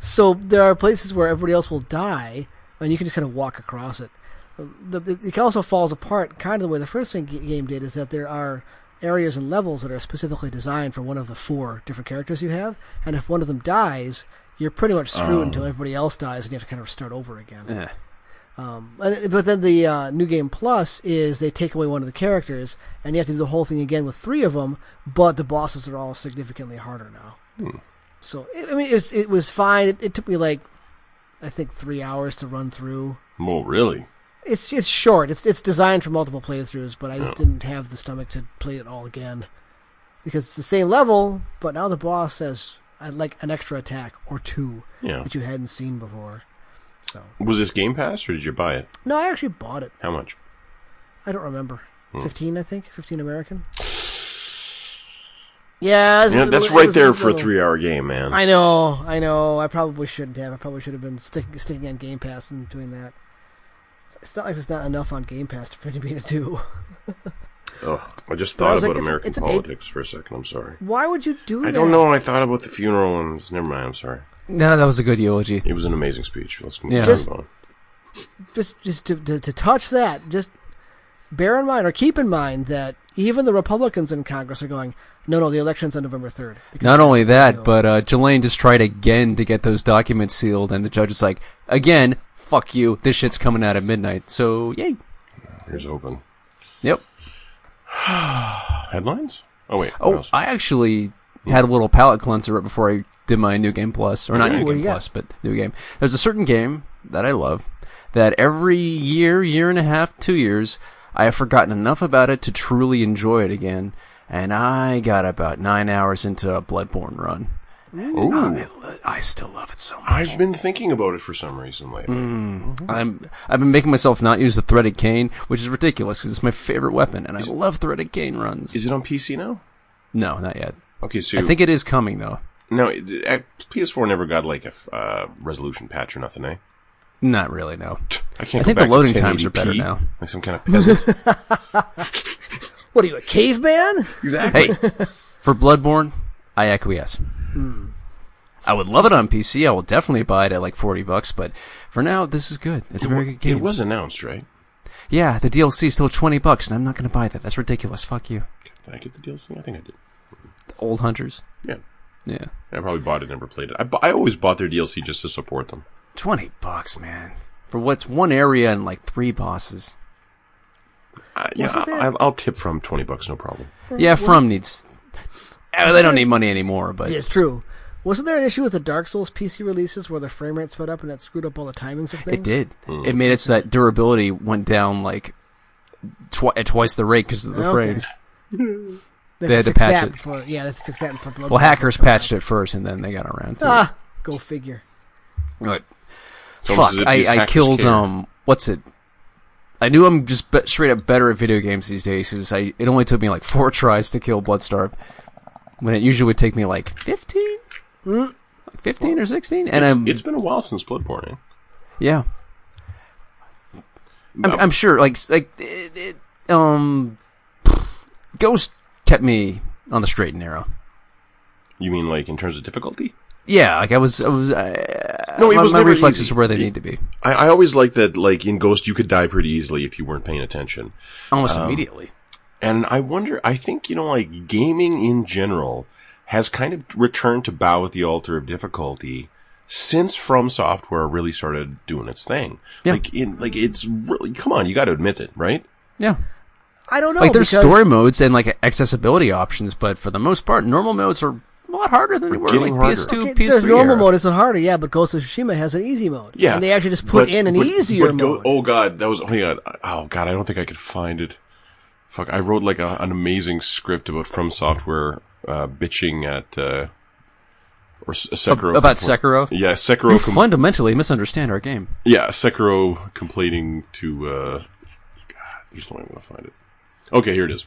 [SPEAKER 2] so there are places where everybody else will die, and you can just kind of walk across it. The, the, it also falls apart kind of the way the first thing, game did is that there are areas and levels that are specifically designed for one of the four different characters you have, and if one of them dies, you're pretty much through until everybody else dies, and you have to kind of start over again.
[SPEAKER 1] Eh.
[SPEAKER 2] Um, And- But then the uh, new game plus is they take away one of the characters, and you have to do the whole thing again with three of them. But the bosses are all significantly harder now. So I I mean, it was, it was fine. It, it took me like I think three hours to run through.
[SPEAKER 3] Well, really?
[SPEAKER 2] It's it's short. It's it's designed for multiple playthroughs, but I just didn't have the stomach to play it all again because it's the same level, but now the boss has I'd like an extra attack or two
[SPEAKER 3] Yeah.
[SPEAKER 2] that you hadn't seen before. So
[SPEAKER 3] Was this Game Pass or did you buy it?
[SPEAKER 2] no, I actually bought it.
[SPEAKER 3] How much?
[SPEAKER 2] I don't remember. Fifteen, I think. Fifteen American. Yeah, it's-
[SPEAKER 3] Yeah, that's
[SPEAKER 2] it
[SPEAKER 3] right
[SPEAKER 2] was a
[SPEAKER 3] there for a
[SPEAKER 2] little-
[SPEAKER 3] three-hour game, man.
[SPEAKER 2] I know, I know. I probably shouldn't have. I probably should have been stick, sticking on Game Pass and doing that. It's not like there's not enough on Game Pass for me to do.
[SPEAKER 3] Ugh, I just
[SPEAKER 2] I
[SPEAKER 3] thought
[SPEAKER 2] was like,
[SPEAKER 3] about
[SPEAKER 2] it's a-
[SPEAKER 3] American
[SPEAKER 2] it's an eight-
[SPEAKER 3] politics for a second. I'm sorry.
[SPEAKER 2] Why would you do that?
[SPEAKER 3] I don't know. I thought about the funeral and never mind. I'm sorry.
[SPEAKER 1] No, that was a good eulogy.
[SPEAKER 3] It was an amazing speech. Let's move
[SPEAKER 1] Yeah.
[SPEAKER 2] Just-
[SPEAKER 3] on.
[SPEAKER 2] Just, just to, to, to touch that. Just bear in mind or keep in mind that even the Republicans in Congress are going, no, no, the election's on November third.
[SPEAKER 1] Not only
[SPEAKER 2] No.
[SPEAKER 1] that, but uh, Jelaine just tried again to get those documents sealed, and the judge is like, again, fuck you. This shit's coming out at midnight. So, yay.
[SPEAKER 3] Here's open
[SPEAKER 1] Yep.
[SPEAKER 3] headlines. Oh wait. what
[SPEAKER 1] Oh,
[SPEAKER 3] else?
[SPEAKER 1] I actually had a little palate cleanser right before I did my new game plus, or not
[SPEAKER 3] Ooh,
[SPEAKER 1] new
[SPEAKER 2] what do
[SPEAKER 1] game
[SPEAKER 2] you got?
[SPEAKER 1] plus, but new game. There's a certain game that I love that every year, year and a half, two years, I have forgotten enough about it to truly enjoy it again. And I got about nine hours into a Bloodborne run.
[SPEAKER 3] Ooh.
[SPEAKER 1] I, lo- I still love it so much.
[SPEAKER 3] I've been thinking about it for some reason lately.
[SPEAKER 1] I'm I've been making myself not use the threaded cane, which is ridiculous because it's my favorite weapon, and I love threaded cane runs.
[SPEAKER 3] Is it on PC now?
[SPEAKER 1] no, not yet.
[SPEAKER 3] Okay, so
[SPEAKER 1] I think it is coming though.
[SPEAKER 3] no. it- it- PS4 never got like a f- uh, resolution patch or nothing, eh?
[SPEAKER 1] Not really. No.
[SPEAKER 3] I can't.
[SPEAKER 1] I think
[SPEAKER 3] go
[SPEAKER 1] the
[SPEAKER 3] back to
[SPEAKER 1] loading times are
[SPEAKER 3] 1080p,
[SPEAKER 1] better now.
[SPEAKER 3] Like some kind of peasant.
[SPEAKER 2] What are you, a caveman?
[SPEAKER 3] exactly.
[SPEAKER 1] Hey, for Bloodborne, I acquiesce. I would love it on PC. I will definitely buy it at like forty bucks. But for now, this is good. It's a very good game.
[SPEAKER 3] It was announced, right?
[SPEAKER 1] Yeah, the DLC is still twenty bucks, and I'm not going to buy that. That's ridiculous. Fuck you,
[SPEAKER 3] Did I get the DLC? I think I did.
[SPEAKER 1] old hunters.
[SPEAKER 3] Yeah,
[SPEAKER 1] Yeah,
[SPEAKER 3] I probably bought it, never played it. I, bu- I always bought their DLC just to support them.
[SPEAKER 1] twenty bucks, man, for what's one area and like three bosses.
[SPEAKER 3] Uh, yeah,
[SPEAKER 2] Wasn't there-
[SPEAKER 3] I, I'll- I'll tip from twenty bucks, no problem.
[SPEAKER 1] Yeah, From needs. Oh, they don't need money anymore, but
[SPEAKER 2] Yeah, it's true. Wasn't there an issue with the Dark Souls PC releases where the frame rate sped up and that screwed up all the timings of things?
[SPEAKER 1] it did. It made it so that durability went down like twi- at twice the rate because of the
[SPEAKER 2] Okay.
[SPEAKER 1] frames.
[SPEAKER 2] They,
[SPEAKER 1] They had
[SPEAKER 2] have fix
[SPEAKER 1] to patch
[SPEAKER 2] that
[SPEAKER 1] it.
[SPEAKER 2] Before, yeah, they have to fix that for Bloodborne.
[SPEAKER 1] Well, hackers patched it first, and then they got around to
[SPEAKER 2] Ah, go figure.
[SPEAKER 1] it. Right.
[SPEAKER 3] So
[SPEAKER 1] Fuck!
[SPEAKER 3] this is- these
[SPEAKER 1] I, I
[SPEAKER 3] hackers
[SPEAKER 1] killed
[SPEAKER 3] care.
[SPEAKER 1] um. What's it? I knew I'm just be- straight up better at video games these days. Cause I it only took me like four tries to kill Bloodstarved, when it usually would take me like fifteen, like fifteen or sixteen. And
[SPEAKER 3] It's-
[SPEAKER 1] I'm
[SPEAKER 3] it's been a while since Bloodborne. eh?
[SPEAKER 1] yeah. I'm, I'm sure, like, s- like, it, it, um, Ghost kept me on the straight and narrow.
[SPEAKER 3] You mean like in terms of difficulty?
[SPEAKER 1] Yeah, like I was, I was, I,
[SPEAKER 3] No, it
[SPEAKER 1] Uh, my,
[SPEAKER 3] was
[SPEAKER 1] my
[SPEAKER 3] never
[SPEAKER 1] reflexes
[SPEAKER 3] easy.
[SPEAKER 1] were where they
[SPEAKER 3] It-
[SPEAKER 1] need to be
[SPEAKER 3] I, I always liked that, like in Ghost, you could die pretty easily if you weren't paying attention.
[SPEAKER 1] almost
[SPEAKER 3] Oh.
[SPEAKER 1] immediately.
[SPEAKER 3] And I wonder, I think, you know, like gaming in general has kind of returned to bow at the altar of difficulty since From Software really started doing its thing.
[SPEAKER 1] Yeah.
[SPEAKER 3] Like, in, like it's really, come on, you got to admit it, right?
[SPEAKER 1] Yeah,
[SPEAKER 2] I don't know.
[SPEAKER 1] like there's
[SPEAKER 2] because
[SPEAKER 1] story modes and like accessibility options, but for the most part, normal modes are a lot harder than they were
[SPEAKER 3] getting
[SPEAKER 1] like
[SPEAKER 3] harder.
[SPEAKER 1] PS2,
[SPEAKER 2] okay,
[SPEAKER 1] PS3.
[SPEAKER 2] There's normal
[SPEAKER 1] era.
[SPEAKER 2] mode isn't harder, yeah, but Ghost of Tsushima has an easy mode.
[SPEAKER 3] Yeah.
[SPEAKER 2] and they actually just put
[SPEAKER 3] But-
[SPEAKER 2] in an
[SPEAKER 3] but-
[SPEAKER 2] easier
[SPEAKER 3] but go-
[SPEAKER 2] mode.
[SPEAKER 3] Oh God, that was, oh God, oh God, I don't think I could find it. Fuck, I wrote like a, an amazing script about From Software, uh, bitching at, uh, or S- Sekiro.
[SPEAKER 1] about
[SPEAKER 3] compl-
[SPEAKER 1] Sekiro.
[SPEAKER 3] Yeah,
[SPEAKER 1] You
[SPEAKER 3] Sekiro. com-
[SPEAKER 1] fundamentally misunderstand our game.
[SPEAKER 3] Yeah, Sekiro complaining to uh God, there's no way I'm gonna find it. Okay, here it is.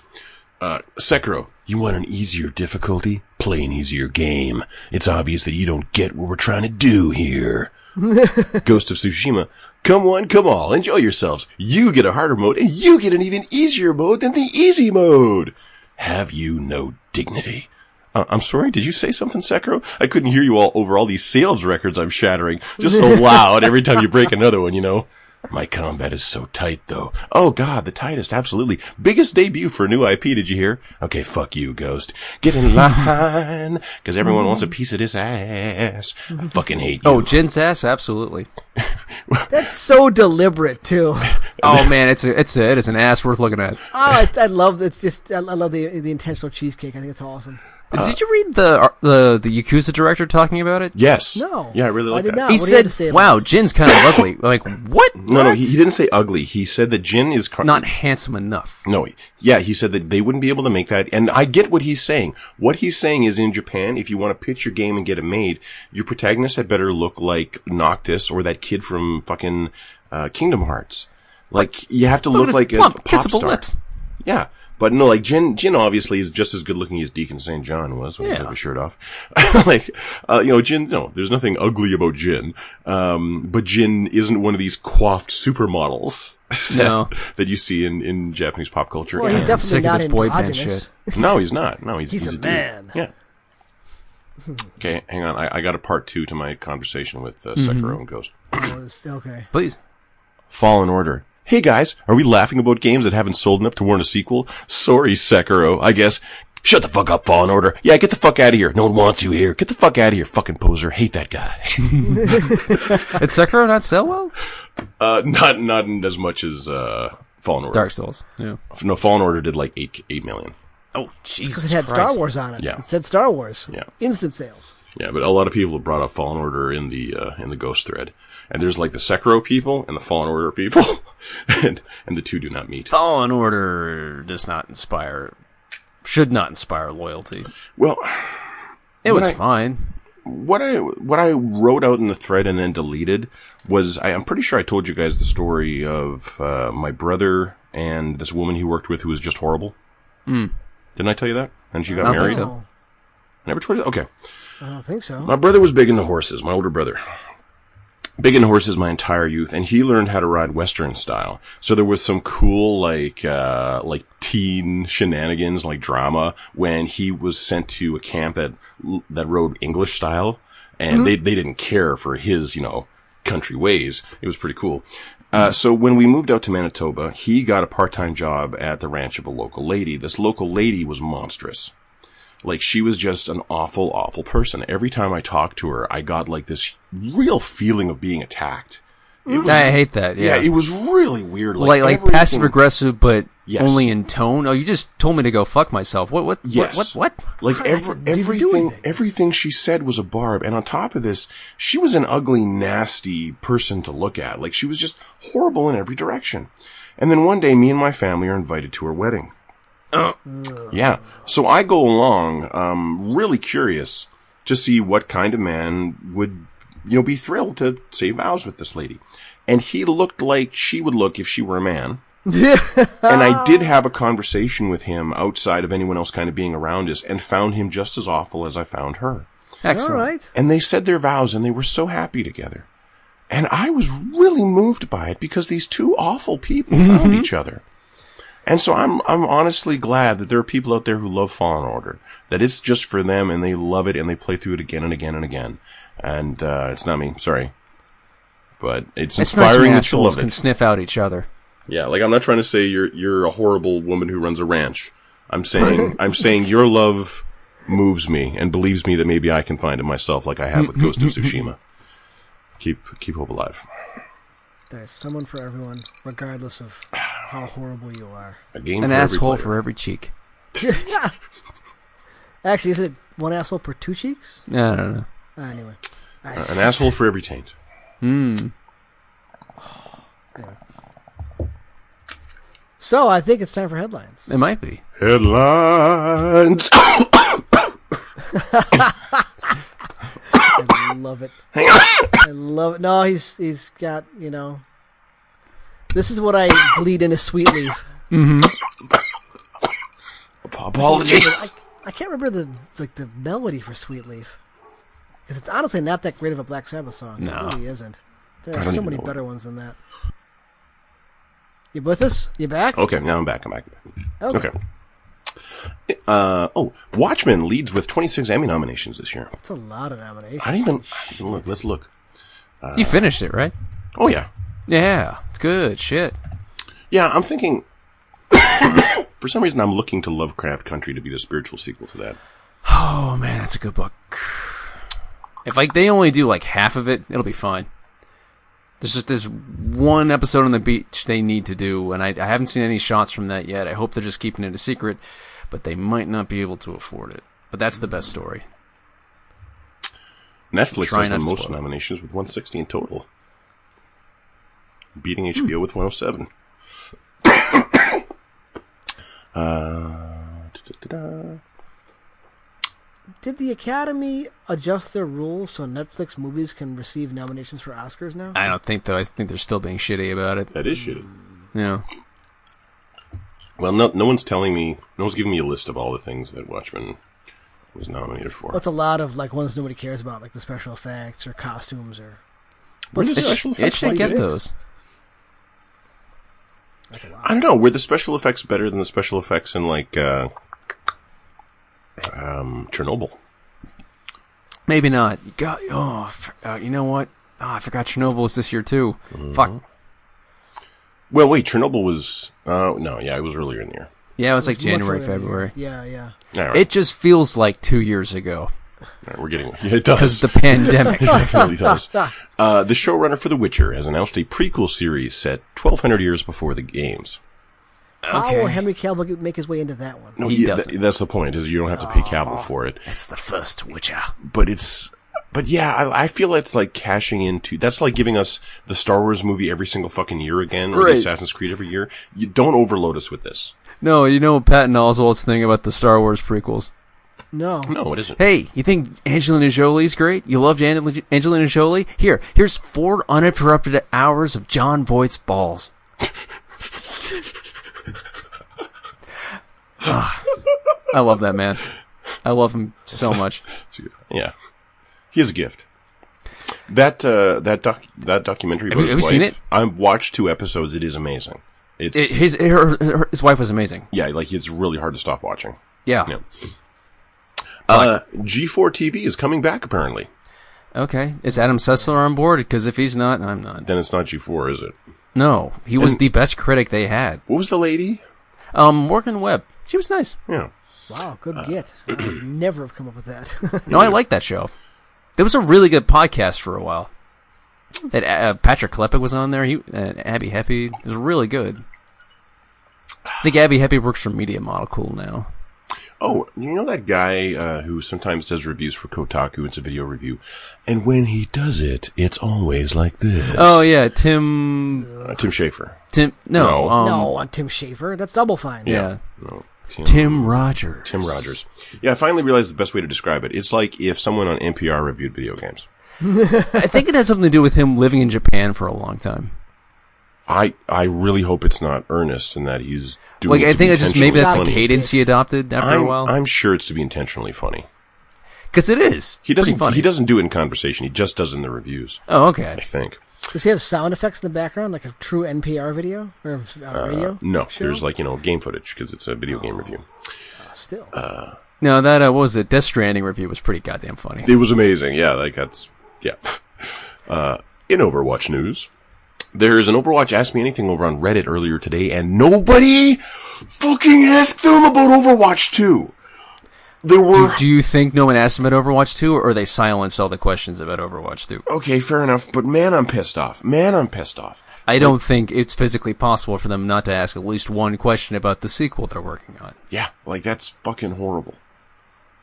[SPEAKER 3] Uh Sekiro, you want an easier difficulty? Play an easier game. It's obvious that you don't get what we're trying to do here. Ghost of Tsushima, come one, come all, enjoy yourselves. You get a harder mode, and you get an even easier mode than the easy mode. Have you no dignity? Uh, I'm sorry, did you say something, Sekiro? I couldn't hear you all over all these sales records I'm shattering just so loud every time you break another one, you know? My combat is so tight, though. Oh, God, the tightest, absolutely. Biggest debut for a new IP, did you hear? Okay, fuck you, Ghost. Get in line, because everyone wants a piece of this ass. I fucking hate you.
[SPEAKER 1] Oh, Jin's ass, absolutely.
[SPEAKER 2] That's so deliberate too. Oh,
[SPEAKER 1] Oh man, it's a, it's a, it is an ass worth looking at.
[SPEAKER 2] Ah, I, I love it's just I I love the the intentional cheesecake. I think it's awesome.
[SPEAKER 3] Uh,
[SPEAKER 1] Did you read the uh, the the Yakuza director talking about it?
[SPEAKER 3] yes.
[SPEAKER 2] No,
[SPEAKER 3] Yeah, I really like
[SPEAKER 2] I did
[SPEAKER 3] that.
[SPEAKER 2] not.
[SPEAKER 1] he
[SPEAKER 2] what do you have
[SPEAKER 1] said,
[SPEAKER 2] to say about
[SPEAKER 1] "Wow, Jin's kind of ugly." Like what?
[SPEAKER 3] No, no, he, he didn't say ugly. He said that Jin is car-
[SPEAKER 1] Not handsome enough.
[SPEAKER 3] No, yeah, he said that they wouldn't be able to make that. And I get what he's saying. What he's saying is in Japan, if you want to pitch your game and get it made, your protagonist had better look like Noctis or that kid from fucking uh, Kingdom Hearts. Like you have to
[SPEAKER 1] Look at
[SPEAKER 3] look,
[SPEAKER 1] his
[SPEAKER 3] like
[SPEAKER 1] plump,
[SPEAKER 3] a pop
[SPEAKER 1] kissable
[SPEAKER 3] star.
[SPEAKER 1] lips.
[SPEAKER 3] Yeah, but no, like Jin. Jin obviously is just as good looking as Deacon St. John was when he
[SPEAKER 1] Yeah.
[SPEAKER 3] took his shirt off. like, uh, you know, Jin. No, there's nothing ugly about Jin. Um, but Jin isn't one of these coiffed supermodels that,
[SPEAKER 1] No.
[SPEAKER 3] that you see in in Japanese pop culture.
[SPEAKER 2] Well, he's
[SPEAKER 3] And-
[SPEAKER 2] definitely
[SPEAKER 1] sick of
[SPEAKER 2] not
[SPEAKER 1] this boy band
[SPEAKER 2] androgynous.
[SPEAKER 1] shit.
[SPEAKER 3] no, he's not. No, he's
[SPEAKER 2] He's a
[SPEAKER 3] dude.
[SPEAKER 2] man.
[SPEAKER 3] Yeah. Okay, hang on. I, I got a part two to my conversation with uh, Sekiro
[SPEAKER 1] Mm-hmm.
[SPEAKER 3] and Ghost.
[SPEAKER 2] was- Oh, Okay.
[SPEAKER 1] Please.
[SPEAKER 3] Fallen Order. Hey guys, are we laughing about games that haven't sold enough to warrant a sequel? Sorry, Sekiro, I guess. Shut the fuck up, Fallen Order. Yeah, get the fuck out of here. No one wants you here. Get the fuck out of here, fucking poser. Hate that guy.
[SPEAKER 1] Did Sekiro not sell well?
[SPEAKER 3] uh, not, not as much as, uh, Fallen Order.
[SPEAKER 1] Dark Souls. Yeah.
[SPEAKER 3] No, Fallen Order did like eight, eight million.
[SPEAKER 1] Oh Jesus
[SPEAKER 2] Because it had Star Wars on it.
[SPEAKER 3] Yeah.
[SPEAKER 2] It said Star Wars.
[SPEAKER 3] Yeah.
[SPEAKER 2] Instant sales.
[SPEAKER 3] Yeah, but a lot of people have brought up Fallen Order in the uh, in the Ghost thread, and there's like the Sekiro people and the Fallen Order people, and and the two do not meet.
[SPEAKER 1] Fallen Order does not inspire, should not inspire loyalty.
[SPEAKER 3] Well,
[SPEAKER 1] It was
[SPEAKER 3] I-
[SPEAKER 1] fine.
[SPEAKER 3] what I what I wrote out in the thread and then deleted was I, I'm pretty sure I told you guys the story of uh, my brother and this woman he worked with who was just horrible. Didn't I tell you that? And she got
[SPEAKER 1] Hmm. I don't
[SPEAKER 3] married.
[SPEAKER 1] think so.
[SPEAKER 2] No,
[SPEAKER 3] I never told you. Okay.
[SPEAKER 2] I don't think so.
[SPEAKER 3] My brother was big into horses, my older brother. Big into horses my entire youth, and he learned how to ride Western style. So there was some cool, like, uh, like teen shenanigans, like drama, when he was sent to a camp that, that rode English style, and they, they didn't care for his, you know, country ways. It was pretty cool. Uh, so when we moved out to Manitoba, he got a part-time job at the ranch of a local lady. This local lady was monstrous. Like she was just an awful, awful person. Every time I talked to her, I got like this real feeling of being attacked.
[SPEAKER 1] I hate that. Yeah.
[SPEAKER 3] Yeah, it was really weird.
[SPEAKER 1] like like
[SPEAKER 3] everything-
[SPEAKER 1] passive aggressive, but
[SPEAKER 3] Yes.
[SPEAKER 1] only in tone. Oh, you just told me to go fuck myself. What? What?
[SPEAKER 3] Yes.
[SPEAKER 1] What? What? what?
[SPEAKER 3] Like every,
[SPEAKER 2] didn't do
[SPEAKER 3] everything,
[SPEAKER 2] anything.
[SPEAKER 3] everything she said was a barb. And on top of this, she was an ugly, nasty person to look at. Like she was just horrible in every direction. And then one day, me and my family are invited to her wedding.
[SPEAKER 1] Oh.
[SPEAKER 3] Yeah. So I go along, um, really curious to see what kind of man would, you know, be thrilled to say vows with this lady. And he looked like she would look if she were a man. and I did have a conversation with him outside of anyone else kind of being around us and found him just as awful as I found her.
[SPEAKER 1] Excellent.
[SPEAKER 2] All right.
[SPEAKER 3] And they said their vows and they were so happy together. And I was really moved by it because these two awful people
[SPEAKER 1] Mm-hmm.
[SPEAKER 3] found each other. And so I'm I'm honestly glad that there are people out there who love Fallen Order. That it's just for them and they love it and they play through it again and again and again. And uh, it's not me, sorry. But it's,
[SPEAKER 1] It's nice when
[SPEAKER 3] inspiring that you
[SPEAKER 1] assholes
[SPEAKER 3] love
[SPEAKER 1] can
[SPEAKER 3] it.
[SPEAKER 1] sniff out each other.
[SPEAKER 3] Yeah, like I'm not trying to say you're you're a horrible woman who runs a ranch. I'm saying I'm saying your love moves me and believes me that maybe I can find it myself, like I have with Ghost of Tsushima. Keep keep hope alive.
[SPEAKER 2] There's someone for everyone, regardless of how horrible you are.
[SPEAKER 3] A game
[SPEAKER 1] An
[SPEAKER 3] for
[SPEAKER 1] asshole
[SPEAKER 3] every player.
[SPEAKER 1] for every cheek.
[SPEAKER 2] Actually, isn't it one asshole per two cheeks?
[SPEAKER 1] I don't know.
[SPEAKER 2] Uh, anyway. I-
[SPEAKER 3] Uh, an asshole for every taint.
[SPEAKER 2] So I think it's time for headlines.
[SPEAKER 1] It might be.
[SPEAKER 3] Headlines.
[SPEAKER 2] I love it. I love it. No, he's he's got you know. This is what I bleed into sweet leaf.
[SPEAKER 3] Apologies.
[SPEAKER 2] I can't remember the like the melody for Sweet Leaf because it's honestly not that great of a Black Sabbath song.
[SPEAKER 1] No.
[SPEAKER 2] It really isn't. There
[SPEAKER 3] I
[SPEAKER 2] are
[SPEAKER 3] don't
[SPEAKER 2] so
[SPEAKER 3] even
[SPEAKER 2] many
[SPEAKER 3] know it.
[SPEAKER 2] better ones than that. You with us? You back?
[SPEAKER 3] Oh. Okay, now I'm back. I'm back. I'm back. Okay. Uh, oh, Watchmen leads with 26 Emmy nominations this year.
[SPEAKER 2] That's a lot of nominations.
[SPEAKER 3] I didn't even, I didn't look. Let's look. Uh,
[SPEAKER 1] you finished it, right?
[SPEAKER 3] Oh yeah,
[SPEAKER 1] Yeah, it's good shit.
[SPEAKER 3] yeah. I'm thinking. for some reason, I'm looking to Lovecraft Country to be the spiritual sequel to that.
[SPEAKER 1] Oh man, that's a good book. If like they only do like half of it, it'll be fine. There's just this one episode on the beach they need to do, and I, I haven't seen any shots from that yet. I hope they're just keeping it a secret, but they might not be able to afford it. But that's the best story.
[SPEAKER 3] Netflix
[SPEAKER 1] Try
[SPEAKER 3] has the
[SPEAKER 1] not to
[SPEAKER 3] most
[SPEAKER 1] spoil.
[SPEAKER 3] nominations with 160 in total, beating HBO with 107. uh, da-da-da-da.
[SPEAKER 2] Did the Academy adjust their rules so Netflix movies can receive nominations for Oscars now?
[SPEAKER 1] I don't think though. I think they're still being shitty about it.
[SPEAKER 3] That is shitty.
[SPEAKER 1] Yeah.
[SPEAKER 3] Well, no, no one's telling me. No one's giving me a list of all the things that Watchmen was nominated for.
[SPEAKER 2] That's a lot of like ones nobody cares about, like the special effects or costumes or.
[SPEAKER 3] Where did
[SPEAKER 1] It,
[SPEAKER 3] special
[SPEAKER 1] should- it
[SPEAKER 3] effects
[SPEAKER 1] should get
[SPEAKER 3] 26?
[SPEAKER 1] those.
[SPEAKER 2] That's a lot.
[SPEAKER 3] I don't know. Were the special effects better than the special effects in like uh, um, Chernobyl?
[SPEAKER 1] Maybe not. God, oh, f- uh, you know what? Oh, I forgot Chernobyl was this year too. Fuck.
[SPEAKER 3] Well, wait, Chernobyl was. Uh, no, yeah, it was earlier in the year.
[SPEAKER 1] Yeah, it was like
[SPEAKER 2] Much
[SPEAKER 1] January,
[SPEAKER 2] earlier in the year.
[SPEAKER 1] February.
[SPEAKER 2] Yeah, yeah.
[SPEAKER 3] All right,
[SPEAKER 1] It just feels like two years ago
[SPEAKER 3] all right, we're getting. Yeah, it
[SPEAKER 1] because
[SPEAKER 3] does.
[SPEAKER 1] the pandemic.
[SPEAKER 3] It definitely does. Uh, the showrunner for The Witcher has announced a prequel series set 1,200 years before the games.
[SPEAKER 2] How will
[SPEAKER 1] Okay.
[SPEAKER 2] Henry Cavill get- make his way into that one?
[SPEAKER 3] No,
[SPEAKER 1] He
[SPEAKER 3] yeah,
[SPEAKER 1] doesn't.
[SPEAKER 3] tha- that's the point. Is you don't have to pay Cavill for it.
[SPEAKER 1] It's the first Witcher.
[SPEAKER 3] but it's but yeah, I, I feel it's like cashing into that's like giving us the Star Wars movie every single fucking year again, or
[SPEAKER 1] Right.
[SPEAKER 3] the Assassin's Creed every year. You don't overload us with this.
[SPEAKER 1] No, you know Patton Oswalt's thing about the Star Wars prequels.
[SPEAKER 2] No.
[SPEAKER 3] No, it isn't.
[SPEAKER 1] Hey, you think Angelina Jolie's great? You loved Angel- Angelina Jolie? Here, here's four uninterrupted hours of John Voight's balls. Ah, I love that man. I love him so much.
[SPEAKER 3] It's a good- Yeah, he is a gift. That uh, that doc that documentary.
[SPEAKER 1] Have
[SPEAKER 3] about
[SPEAKER 1] you-
[SPEAKER 3] his
[SPEAKER 1] have you seen
[SPEAKER 3] wife,
[SPEAKER 1] it?
[SPEAKER 3] I've watched two episodes. It is amazing. It's
[SPEAKER 1] It, his her, her- his wife was amazing.
[SPEAKER 3] yeah, like it's really hard to stop watching.
[SPEAKER 1] Yeah.
[SPEAKER 3] Yeah. Uh, G4 TV is coming back apparently.
[SPEAKER 1] Okay. Is Adam Sessler on board? Because if he's not, I'm not.
[SPEAKER 3] Then it's not G4, is it?
[SPEAKER 1] No, he was
[SPEAKER 3] And-
[SPEAKER 1] the best critic they had.
[SPEAKER 3] What was the lady?
[SPEAKER 1] Um, Morgan Webb. She was nice.
[SPEAKER 3] Yeah.
[SPEAKER 2] Wow, good
[SPEAKER 3] Uh,
[SPEAKER 2] get. I would never have come up with that.
[SPEAKER 1] No, I like that show. There was a really good podcast for a while. That uh, Patrick Klepek was on there. He and Abby Heppy It was really good. I think Abby Heppy works for Media Model Cool now.
[SPEAKER 3] Oh, you know that guy uh, who sometimes does reviews for Kotaku? It's a video review, and when he does it, it's always like this.
[SPEAKER 1] Oh yeah, Tim.
[SPEAKER 3] Uh, Tim Schafer.
[SPEAKER 1] Tim. No.
[SPEAKER 3] No.
[SPEAKER 1] um,
[SPEAKER 2] no, on Tim Schafer. That's double fine.
[SPEAKER 1] Yeah.
[SPEAKER 3] No, Tim,
[SPEAKER 1] Tim Rogers.
[SPEAKER 3] Tim Rogers. Yeah, I finally realized the best way to describe it. It's like if someone on NPR reviewed video games.
[SPEAKER 1] I think it has something to do with him living in Japan for a long time.
[SPEAKER 3] I I really hope it's not earnest and that he's doing.
[SPEAKER 1] Like
[SPEAKER 3] it
[SPEAKER 1] I
[SPEAKER 3] to
[SPEAKER 1] think
[SPEAKER 3] be
[SPEAKER 1] it's just maybe
[SPEAKER 3] intentionally
[SPEAKER 1] that's the
[SPEAKER 3] funny.
[SPEAKER 1] cadence he adopted after a
[SPEAKER 3] I'm,
[SPEAKER 1] while.
[SPEAKER 3] I'm sure it's to be intentionally funny.
[SPEAKER 1] Because it is.
[SPEAKER 3] He
[SPEAKER 1] Pretty
[SPEAKER 3] doesn't.
[SPEAKER 1] Funny.
[SPEAKER 3] He doesn't do it in conversation. He just does it in the reviews.
[SPEAKER 1] Oh okay.
[SPEAKER 3] I think.
[SPEAKER 2] Does he have sound effects in the background, like a true NPR video or uh,
[SPEAKER 1] Oh,
[SPEAKER 2] radio?
[SPEAKER 3] No,
[SPEAKER 2] show?
[SPEAKER 3] there's like you know game footage because it's a video game review.
[SPEAKER 2] still.
[SPEAKER 1] No, that uh, what was it? Death Stranding review was pretty goddamn funny.
[SPEAKER 3] It was amazing. Yeah, like that's yeah. Uh, in Overwatch news, there is an Overwatch Ask Me Anything over on Reddit earlier today, and nobody fucking asked them about Overwatch 2. There were
[SPEAKER 1] Do, do you think no one asked him about Overwatch 2, or they silenced all the questions about Overwatch 2?
[SPEAKER 3] okay, fair enough, but man, I'm pissed off. Man, I'm pissed off.
[SPEAKER 1] I don't think it's physically possible for them not to ask at least one question about the sequel they're working on.
[SPEAKER 3] Yeah, like that's fucking horrible.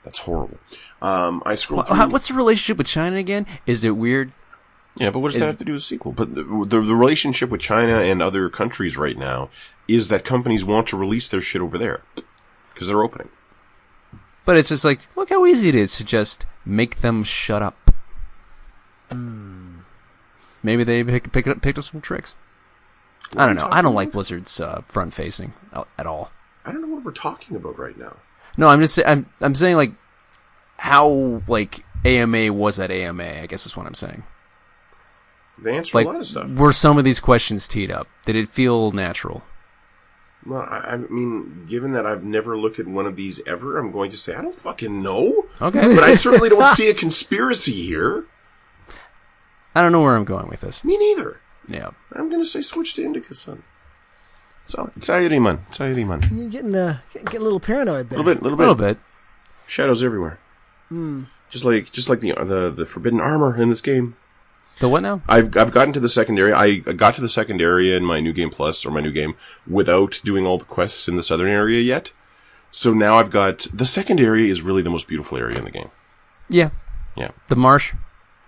[SPEAKER 3] That's horrible. Um, I scrolled
[SPEAKER 1] How-
[SPEAKER 3] through.
[SPEAKER 1] What's the relationship with China again? Is it weird?
[SPEAKER 3] Yeah, but what does that have to do with sequel? But the, the the relationship with China and other countries right now is that companies want to release their shit over there because they're opening.
[SPEAKER 1] But it's just like, look how easy it is to just make them shut up. Maybe they pick, pick up, picked up some tricks. I don't know. I don't like Blizzard's uh, front facing at all.
[SPEAKER 3] I don't know what we're talking about right now.
[SPEAKER 1] No, I'm just sa- I'm I'm saying like how like AMA was at AMA. I guess is what I'm saying.
[SPEAKER 3] They answer
[SPEAKER 1] Like,
[SPEAKER 3] a lot of stuff.
[SPEAKER 1] were some of these questions teed up? Did it feel natural?
[SPEAKER 3] Well, I, I mean, given that I've never looked at one of these ever, I'm going to say I don't fucking know.
[SPEAKER 1] Okay.
[SPEAKER 3] But I certainly don't see a conspiracy here.
[SPEAKER 1] I don't know where I'm going with this.
[SPEAKER 3] Me neither.
[SPEAKER 1] Yeah.
[SPEAKER 3] I'm going to say switch to Indica Sun. So, Sayuriman. Sayuriman.
[SPEAKER 2] You're getting, uh, getting, getting a little paranoid
[SPEAKER 3] A
[SPEAKER 2] there.
[SPEAKER 3] little bit, little
[SPEAKER 1] A
[SPEAKER 3] bit.
[SPEAKER 1] little bit.
[SPEAKER 3] Shadows everywhere. Just like, just like the, the the forbidden armor in this game.
[SPEAKER 1] The what now?
[SPEAKER 3] I've I've gotten to the second area. I got to the second area in my new game plus or my new game without doing all the quests in the southern area yet. So now I've got the second area is really the most beautiful area in the game.
[SPEAKER 1] Yeah.
[SPEAKER 3] Yeah,
[SPEAKER 1] The marsh.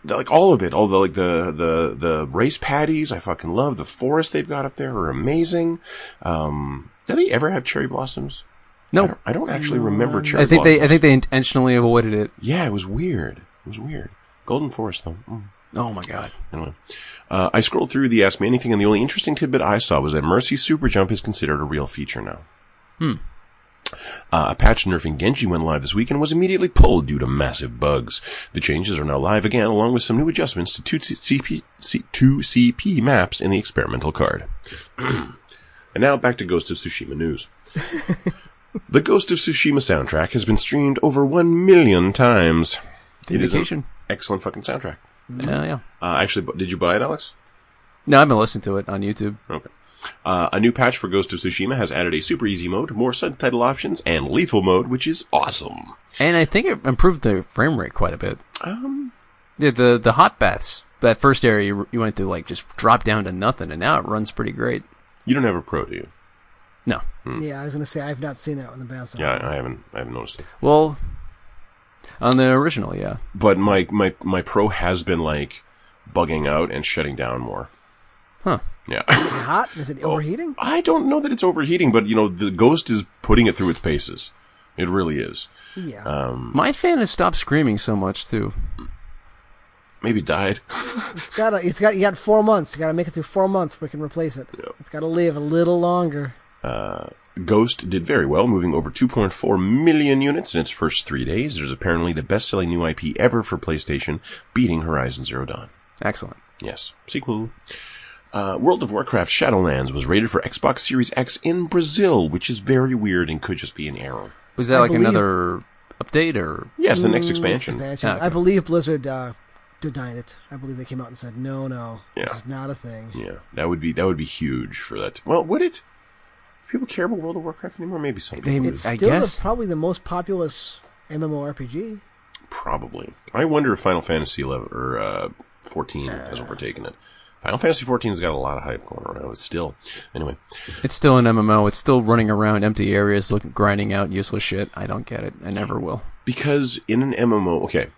[SPEAKER 3] The- like all of it. All the like the the the race patties I fucking love. The forest they've got up there are amazing. Um, do they ever have cherry blossoms? I
[SPEAKER 1] No.
[SPEAKER 3] don't, I don't actually remember cherry
[SPEAKER 1] I think
[SPEAKER 3] blossoms.
[SPEAKER 1] they I think they intentionally avoided it.
[SPEAKER 3] yeah, it was weird. It was weird. Golden forest though. Mm.
[SPEAKER 1] Oh my god.
[SPEAKER 3] Anyway, uh, I scrolled through the Ask Me Anything, and the only interesting tidbit I saw was that Mercy Super Jump is considered a real feature now. Hmm. Uh, a patch nerfing Genji went live this week and was immediately pulled due to massive bugs. The changes are now live again, along with some new adjustments to two CP, C- two CP maps in the experimental card. and now back to Ghost of Tsushima news. the Ghost of Tsushima soundtrack has been streamed over one million times. It is an
[SPEAKER 1] Vindication.
[SPEAKER 3] excellent fucking soundtrack.
[SPEAKER 1] Yeah, yeah.
[SPEAKER 3] Uh, actually, bu- did you buy it, Alex?
[SPEAKER 1] No, I've been listening to it on YouTube.
[SPEAKER 3] Okay. Uh, a new patch for Ghost of Tsushima has added a super easy mode, more subtitle options, and lethal mode, which is awesome.
[SPEAKER 1] And I think it improved the frame rate quite a bit.
[SPEAKER 3] Um,
[SPEAKER 1] Yeah, the the hot baths. That first area you, you went through like just dropped down to nothing, and now it runs pretty great.
[SPEAKER 3] you don't have a pro, do you?
[SPEAKER 1] No,
[SPEAKER 2] Yeah, I was going to say, I've not seen that one in the past.
[SPEAKER 3] Hmm. Yeah, I I haven't. I haven't noticed it.
[SPEAKER 1] well, on the original, yeah,
[SPEAKER 3] But my my my pro has been like bugging out and shutting down more.
[SPEAKER 1] huh?
[SPEAKER 3] Yeah,
[SPEAKER 2] Is it hot? Is
[SPEAKER 3] Oh.
[SPEAKER 2] it overheating?
[SPEAKER 3] I don't know that it's overheating, but you know the Ghost is putting it through its paces. It really is.
[SPEAKER 2] Yeah.
[SPEAKER 3] Uh.
[SPEAKER 1] My fan has stopped screaming so much too.
[SPEAKER 3] Maybe it died.
[SPEAKER 2] it's got it's got you got four months. You got to make it through four months before we can replace it. It's got to live a little longer.
[SPEAKER 3] Uh, Ghost did very well, moving over 2.4 million units in its first three days. It is apparently the best-selling new IP ever for PlayStation, beating Horizon Zero Dawn.
[SPEAKER 1] Excellent.
[SPEAKER 3] Yes, sequel. Uh, World of Warcraft Shadowlands was rated for Xbox Series X in Brazil, which is very weird and could just be an error.
[SPEAKER 1] Was that
[SPEAKER 2] I
[SPEAKER 1] like
[SPEAKER 2] believe-
[SPEAKER 1] another update or?
[SPEAKER 3] Yes, the next
[SPEAKER 2] This
[SPEAKER 3] expansion.
[SPEAKER 2] expansion.
[SPEAKER 1] Ah, okay.
[SPEAKER 2] I believe Blizzard uh, denied it. I believe they came out and said, no, no,
[SPEAKER 3] Yeah.
[SPEAKER 2] this is not a thing.
[SPEAKER 3] Yeah, that would be that would be huge for that. Well, would it? If people care about World of Warcraft anymore, maybe some
[SPEAKER 1] They-
[SPEAKER 3] people do.
[SPEAKER 2] It's
[SPEAKER 1] I
[SPEAKER 2] still
[SPEAKER 1] guess.
[SPEAKER 2] The, probably the most populous MMORPG.
[SPEAKER 3] Probably. I wonder if Final Fantasy 11 or uh, 14
[SPEAKER 2] Uh.
[SPEAKER 3] has overtaken it. Final Fantasy 14's got a lot of hype going around. It's still, anyway.
[SPEAKER 1] It's still an MMO. It's still running around empty areas, looking, grinding out useless shit. I don't get it. I never will.
[SPEAKER 3] Because in an MMO, okay.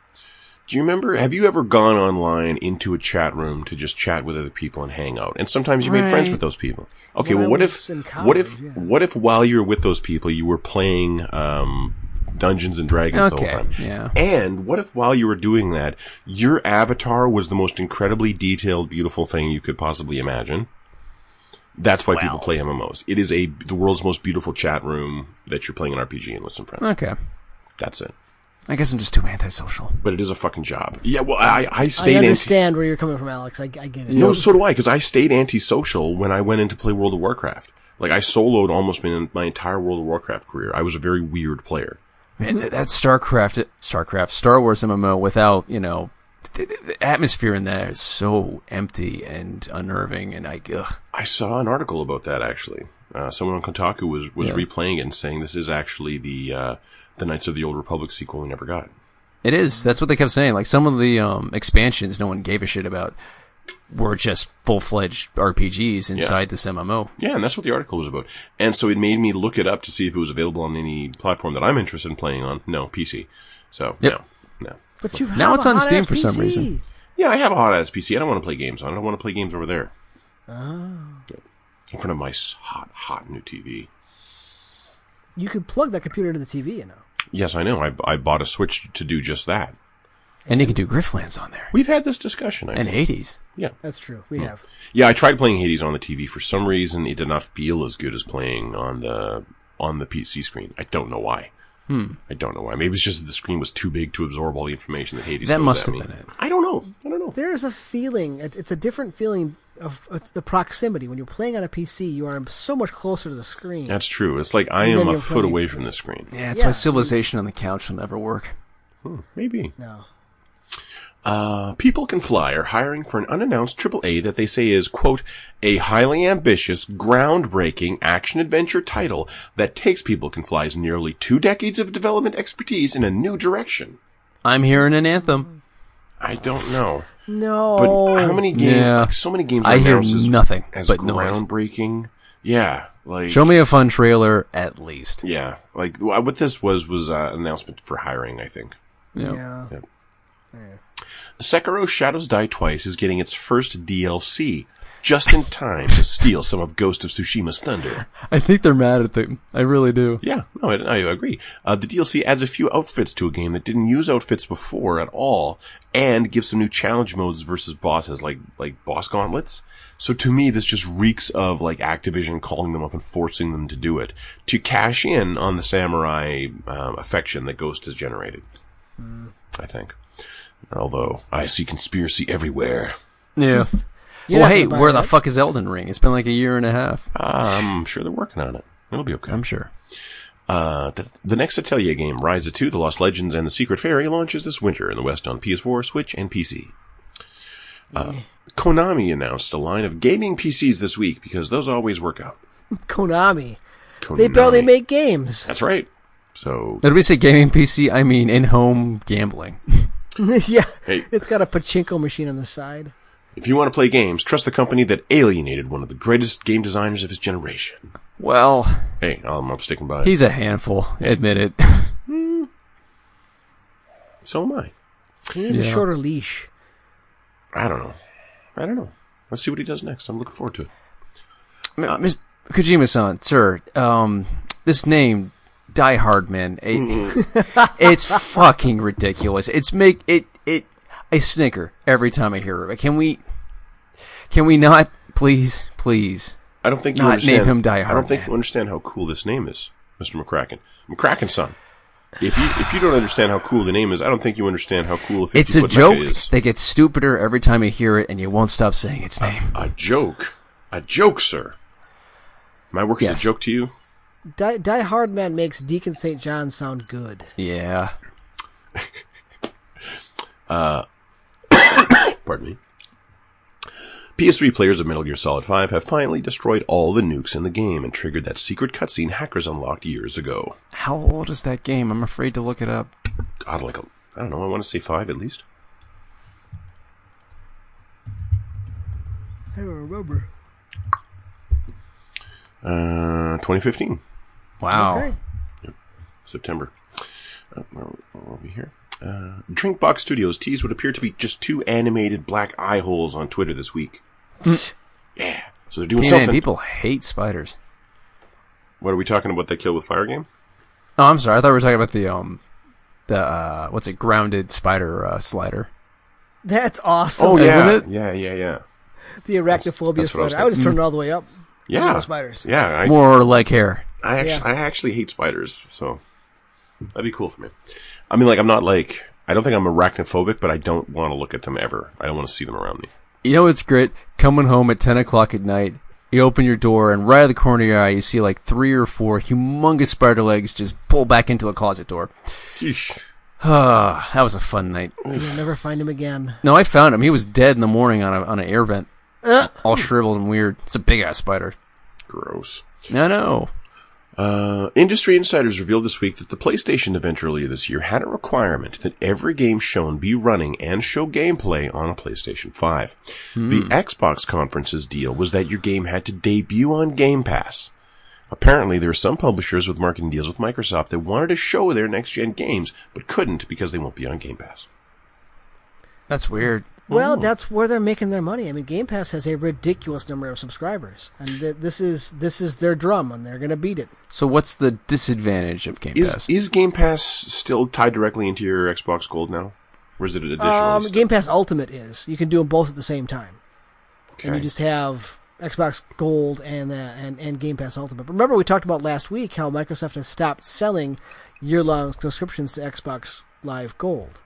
[SPEAKER 3] Do you remember? Have you ever gone online into a chat room to just chat with other people and hang out? And sometimes you made friends
[SPEAKER 1] Right.
[SPEAKER 3] with those people. Okay,
[SPEAKER 2] When I
[SPEAKER 3] well, what
[SPEAKER 2] was
[SPEAKER 3] if,
[SPEAKER 2] in
[SPEAKER 3] what if,
[SPEAKER 2] college, yeah.
[SPEAKER 3] what if while you were with those people, you were playing um, Dungeons and Dragons the
[SPEAKER 1] Okay,
[SPEAKER 3] whole time?
[SPEAKER 1] yeah.
[SPEAKER 3] And what if while you were doing that, your avatar was the most incredibly detailed, beautiful thing you could possibly imagine? That's why people play MMOs. It is a the world's most beautiful chat room that you're playing an RPG in with some friends.
[SPEAKER 1] Okay.
[SPEAKER 3] That's it.
[SPEAKER 1] I guess I'm just too antisocial.
[SPEAKER 3] But it is a fucking job. Yeah, well, I I stayed
[SPEAKER 2] I
[SPEAKER 3] anti.
[SPEAKER 2] understand where you're coming from, Alex. I, I get it.
[SPEAKER 3] No, so do I, because I stayed antisocial when I went in to play World of Warcraft. Like I soloed almost my, my entire World of Warcraft career. I was a very weird player.
[SPEAKER 1] Man, that that StarCraft, StarCraft, Star Wars MMO without you know, the, the atmosphere in that is so empty and unnerving, and I ugh.
[SPEAKER 3] I saw an article about that actually. Uh, someone on Kotaku was was replaying it and saying this is actually the uh, the Knights of the Old Republic sequel we never got.
[SPEAKER 1] It is. That's what they kept saying. Like some of the um, expansions, no one gave a shit about, were just full fledged RPGs inside this MMO.
[SPEAKER 3] Yeah, and that's what the article was about. And so it made me look it up to see if it was available on any platform that I'm interested in playing on. No, PC. So
[SPEAKER 1] Yep.
[SPEAKER 3] no, no.
[SPEAKER 2] But you
[SPEAKER 1] Now
[SPEAKER 2] have
[SPEAKER 1] it's
[SPEAKER 2] a
[SPEAKER 1] on Steam
[SPEAKER 2] hot-ass
[SPEAKER 1] for some
[SPEAKER 2] PC.
[SPEAKER 1] reason.
[SPEAKER 3] Yeah, I have a hot ass PC. I don't want to play games on it. I want to play games over there. In front of my s- hot, hot new TV.
[SPEAKER 2] You could plug that computer into the TV, you know.
[SPEAKER 3] Yes, I know. I, I bought a Switch to do just that.
[SPEAKER 1] And you can do Grifflands on there.
[SPEAKER 3] We've had this discussion. I
[SPEAKER 1] And
[SPEAKER 3] think.
[SPEAKER 1] Hades.
[SPEAKER 3] Yeah.
[SPEAKER 2] That's true. We have.
[SPEAKER 3] Yeah, I tried playing Hades on the TV. For some reason, it did not feel as good as playing on the on the PC screen. I don't know why. Hmm. I don't know why. Maybe it's just that the screen was too big to absorb all the information that Hades
[SPEAKER 1] That
[SPEAKER 3] throws
[SPEAKER 1] must have
[SPEAKER 3] at me.
[SPEAKER 1] been it.
[SPEAKER 3] I don't know. I don't know.
[SPEAKER 2] There's a feeling. it- It's a different feeling of it's the proximity. When you're playing on a PC, you are so much closer to the screen.
[SPEAKER 3] That's true. It's like I
[SPEAKER 2] And
[SPEAKER 3] am
[SPEAKER 2] then
[SPEAKER 3] a
[SPEAKER 2] you're
[SPEAKER 3] foot
[SPEAKER 2] playing-
[SPEAKER 3] away from the screen.
[SPEAKER 1] Yeah, it's
[SPEAKER 2] Yeah.
[SPEAKER 1] why civilization on the couch will never work.
[SPEAKER 3] Hmm, maybe.
[SPEAKER 2] No.
[SPEAKER 3] Uh, People Can Fly are hiring for an unannounced AAA that they say is, quote, a highly ambitious, groundbreaking action adventure title that takes People Can Fly's nearly two decades of development expertise in a new direction.
[SPEAKER 1] I'm hearing an anthem.
[SPEAKER 3] I don't know.
[SPEAKER 2] No.
[SPEAKER 3] But how many games,
[SPEAKER 1] Yeah.
[SPEAKER 3] like, so many games are
[SPEAKER 1] I hear
[SPEAKER 3] announced as,
[SPEAKER 1] nothing
[SPEAKER 3] as
[SPEAKER 1] but noise.
[SPEAKER 3] groundbreaking. Yeah. Like,
[SPEAKER 1] Show me a fun trailer at least.
[SPEAKER 3] yeah. Like, wh- what this was, was uh, an announcement for hiring, I think.
[SPEAKER 2] Yeah.
[SPEAKER 3] Sekiro Shadows Die Twice is getting its first DLC, just in time to steal some of Ghost of Tsushima's thunder.
[SPEAKER 1] I think they're mad at them. I really do.
[SPEAKER 3] Yeah, no, I, I agree. Uh, the DLC adds a few outfits to a game that didn't use outfits before at all, and gives some new challenge modes versus bosses, like like boss gauntlets. So to me, this just reeks of like Activision calling them up and forcing them to do it to cash in on the samurai um, affection that Ghost has generated. I think. Although I see conspiracy everywhere.
[SPEAKER 1] Yeah.
[SPEAKER 2] You're
[SPEAKER 1] well,
[SPEAKER 2] not
[SPEAKER 1] hey,
[SPEAKER 2] gonna buy
[SPEAKER 1] where
[SPEAKER 2] it,
[SPEAKER 1] the
[SPEAKER 2] right?
[SPEAKER 1] fuck is Elden Ring? It's been like a year and a half.
[SPEAKER 3] I'm sure they're working on it. It'll be okay.
[SPEAKER 1] I'm sure.
[SPEAKER 3] Uh, the, the next Atelier game, Rise of Two, The Lost Legends, and The Secret Fairy, launches this winter in the West on PS4, Switch, and PC. Uh, Konami announced a line of gaming PCs this week because those always work out.
[SPEAKER 2] Konami.
[SPEAKER 3] Konami.
[SPEAKER 2] They barely make games.
[SPEAKER 3] That's right. So
[SPEAKER 1] Did we say gaming PC? I mean in-home gambling.
[SPEAKER 2] yeah.
[SPEAKER 3] Hey.
[SPEAKER 2] It's got a pachinko machine on the side.
[SPEAKER 3] if you want to play games, trust the company that alienated one of the greatest game designers of his generation.
[SPEAKER 1] Well,
[SPEAKER 3] Hey, I'm, I'm sticking by. it.
[SPEAKER 1] he's a handful. Admit it.
[SPEAKER 3] so am I.
[SPEAKER 2] He needs
[SPEAKER 1] Yeah.
[SPEAKER 2] a shorter leash.
[SPEAKER 3] I don't know. I don't know. Let's see what he does next. I'm looking forward to it.
[SPEAKER 1] Uh, Ms. Kojima-san, sir, um, this name, Die Hard Man, it, it's fucking ridiculous. It's make it it. I snicker every time I hear it. Can we? Can we not? Please, please.
[SPEAKER 3] I don't think you
[SPEAKER 1] Not
[SPEAKER 3] understand.
[SPEAKER 1] name him Die
[SPEAKER 3] I
[SPEAKER 1] Hard
[SPEAKER 3] don't think
[SPEAKER 1] Man.
[SPEAKER 3] you understand how cool this name is, Mr. McCracken. McCracken son. If you if you don't understand how cool the name is, I don't think you understand how cool a fifty
[SPEAKER 1] It's a
[SPEAKER 3] foot
[SPEAKER 1] joke
[SPEAKER 3] mecha is.
[SPEAKER 1] that gets stupider every time you hear it, and you won't stop saying its name.
[SPEAKER 3] A joke, a joke, sir. My work is
[SPEAKER 1] Yes.
[SPEAKER 3] a joke to you.
[SPEAKER 2] Die, Die Hard Man makes Deacon St. John sound good.
[SPEAKER 1] Yeah.
[SPEAKER 3] Pardon me. PS3 players of Metal Gear Solid 5 have finally destroyed all the nukes in the game and triggered that secret cutscene hackers unlocked years ago.
[SPEAKER 1] How old is that game? I'm afraid to look it up.
[SPEAKER 3] God, like a, I don't know. I want to say five at least.
[SPEAKER 2] I don't remember.
[SPEAKER 3] Uh, 2015. Oh.
[SPEAKER 1] Wow.
[SPEAKER 2] Okay.
[SPEAKER 3] September. Uh, where, where are we here? Uh, Drinkbox Studios teased what appear to be just two animated black eye holes on Twitter this week. yeah, so they're doing
[SPEAKER 1] Hey, man,
[SPEAKER 3] something.
[SPEAKER 1] people hate spiders.
[SPEAKER 3] What are we talking about? That kill with fire game?
[SPEAKER 1] Oh, I'm sorry. I thought we were talking about the um, the uh, what's it? Grounded spider uh, slider.
[SPEAKER 2] That's awesome.
[SPEAKER 3] Oh, yeah,
[SPEAKER 1] isn't it?
[SPEAKER 3] yeah, yeah, yeah,
[SPEAKER 2] The arachnophobia
[SPEAKER 3] that's what I was
[SPEAKER 2] sweater. I would have turned it all the way up.
[SPEAKER 3] yeah.
[SPEAKER 2] Those spiders.
[SPEAKER 3] Yeah, I,
[SPEAKER 1] More like hair.
[SPEAKER 3] I actually, I actually hate spiders, so that'd be cool for me. I mean, like, I'm not like, I don't think I'm arachnophobic, but I don't want to look at them ever. I don't want to see them around me.
[SPEAKER 1] You know what's great? Coming home at 10 o'clock at night, you open your door, and right out of the corner of your eye, you see like three or four humongous spider legs just pull back into a closet door.
[SPEAKER 3] Yeesh.
[SPEAKER 1] Ah, that was a fun night.
[SPEAKER 3] Mm.
[SPEAKER 2] You'll never find him again.
[SPEAKER 1] No, I found him. He was dead in the morning on a on an air vent, all shriveled and weird. It's a big ass spider.
[SPEAKER 3] Gross.
[SPEAKER 1] No, no.
[SPEAKER 3] Uh, industry insiders revealed this week that the PlayStation event earlier this year had a requirement that every game shown be running and show gameplay on a PlayStation 5. The Xbox conference's deal was that your game had to debut on Game Pass. Apparently, there are some publishers with marketing deals with Microsoft that wanted to show their next gen games, but couldn't because they won't be on Game Pass.
[SPEAKER 1] That's weird.
[SPEAKER 2] Well, that's where they're making their money. I mean, Game Pass has a ridiculous number of subscribers, and th- this is this is their drum, and they're going to beat it.
[SPEAKER 1] So what's the disadvantage of Game
[SPEAKER 3] Is
[SPEAKER 1] Pass?
[SPEAKER 3] is Game Pass still tied directly into your Xbox Gold now, or is it an additional?
[SPEAKER 2] Um,
[SPEAKER 3] still?
[SPEAKER 2] Game Pass Ultimate is you can do them both at the same time,
[SPEAKER 3] Okay.
[SPEAKER 2] and you just have Xbox Gold and uh, and and Game Pass Ultimate. But remember, we talked about last week how Microsoft has stopped selling year-long subscriptions to Xbox Live Gold.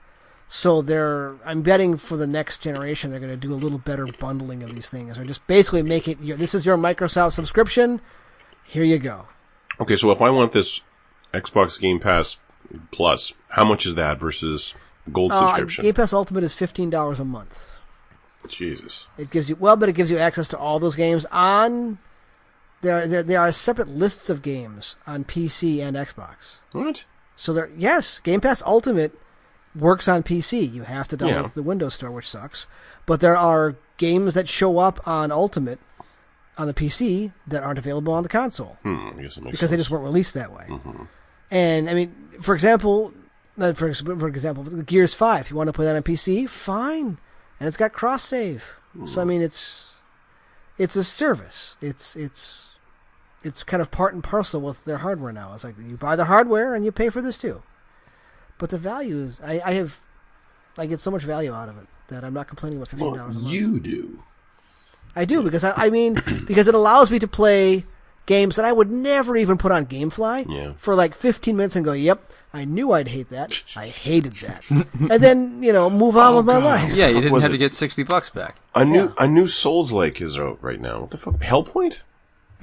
[SPEAKER 2] So they're, I'm betting for the next generation, they're going to do a little better bundling of these things, or just basically make it. Your, this is your Microsoft subscription. Here you go.
[SPEAKER 3] Okay, so if I want this Xbox Game Pass Plus, how much is that versus gold
[SPEAKER 2] Uh,
[SPEAKER 3] subscription?
[SPEAKER 2] Game Pass Ultimate is fifteen dollars a month.
[SPEAKER 3] Jesus.
[SPEAKER 2] It gives you well, but it gives you access to all those games on. There, there, there are separate lists of games on PC and Xbox.
[SPEAKER 3] What?
[SPEAKER 2] So there, yes, Game Pass Ultimate works on PC. You have to download
[SPEAKER 3] Yeah.
[SPEAKER 2] it to the Windows Store, which sucks. But there are games that show up on Ultimate on the PC that aren't available on the console
[SPEAKER 3] Hmm, I guess it makes
[SPEAKER 2] because they
[SPEAKER 3] sense.
[SPEAKER 2] just weren't released that way. And I mean, for example, uh, for, ex- for example, Gears Five. If you want to play that on PC, fine, and it's got cross save. So I mean, it's it's a service. It's it's it's kind of part and parcel with their hardware now. It's like you buy the hardware and you pay for this too. But the value is, I, I have, I get so much value out of it that I'm not complaining about fifteen
[SPEAKER 3] well,
[SPEAKER 2] dollars a month.
[SPEAKER 3] you do.
[SPEAKER 2] I do because I, I mean because it allows me to play games that I would never even put on GameFly
[SPEAKER 3] Yeah.
[SPEAKER 2] for like 15 minutes and go, "Yep, I knew I'd hate that. I hated that," and then you know move on
[SPEAKER 3] Oh,
[SPEAKER 2] with my
[SPEAKER 3] God.
[SPEAKER 2] life.
[SPEAKER 1] Yeah, you
[SPEAKER 3] Yeah, you Fuck didn't
[SPEAKER 1] didn't
[SPEAKER 3] was
[SPEAKER 1] have
[SPEAKER 3] have to it?
[SPEAKER 1] to get sixty bucks back.
[SPEAKER 3] A new a new Souls like is out right now. What the fuck? Hellpoint?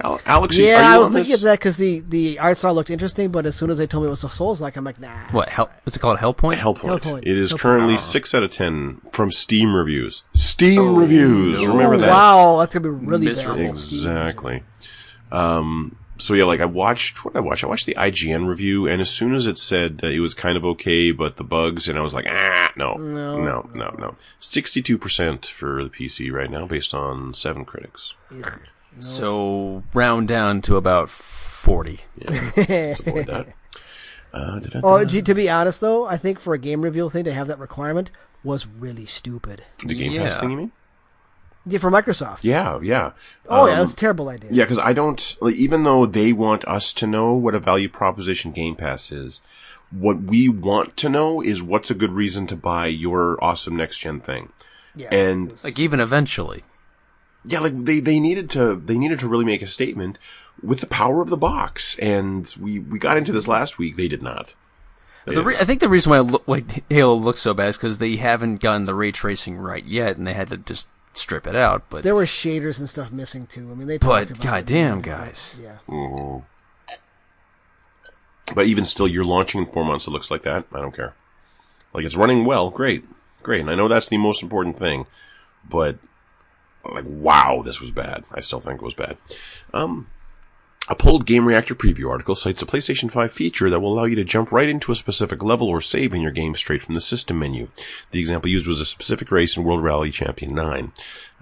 [SPEAKER 3] Al- Alex, you- are
[SPEAKER 2] Yeah,
[SPEAKER 3] you
[SPEAKER 2] I was
[SPEAKER 3] on
[SPEAKER 2] thinking
[SPEAKER 3] this?
[SPEAKER 2] of that because the the art style looked interesting, but as soon as they told me it was a Souls like, I'm like, nah.
[SPEAKER 1] What? Hell, what's it called? Hellpoint.
[SPEAKER 3] Hellpoint.
[SPEAKER 2] Hellpoint.
[SPEAKER 3] It is
[SPEAKER 2] Hellpoint.
[SPEAKER 3] currently six out of ten from Steam reviews. Steam reviews.
[SPEAKER 1] no.
[SPEAKER 3] Remember
[SPEAKER 2] oh,
[SPEAKER 3] that?
[SPEAKER 2] Wow, that's gonna be really
[SPEAKER 1] Miserable.
[SPEAKER 2] bad.
[SPEAKER 3] Exactly. Um, so yeah, like I watched what did I watch. I watched the IGN review, and as soon as it said uh, it was kind of okay, but the bugs, and I was like, ah, no, no, no, no, Sixty-two percent for the PC right now, based on seven critics.
[SPEAKER 1] So round down to about forty.
[SPEAKER 3] Yeah, let's avoid that. Uh, did I-
[SPEAKER 2] Oh, gee, to be honest though, I think for a game reveal thing to have that requirement was really stupid.
[SPEAKER 3] the Game Pass
[SPEAKER 1] yeah.
[SPEAKER 3] thing, you mean?
[SPEAKER 2] Yeah, for Microsoft.
[SPEAKER 3] Yeah, yeah.
[SPEAKER 2] Oh yeah,
[SPEAKER 3] Um,
[SPEAKER 2] that was a terrible idea.
[SPEAKER 3] Yeah, because I don't, like, even though they want us to know what a value proposition Game Pass is, what we want to know is what's a good reason to buy your awesome next gen thing.
[SPEAKER 2] Yeah.
[SPEAKER 3] And
[SPEAKER 1] Like even eventually.
[SPEAKER 3] yeah, like they, they needed to, they needed to really make a statement with the power of the box. And we, we got into this last week. They did not.
[SPEAKER 1] The re- I think the reason why lo- like Halo looks so bad is because they haven't gotten the ray tracing right yet, and they had to just strip it out. But
[SPEAKER 2] There were shaders and stuff missing too. I mean, they
[SPEAKER 1] but
[SPEAKER 2] talked about
[SPEAKER 1] goddamn,
[SPEAKER 2] it.
[SPEAKER 1] guys,
[SPEAKER 2] Yeah.
[SPEAKER 3] Mm-hmm. But even still, you're launching in four months. It looks like that. I don't care. Like it's running well. Great. Great. And I know that's the most important thing, but like, wow, this was bad. I still think it was bad. Um, a pulled Game Reactor preview article cites a PlayStation 5 feature that will allow you to jump right into a specific level or save in your game straight from the system menu. The example used was a specific race in World Rally Champion 9.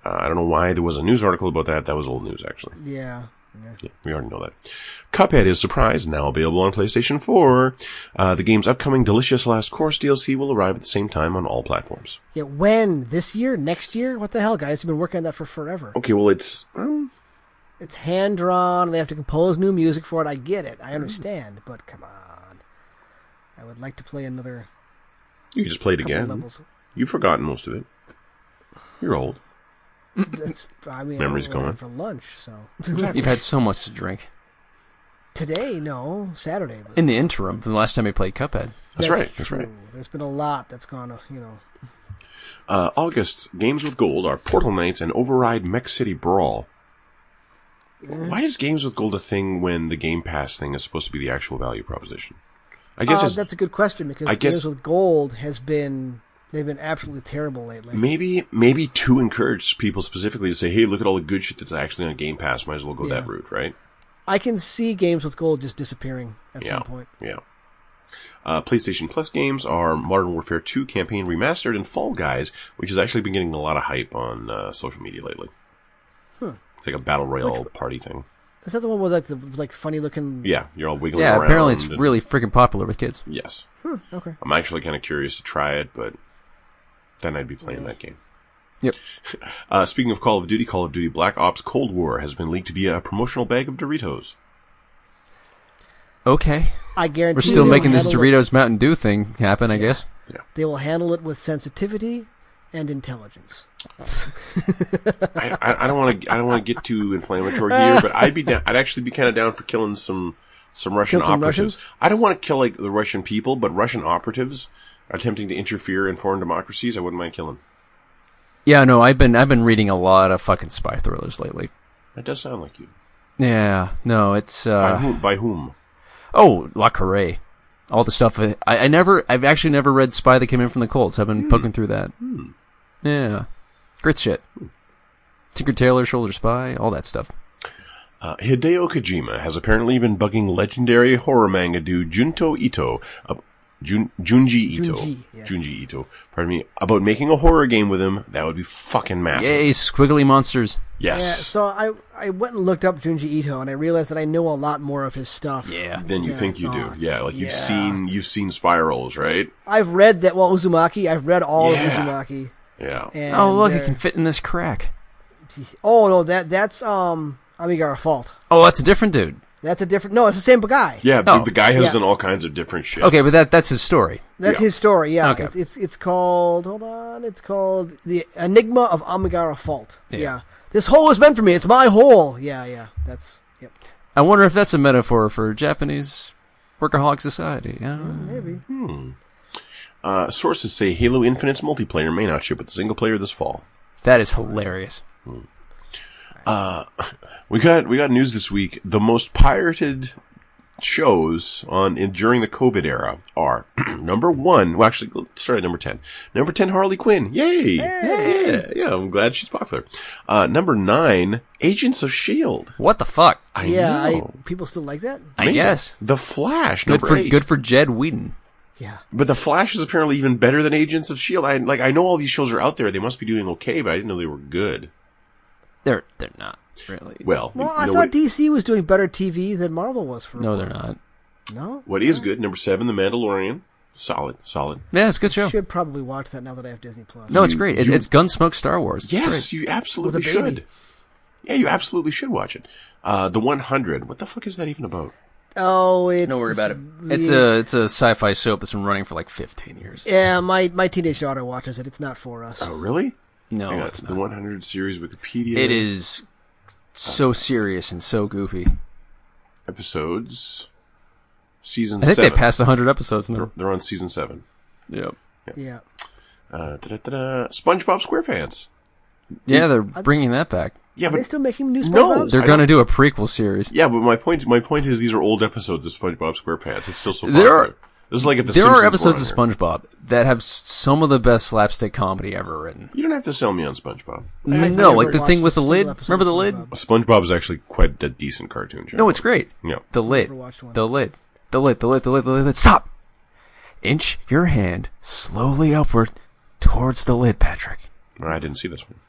[SPEAKER 3] Uh, I don't know why there was a news article about that. That was old news, actually.
[SPEAKER 2] Yeah. yeah.
[SPEAKER 3] We already know that. Cuphead is surprised now available on PlayStation 4. Uh, the game's upcoming Delicious Last Course DLC will arrive at the same time on all platforms.
[SPEAKER 2] Yeah, when? This year? Next year? What the hell, guys? You've been working on that for forever.
[SPEAKER 3] Okay, well it's um,
[SPEAKER 2] It's hand drawn, they have to compose new music for it. I get it.
[SPEAKER 3] Mm.
[SPEAKER 2] I understand, but come on. I would like to play another
[SPEAKER 3] you just played
[SPEAKER 2] couple
[SPEAKER 3] again.
[SPEAKER 2] levels.
[SPEAKER 3] You've forgotten most of it. You're old.
[SPEAKER 2] That's, I mean,
[SPEAKER 3] Memory's
[SPEAKER 2] I went out
[SPEAKER 3] gone.
[SPEAKER 2] for lunch. So
[SPEAKER 1] you've had so much to drink.
[SPEAKER 2] today, no, Saturday. But
[SPEAKER 1] In the interim, from the last time we played Cuphead,
[SPEAKER 3] That's, right. That's
[SPEAKER 2] true.
[SPEAKER 3] right.
[SPEAKER 2] There's been a lot that's gone. uh, You know,
[SPEAKER 3] Uh, August's games with gold are Portal Knights and Override Mech City Brawl.
[SPEAKER 2] Eh.
[SPEAKER 3] Why is games with gold a thing when the Game Pass thing is supposed to be the actual value proposition? I guess
[SPEAKER 2] Uh,
[SPEAKER 3] it's
[SPEAKER 2] that's a good question because
[SPEAKER 3] I guess-
[SPEAKER 2] games with gold has been they've been absolutely terrible lately.
[SPEAKER 3] Maybe, maybe to encourage people specifically to say, "Hey, look at all the good shit that's actually on Game Pass. Might as well go
[SPEAKER 2] Yeah.
[SPEAKER 3] that route, right?"
[SPEAKER 2] I can see games with gold just disappearing at
[SPEAKER 3] yeah,
[SPEAKER 2] some point.
[SPEAKER 3] yeah. Uh, PlayStation Plus games are Modern Warfare 2 Campaign Remastered and Fall Guys, which has actually been getting a lot of hype on uh, social media lately. It's like a battle royale party thing.
[SPEAKER 2] Is that the one with like the like funny looking?
[SPEAKER 3] Yeah, you're all wiggling
[SPEAKER 1] yeah,
[SPEAKER 3] around.
[SPEAKER 1] apparently it's
[SPEAKER 3] and-
[SPEAKER 1] really freaking popular with kids.
[SPEAKER 3] yes.
[SPEAKER 2] Hmm, Okay.
[SPEAKER 3] I'm actually kind of curious to try it, but then I'd be playing that game.
[SPEAKER 1] Yep.
[SPEAKER 3] Uh, speaking of Call of Duty, Call of Duty Black Ops Cold War has been leaked via a promotional bag of Doritos.
[SPEAKER 1] Okay,
[SPEAKER 2] I guarantee
[SPEAKER 1] we're still
[SPEAKER 2] they will
[SPEAKER 1] making this
[SPEAKER 2] handle it-
[SPEAKER 1] Doritos Mountain Dew thing happen. I guess.
[SPEAKER 2] They will handle it with sensitivity and intelligence.
[SPEAKER 3] I, I, I don't want to. I don't want to get too inflammatory here, but I'd be. Down, I'd actually be kind of down for killing some some Russian
[SPEAKER 2] Kill some
[SPEAKER 3] operatives. I don't want to kill like the Russian people, but Russian operatives attempting to interfere in foreign democracies, I wouldn't mind killing.
[SPEAKER 1] Yeah, no, I've been I've been reading a lot of fucking spy thrillers lately.
[SPEAKER 3] That does sound like you.
[SPEAKER 1] Yeah, no, it's
[SPEAKER 3] By
[SPEAKER 1] uh,
[SPEAKER 3] whom? By whom?
[SPEAKER 1] oh La Carrée, all the stuff. I, I never, I've actually never read Spy that came in from the cold, so I've been
[SPEAKER 3] Hmm.
[SPEAKER 1] poking through that. Yeah, great shit. Tinker Tailor, Shoulder Spy, all that stuff.
[SPEAKER 3] Uh, Hideo Kojima has apparently been bugging legendary horror manga dude Junto Ito, uh, Jun, Junji Ito,
[SPEAKER 2] Junji, yeah.
[SPEAKER 3] Junji Ito, pardon me, about making a horror game with him. That would be fucking massive.
[SPEAKER 1] Yay, squiggly monsters.
[SPEAKER 2] Yeah,
[SPEAKER 3] Yes.
[SPEAKER 2] so I I went and looked up Junji Ito, and I realized that I know a lot more of his stuff.
[SPEAKER 1] Yeah,
[SPEAKER 3] than you
[SPEAKER 2] Yeah,
[SPEAKER 3] think you do.
[SPEAKER 2] God.
[SPEAKER 3] Yeah, like you've
[SPEAKER 2] Yeah.
[SPEAKER 3] seen you've seen spirals, right?
[SPEAKER 2] I've read that. Well, Uzumaki, I've read all
[SPEAKER 3] Yeah.
[SPEAKER 2] of Uzumaki.
[SPEAKER 3] Yeah.
[SPEAKER 2] And
[SPEAKER 1] Oh look,
[SPEAKER 2] uh,
[SPEAKER 1] it can fit in this crack.
[SPEAKER 2] Oh no, that that's um Amigara Fault.
[SPEAKER 1] Oh, that's a different dude.
[SPEAKER 2] That's a different. No, it's the same guy.
[SPEAKER 3] Yeah,
[SPEAKER 1] Oh.
[SPEAKER 3] dude, the guy has
[SPEAKER 2] Yeah.
[SPEAKER 3] done all kinds of different shit.
[SPEAKER 1] Okay, but that that's his story.
[SPEAKER 2] That's
[SPEAKER 3] Yeah.
[SPEAKER 2] his story. Yeah.
[SPEAKER 1] Okay.
[SPEAKER 2] It's, it's it's called. Hold on. It's called the Enigma of Amigara Fault.
[SPEAKER 1] Yeah.
[SPEAKER 2] Yeah. This hole was meant for me. It's my hole. Yeah. Yeah. That's. Yep.
[SPEAKER 1] I wonder if that's a metaphor for Japanese workaholic society. I don't know.
[SPEAKER 2] Maybe.
[SPEAKER 3] Uh, sources say Halo Infinite's multiplayer may not ship with a single player this fall.
[SPEAKER 1] That is hilarious.
[SPEAKER 3] We got we got news this week. The most pirated shows on in, during the COVID era are number one. Well, actually, sorry, number ten. Number ten, Harley Quinn. Yay! Yeah, yeah. I'm glad she's popular. Uh, number nine, Agents of Shield.
[SPEAKER 1] What the fuck?
[SPEAKER 3] E I
[SPEAKER 2] Yeah. I,
[SPEAKER 3] know.
[SPEAKER 2] people still like that.
[SPEAKER 1] I
[SPEAKER 3] Amazing.
[SPEAKER 1] guess.
[SPEAKER 3] The Flash.
[SPEAKER 1] Good
[SPEAKER 3] number
[SPEAKER 1] for
[SPEAKER 3] eight.
[SPEAKER 1] good for Jed Whedon.
[SPEAKER 2] Yeah.
[SPEAKER 3] But the Flash is apparently even better than Agents of Shield. I like I know all these shows are out there; they must be doing okay, but I didn't know they were good.
[SPEAKER 1] They're they're not really.
[SPEAKER 3] Well,
[SPEAKER 2] Well,
[SPEAKER 3] you
[SPEAKER 2] I
[SPEAKER 3] know
[SPEAKER 2] thought
[SPEAKER 3] what,
[SPEAKER 2] DC was doing better TV than Marvel was for. a
[SPEAKER 1] no,
[SPEAKER 2] while.
[SPEAKER 1] they're not.
[SPEAKER 2] No.
[SPEAKER 3] what is good? Number seven, The Mandalorian, solid, solid.
[SPEAKER 1] Yeah, it's a good show.
[SPEAKER 2] Should probably watch that now that I have Disney Plus.
[SPEAKER 1] No, it's great. It,
[SPEAKER 3] you-
[SPEAKER 1] it's Gunsmoke Star Wars. It's
[SPEAKER 3] Yes, you absolutely
[SPEAKER 2] With a baby.
[SPEAKER 3] should. Yeah, you absolutely should watch it. Uh, the One Hundred. What the fuck is that even about?
[SPEAKER 2] Oh, it's.
[SPEAKER 1] Don't worry about it.
[SPEAKER 2] weird.
[SPEAKER 1] It's a it's a sci-fi soap that's been running for like 15 years.
[SPEAKER 2] Yeah, my my teenage daughter watches it. It's not for us.
[SPEAKER 3] Oh, really?
[SPEAKER 1] No,
[SPEAKER 3] Hang on,
[SPEAKER 1] it's
[SPEAKER 3] the
[SPEAKER 1] not.
[SPEAKER 3] One Hundred series Wikipedia.
[SPEAKER 1] It is so serious and so goofy.
[SPEAKER 3] episodes, season.
[SPEAKER 1] I think
[SPEAKER 3] seven.
[SPEAKER 1] they passed 100 episodes now.
[SPEAKER 3] They're, they're on season seven.
[SPEAKER 1] Yep.
[SPEAKER 2] Yeah.
[SPEAKER 3] Uh, da-da-da-da. SpongeBob SquarePants.
[SPEAKER 1] Yeah, they're bringing that back.
[SPEAKER 3] Yeah,
[SPEAKER 2] Are they
[SPEAKER 3] but
[SPEAKER 2] still making new
[SPEAKER 3] No,
[SPEAKER 2] SpongeBob?
[SPEAKER 1] They're
[SPEAKER 3] I
[SPEAKER 1] going to do a prequel series.
[SPEAKER 3] Yeah, but my point my point is these are old episodes of SpongeBob SquarePants. It's still so
[SPEAKER 1] There
[SPEAKER 3] popular.
[SPEAKER 1] are-
[SPEAKER 3] this is like if the
[SPEAKER 1] there
[SPEAKER 3] Simpsons
[SPEAKER 1] are
[SPEAKER 3] were
[SPEAKER 1] episodes
[SPEAKER 3] on
[SPEAKER 1] of
[SPEAKER 3] here.
[SPEAKER 1] SpongeBob that have s- some of the best slapstick comedy ever written.
[SPEAKER 3] You don't have to sell me on SpongeBob.
[SPEAKER 2] I
[SPEAKER 1] no, like
[SPEAKER 2] never
[SPEAKER 1] the thing with
[SPEAKER 2] watched
[SPEAKER 1] the
[SPEAKER 2] a single
[SPEAKER 1] lid.
[SPEAKER 2] episode
[SPEAKER 1] Remember the
[SPEAKER 2] of
[SPEAKER 1] lid?
[SPEAKER 2] SpongeBob.
[SPEAKER 3] SpongeBob is actually quite a decent cartoon show.
[SPEAKER 1] No, it's great.
[SPEAKER 3] yeah.
[SPEAKER 1] The lid.
[SPEAKER 2] watched one.
[SPEAKER 1] The lid. The lid. The lid. The lid. The lid. The lid. Stop. Inch your hand slowly upward towards the lid, Patrick.
[SPEAKER 3] No, I didn't see this one.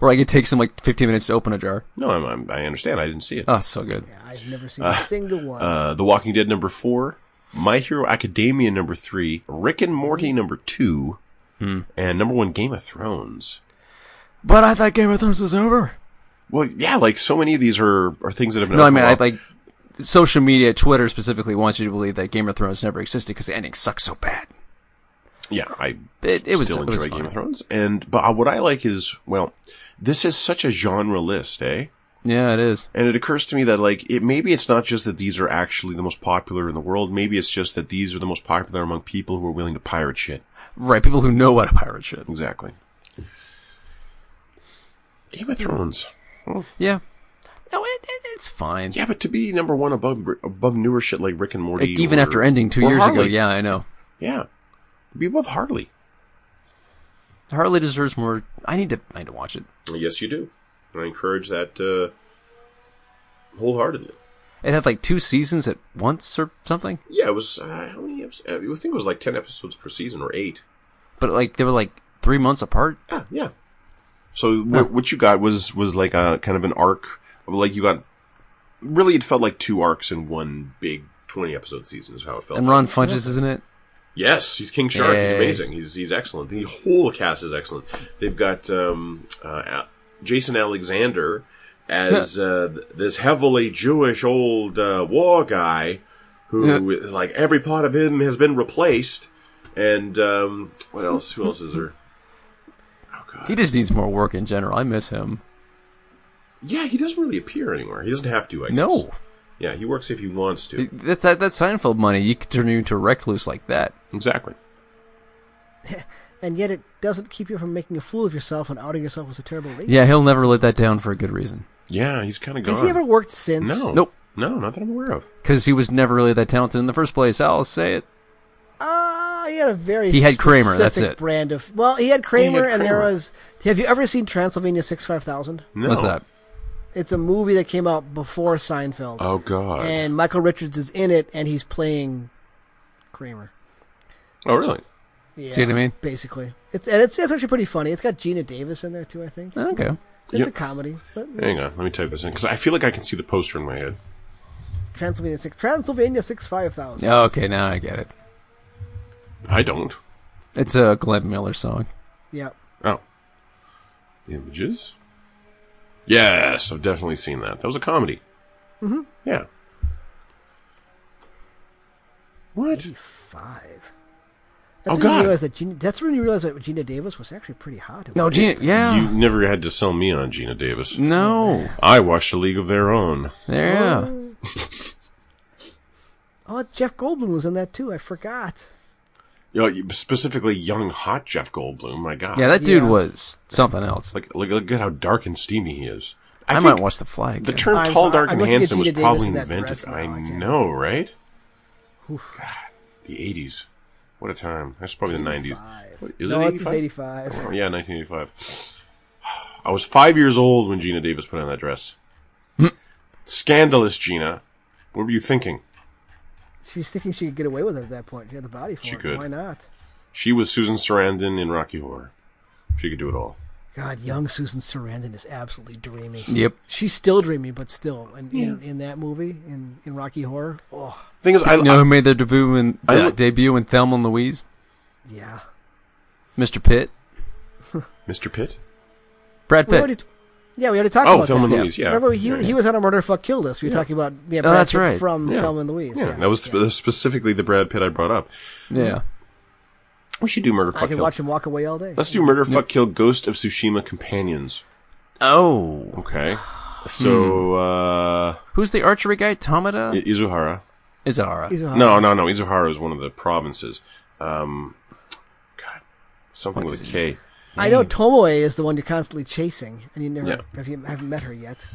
[SPEAKER 1] Or like it takes him like 15 minutes to open a jar.
[SPEAKER 3] No, I'm, I'm, I understand. I didn't see it.
[SPEAKER 1] Oh, so good.
[SPEAKER 2] Yeah, I've never seen a single one.
[SPEAKER 3] Uh, the Walking Dead number four, My Hero Academia number three, Rick and Morty number two,
[SPEAKER 1] Hmm.
[SPEAKER 3] and number one Game of Thrones.
[SPEAKER 1] But I thought Game of Thrones was over.
[SPEAKER 3] Well, yeah, like so many of these are, are things that have been.
[SPEAKER 1] No,
[SPEAKER 3] out
[SPEAKER 1] I
[SPEAKER 3] for
[SPEAKER 1] mean,
[SPEAKER 3] a
[SPEAKER 1] I,
[SPEAKER 3] while.
[SPEAKER 1] like social media, Twitter specifically, wants you to believe that Game of Thrones never existed because the ending sucks so bad.
[SPEAKER 3] Yeah, I
[SPEAKER 1] It- it was-
[SPEAKER 3] still
[SPEAKER 1] it was
[SPEAKER 3] enjoy
[SPEAKER 1] fun.
[SPEAKER 3] Game of Thrones, and but uh, what I like is well, this is such a genre list, eh?
[SPEAKER 1] Yeah, it is.
[SPEAKER 3] And it occurs to me that like it maybe it's not just that these are actually the most popular in the world. Maybe it's just that these are the most popular among people who are willing to pirate shit.
[SPEAKER 1] Right, people who know what a pirate should.
[SPEAKER 3] Exactly. Game of Thrones.
[SPEAKER 1] Yeah. No, it, it, it's fine.
[SPEAKER 3] Yeah, but to be number one above above newer shit like Rick and Morty,
[SPEAKER 1] Like, even
[SPEAKER 3] or-
[SPEAKER 1] after ending two
[SPEAKER 3] or
[SPEAKER 1] years ago,
[SPEAKER 3] Harley.
[SPEAKER 1] yeah, I know.
[SPEAKER 3] yeah, to be above Harley.
[SPEAKER 1] Harley deserves more. I need to. I need to watch it.
[SPEAKER 3] Yes, you do. And I encourage that uh, wholeheartedly.
[SPEAKER 1] It had like two seasons at once or something.
[SPEAKER 3] Yeah, it was uh, how many episodes? I think it was like ten episodes per season or eight.
[SPEAKER 1] But like they were like three months apart.
[SPEAKER 3] Yeah, yeah. So wh- what you got was was like a kind of an arc. of, Like you got really, it felt like two arcs in one big twenty episode season. Is how it felt.
[SPEAKER 1] And Ron Funches, isn't it?
[SPEAKER 3] Yes, he's King Shark. He's
[SPEAKER 1] Hey.
[SPEAKER 3] amazing. He's he's excellent. The whole cast is excellent. They've got um, uh, A- Jason Alexander as uh, th- this heavily Jewish old uh, war guy who is like every part of him has been replaced. And um, what else? Who else is there? Oh
[SPEAKER 1] He
[SPEAKER 3] god.
[SPEAKER 1] just needs more work in general. I miss him.
[SPEAKER 3] Yeah, he doesn't really appear anywhere. He doesn't have to. I guess.
[SPEAKER 1] No,
[SPEAKER 3] Yeah, he works if he wants to.
[SPEAKER 1] that that, that Seinfeld money you could turn you into a recluse like that.
[SPEAKER 3] Exactly.
[SPEAKER 2] and yet it doesn't keep you from making a fool of yourself and outing yourself as a terrible racist.
[SPEAKER 1] Yeah, he'll never let that down for a good reason.
[SPEAKER 3] Yeah, he's kind of gone.
[SPEAKER 2] Has he ever worked since?
[SPEAKER 3] No.
[SPEAKER 1] Nope.
[SPEAKER 3] No, not that I'm aware of.
[SPEAKER 1] Because he was never really that talented in the first place. I'll say it.
[SPEAKER 2] Uh, he had a very
[SPEAKER 1] He had Kramer, that's
[SPEAKER 2] specific
[SPEAKER 1] it.
[SPEAKER 2] Brand of well, he had Kramer, and there
[SPEAKER 3] Kramer.
[SPEAKER 2] was. Have you ever seen Transylvania Six Five Thousand?
[SPEAKER 3] No.
[SPEAKER 1] What's that?
[SPEAKER 2] It's a movie that came out before Seinfeld,
[SPEAKER 3] Oh God.
[SPEAKER 2] and Michael Richards is in it, and he's playing Kramer.
[SPEAKER 3] oh really?
[SPEAKER 2] Yeah,
[SPEAKER 1] See what I mean?
[SPEAKER 2] Basically, it's and it's, it's actually pretty funny. It's got Gina Davis in there too, I think.
[SPEAKER 1] Okay.
[SPEAKER 2] It's
[SPEAKER 3] Yep.
[SPEAKER 2] a comedy. But
[SPEAKER 3] Hang on, let me type this in because I feel like I can see the poster in my head.
[SPEAKER 2] Transylvania Six Transylvania Six Five Thousand.
[SPEAKER 1] Okay, now I get it.
[SPEAKER 3] I don't.
[SPEAKER 1] It's a Glenn Miller song.
[SPEAKER 2] Yeah.
[SPEAKER 3] Oh. Images? Yes, I've definitely seen that. That was a comedy. Mm-hmm. Yeah. What?
[SPEAKER 2] Five.
[SPEAKER 3] Oh,
[SPEAKER 2] That's when
[SPEAKER 3] God.
[SPEAKER 2] you realize that Gina, that's when you realize that Gina Davis was actually pretty hot.
[SPEAKER 1] No, Gina.
[SPEAKER 3] You
[SPEAKER 1] Yeah.
[SPEAKER 3] never had to sell me on Gina Davis.
[SPEAKER 1] no.
[SPEAKER 3] I watched A League of Their Own.
[SPEAKER 1] Yeah.
[SPEAKER 2] Oh, Jeff Goldblum was in that too. I forgot.
[SPEAKER 3] You know, you- specifically, young hot Jeff Goldblum. My God.
[SPEAKER 1] Yeah, that dude
[SPEAKER 2] Yeah.
[SPEAKER 1] was something else.
[SPEAKER 3] Like, look, look at how dark and steamy he is.
[SPEAKER 1] I,
[SPEAKER 3] think
[SPEAKER 1] might watch the fly again.
[SPEAKER 3] The term
[SPEAKER 2] I'm
[SPEAKER 3] tall,
[SPEAKER 2] sorry,
[SPEAKER 3] dark,
[SPEAKER 2] I'm
[SPEAKER 3] and
[SPEAKER 2] looking at
[SPEAKER 3] handsome was
[SPEAKER 2] Gina Davis
[SPEAKER 3] probably
[SPEAKER 2] in that
[SPEAKER 3] invented.
[SPEAKER 2] dress now,
[SPEAKER 3] I,
[SPEAKER 2] I can't-
[SPEAKER 3] know, right?
[SPEAKER 2] Oof.
[SPEAKER 3] God, the 80s. What a time. That's probably the 90s. What, is
[SPEAKER 2] no,
[SPEAKER 3] it
[SPEAKER 2] it's
[SPEAKER 3] 85?
[SPEAKER 2] 85.
[SPEAKER 3] Oh, yeah, 1985. I was five years old when Gina Davis put on that dress.
[SPEAKER 1] Hmm.
[SPEAKER 3] Scandalous, Gina. What were you thinking?
[SPEAKER 2] She's thinking she could get away with it at that point. She had the body for
[SPEAKER 3] She
[SPEAKER 2] it.
[SPEAKER 3] could.
[SPEAKER 2] Why not?
[SPEAKER 3] She was Susan Sarandon in Rocky Horror. She could do it all.
[SPEAKER 2] God, young Susan Sarandon is absolutely dreamy.
[SPEAKER 1] Yep.
[SPEAKER 2] She's still dreamy, but still, in, in, in that movie, in, in Rocky Horror, oh,
[SPEAKER 3] Thing is, I,
[SPEAKER 1] You know who made their debut in
[SPEAKER 3] I
[SPEAKER 1] uh,
[SPEAKER 3] look-
[SPEAKER 1] debut in Thelma and Louise?
[SPEAKER 2] yeah.
[SPEAKER 1] Mr. Pitt,
[SPEAKER 3] Mr. Pitt.
[SPEAKER 1] Brad
[SPEAKER 2] We
[SPEAKER 1] Pitt.
[SPEAKER 2] already, yeah, we already talked
[SPEAKER 3] Oh,
[SPEAKER 2] about
[SPEAKER 3] Thelma
[SPEAKER 2] that.
[SPEAKER 3] and Louise. Yeah.
[SPEAKER 2] Remember, he,
[SPEAKER 3] Yeah,
[SPEAKER 2] he was on a murder fuck kill list. We were talking about yeah, Brad
[SPEAKER 1] Oh, that's
[SPEAKER 2] Pitt
[SPEAKER 1] right.
[SPEAKER 2] from
[SPEAKER 3] yeah.
[SPEAKER 2] Thelma and Louise.
[SPEAKER 3] Yeah, that was sp- specifically the Brad Pitt I brought up.
[SPEAKER 1] yeah.
[SPEAKER 3] We should do Murder
[SPEAKER 2] I
[SPEAKER 3] Fuck
[SPEAKER 2] could
[SPEAKER 3] Kill.
[SPEAKER 2] watch him walk away all day.
[SPEAKER 3] Let's do Murder Fuck Kill Ghost of Tsushima Companions.
[SPEAKER 1] Oh,
[SPEAKER 3] Okay.
[SPEAKER 1] Hmm.
[SPEAKER 3] So uh
[SPEAKER 1] who's the archery guy? Tomada
[SPEAKER 3] I- Izuhara.
[SPEAKER 1] Izahara.
[SPEAKER 2] He's a-
[SPEAKER 1] Um,
[SPEAKER 3] No, no, no. Izuhara is one of the provinces. Um God. Something
[SPEAKER 1] What
[SPEAKER 3] with
[SPEAKER 1] is
[SPEAKER 3] a K.
[SPEAKER 2] I know Tomoe is the one you're constantly chasing, and you never
[SPEAKER 3] mm. Yeah.
[SPEAKER 2] have you haven't met her yet.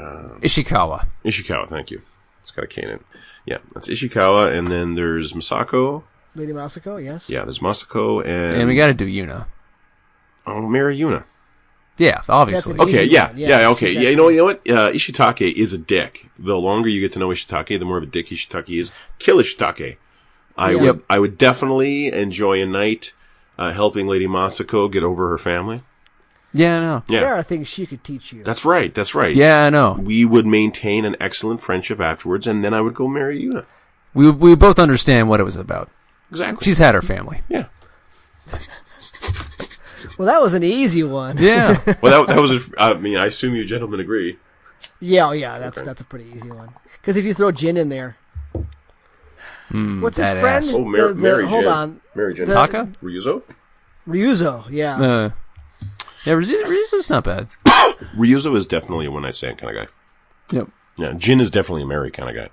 [SPEAKER 1] Ishikawa.
[SPEAKER 3] Ishikawa, thank you. It's got a K in it. Yeah, that's Ishikawa, and then there's Masako.
[SPEAKER 2] Lady Masako, yes.
[SPEAKER 3] Yeah, there's Masako and,
[SPEAKER 1] And we got to do Yuna.
[SPEAKER 3] oh, Mary Yuna.
[SPEAKER 1] Yeah, obviously.
[SPEAKER 2] That's an
[SPEAKER 3] Okay,
[SPEAKER 2] easy
[SPEAKER 3] yeah,
[SPEAKER 2] one, yeah,
[SPEAKER 3] yeah, okay,
[SPEAKER 2] she's
[SPEAKER 3] yeah. You know, you know what? Uh, Ishitake is a dick. The longer you get to know Ishitake, the more of a dick Ishitake is. Kill Ishitake. I
[SPEAKER 2] Yeah.
[SPEAKER 3] would, I would definitely enjoy a night uh, helping Lady Masako get over her family.
[SPEAKER 1] Yeah, I know.
[SPEAKER 3] Yeah,
[SPEAKER 2] There are things she could teach you.
[SPEAKER 3] that's right. That's right.
[SPEAKER 1] Yeah, I know.
[SPEAKER 3] we would maintain an excellent friendship afterwards, and then I would go marry Yuna.
[SPEAKER 1] We we both understand what it was about.
[SPEAKER 3] Exactly.
[SPEAKER 1] She's had her family.
[SPEAKER 3] yeah.
[SPEAKER 2] Well, that was an easy one.
[SPEAKER 1] Yeah.
[SPEAKER 3] Well, that, that was. A, I mean, I assume you gentlemen agree.
[SPEAKER 2] Yeah, oh, yeah, that's
[SPEAKER 3] Okay.
[SPEAKER 2] that's a pretty easy one. Because if you throw Jin in there,
[SPEAKER 1] Hmm,
[SPEAKER 2] what's his
[SPEAKER 1] that
[SPEAKER 2] friend?
[SPEAKER 1] ass.
[SPEAKER 3] Oh, Mar-
[SPEAKER 2] The- the-
[SPEAKER 3] Mary
[SPEAKER 2] hold
[SPEAKER 3] Jane.
[SPEAKER 2] on,
[SPEAKER 3] Mary Jane.
[SPEAKER 2] The-
[SPEAKER 1] Taka?
[SPEAKER 3] Ryuzo?
[SPEAKER 2] Ryuzo. Yeah,
[SPEAKER 1] Uh, yeah, Riz- Rizu's not bad.
[SPEAKER 3] Ryuzo is definitely a when I say it kind of guy.
[SPEAKER 1] Yep.
[SPEAKER 3] Yeah, Jin is definitely a Mary kind of guy.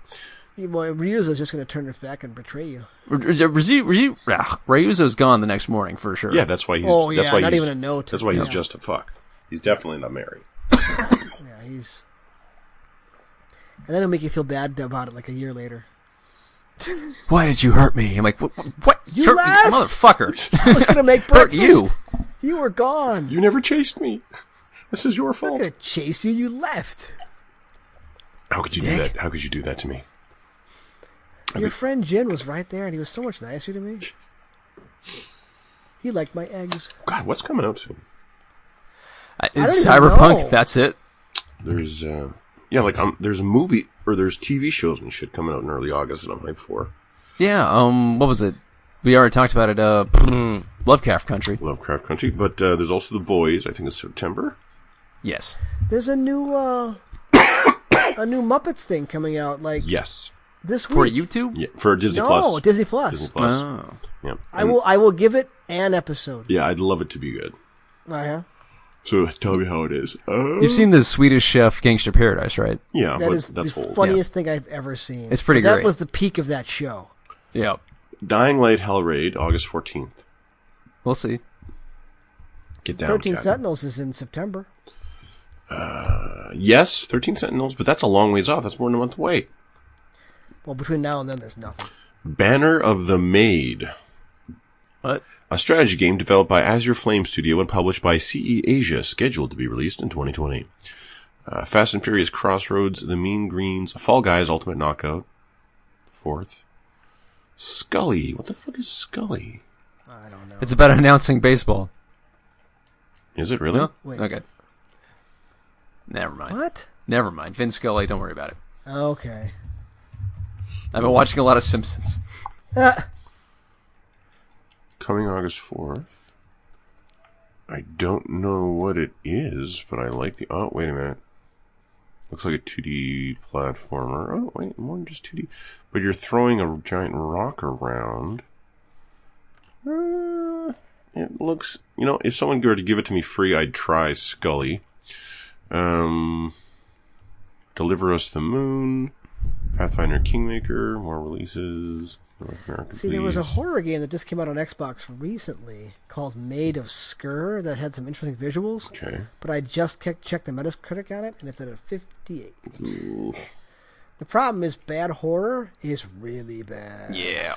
[SPEAKER 2] You- well, Ryuzo's just going to turn his back and betray you.
[SPEAKER 1] R- R- Rizu, Rizu, ah, Ryuzo's gone the next morning for sure.
[SPEAKER 3] Yeah, that's why he's.
[SPEAKER 2] Oh,
[SPEAKER 3] that's
[SPEAKER 2] yeah,
[SPEAKER 3] why
[SPEAKER 2] not
[SPEAKER 3] he's,
[SPEAKER 2] even a note.
[SPEAKER 3] That's why he's
[SPEAKER 2] Yeah.
[SPEAKER 3] just a fuck. He's definitely not Mary.
[SPEAKER 2] Yeah, he's. And then it'll make you feel bad about it like a year later.
[SPEAKER 1] Why did you hurt me? I'm like, what? what?
[SPEAKER 2] You
[SPEAKER 1] hurt me?
[SPEAKER 2] left? I
[SPEAKER 1] motherfucker!
[SPEAKER 2] was going to make
[SPEAKER 1] Hurt
[SPEAKER 2] breakfast.
[SPEAKER 1] you.
[SPEAKER 2] You were gone.
[SPEAKER 3] You never chased me. This is your
[SPEAKER 2] I'm
[SPEAKER 3] fault.
[SPEAKER 2] going to chase you. You left.
[SPEAKER 3] How could you do
[SPEAKER 1] Dick.
[SPEAKER 3] that? How could you do that to me?
[SPEAKER 2] Your friend Jin was right there, and he was so much nicer to me. He liked my eggs.
[SPEAKER 3] God, what's coming out soon?
[SPEAKER 1] I,
[SPEAKER 2] don't
[SPEAKER 1] it's
[SPEAKER 2] even
[SPEAKER 1] cyberpunk.
[SPEAKER 2] know.
[SPEAKER 1] That's it.
[SPEAKER 3] There's, uh, yeah, like um, there's a movie or there's TV shows and shit coming out in early August that I'm hyped for.
[SPEAKER 1] Yeah. Um. What was it? We already talked about it. Uh. Lovecraft Country.
[SPEAKER 3] Lovecraft Country, but uh, there's also The Boys. I think it's September.
[SPEAKER 1] Yes.
[SPEAKER 2] There's a new uh, a new Muppets thing coming out like
[SPEAKER 3] Yes,
[SPEAKER 2] this week.
[SPEAKER 1] For YouTube.
[SPEAKER 3] yeah, for Disney
[SPEAKER 2] no,
[SPEAKER 3] Plus.
[SPEAKER 2] Disney Plus.
[SPEAKER 3] Disney Plus.
[SPEAKER 1] Oh.
[SPEAKER 3] Yeah,
[SPEAKER 2] I
[SPEAKER 3] And-
[SPEAKER 2] will I will give it an episode.
[SPEAKER 3] Yeah, I'd love it to be good.
[SPEAKER 2] Uh-huh.
[SPEAKER 3] So tell me how it is. Uh,
[SPEAKER 1] You've seen the Swedish Chef Gangster Paradise, right?
[SPEAKER 3] yeah,
[SPEAKER 2] That
[SPEAKER 3] Oh, but
[SPEAKER 2] is
[SPEAKER 3] that's
[SPEAKER 2] the
[SPEAKER 3] old.
[SPEAKER 2] funniest thing I've ever seen.
[SPEAKER 1] It's pretty
[SPEAKER 2] That
[SPEAKER 1] great.
[SPEAKER 2] was the peak of that show.
[SPEAKER 1] Yep.
[SPEAKER 3] Dying Light Hell Raid, August 14th.
[SPEAKER 1] We'll see.
[SPEAKER 3] Get down.
[SPEAKER 2] Thirteen
[SPEAKER 3] Captain.
[SPEAKER 2] Sentinels is in September.
[SPEAKER 3] Yes, 13 Sentinels, but that's a long ways off. That's more than a month away.
[SPEAKER 2] Well, between now and then, there's nothing.
[SPEAKER 3] Banner of the Maid.
[SPEAKER 1] What?
[SPEAKER 3] A strategy game developed by Azure Flame Studio and published by CE Asia, scheduled to be released in 2020. Uh, Fast and Furious Crossroads, The Mean Greens, Fall Guys Ultimate Knockout, fourth. Scully. What the fuck is Scully?
[SPEAKER 2] I don't know.
[SPEAKER 1] It's about announcing baseball.
[SPEAKER 3] Is it really?
[SPEAKER 1] No?
[SPEAKER 2] Wait.
[SPEAKER 1] Okay. Never mind.
[SPEAKER 2] What?
[SPEAKER 1] Never mind. Vin Scully, don't worry about it.
[SPEAKER 2] Okay.
[SPEAKER 1] I've been watching a lot of Simpsons.
[SPEAKER 2] Ah,
[SPEAKER 3] Coming August 4th. I don't know what it is, but I like the. Oh, wait a minute. Looks like a 2D platformer. Oh, wait, more than just 2D. But you're throwing a giant rock around. Uh, it looks. You know, if someone were to give it to me free, I'd try Scully. Um. Deliver Us the Moon. Pathfinder Kingmaker. More releases. North America,
[SPEAKER 2] see, there was a
[SPEAKER 3] please.
[SPEAKER 2] horror game that just came out on Xbox recently called Maid of Skur that had some interesting visuals,
[SPEAKER 3] Okay.
[SPEAKER 2] but I just ke- checked the Metacritic on it, and it's at a 58.
[SPEAKER 3] Oof.
[SPEAKER 2] The problem is bad horror is really bad.
[SPEAKER 1] Yeah.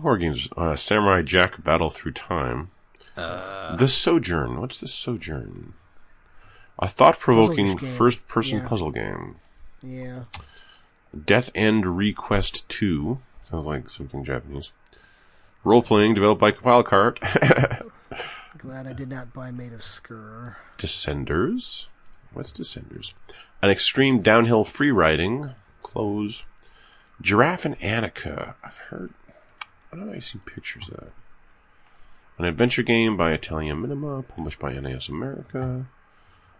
[SPEAKER 3] Horror games. Uh, Samurai Jack Battle Through Time. the Sojourn. What's the Sojourn? A thought provoking
[SPEAKER 2] Puzzle game.
[SPEAKER 3] first person
[SPEAKER 2] Yeah.
[SPEAKER 3] puzzle game.
[SPEAKER 2] Yeah.
[SPEAKER 3] Death End Request 2. Sounds like something Japanese. Role playing developed by Compile Cart.
[SPEAKER 2] Glad I did not buy Maid of Skur.
[SPEAKER 3] Descenders. What's Descenders? An extreme downhill free riding. Close. Giraffe and Annika. I've heard. I don't know. I see pictures of that. An adventure game by Italian Minima, published by NAS America.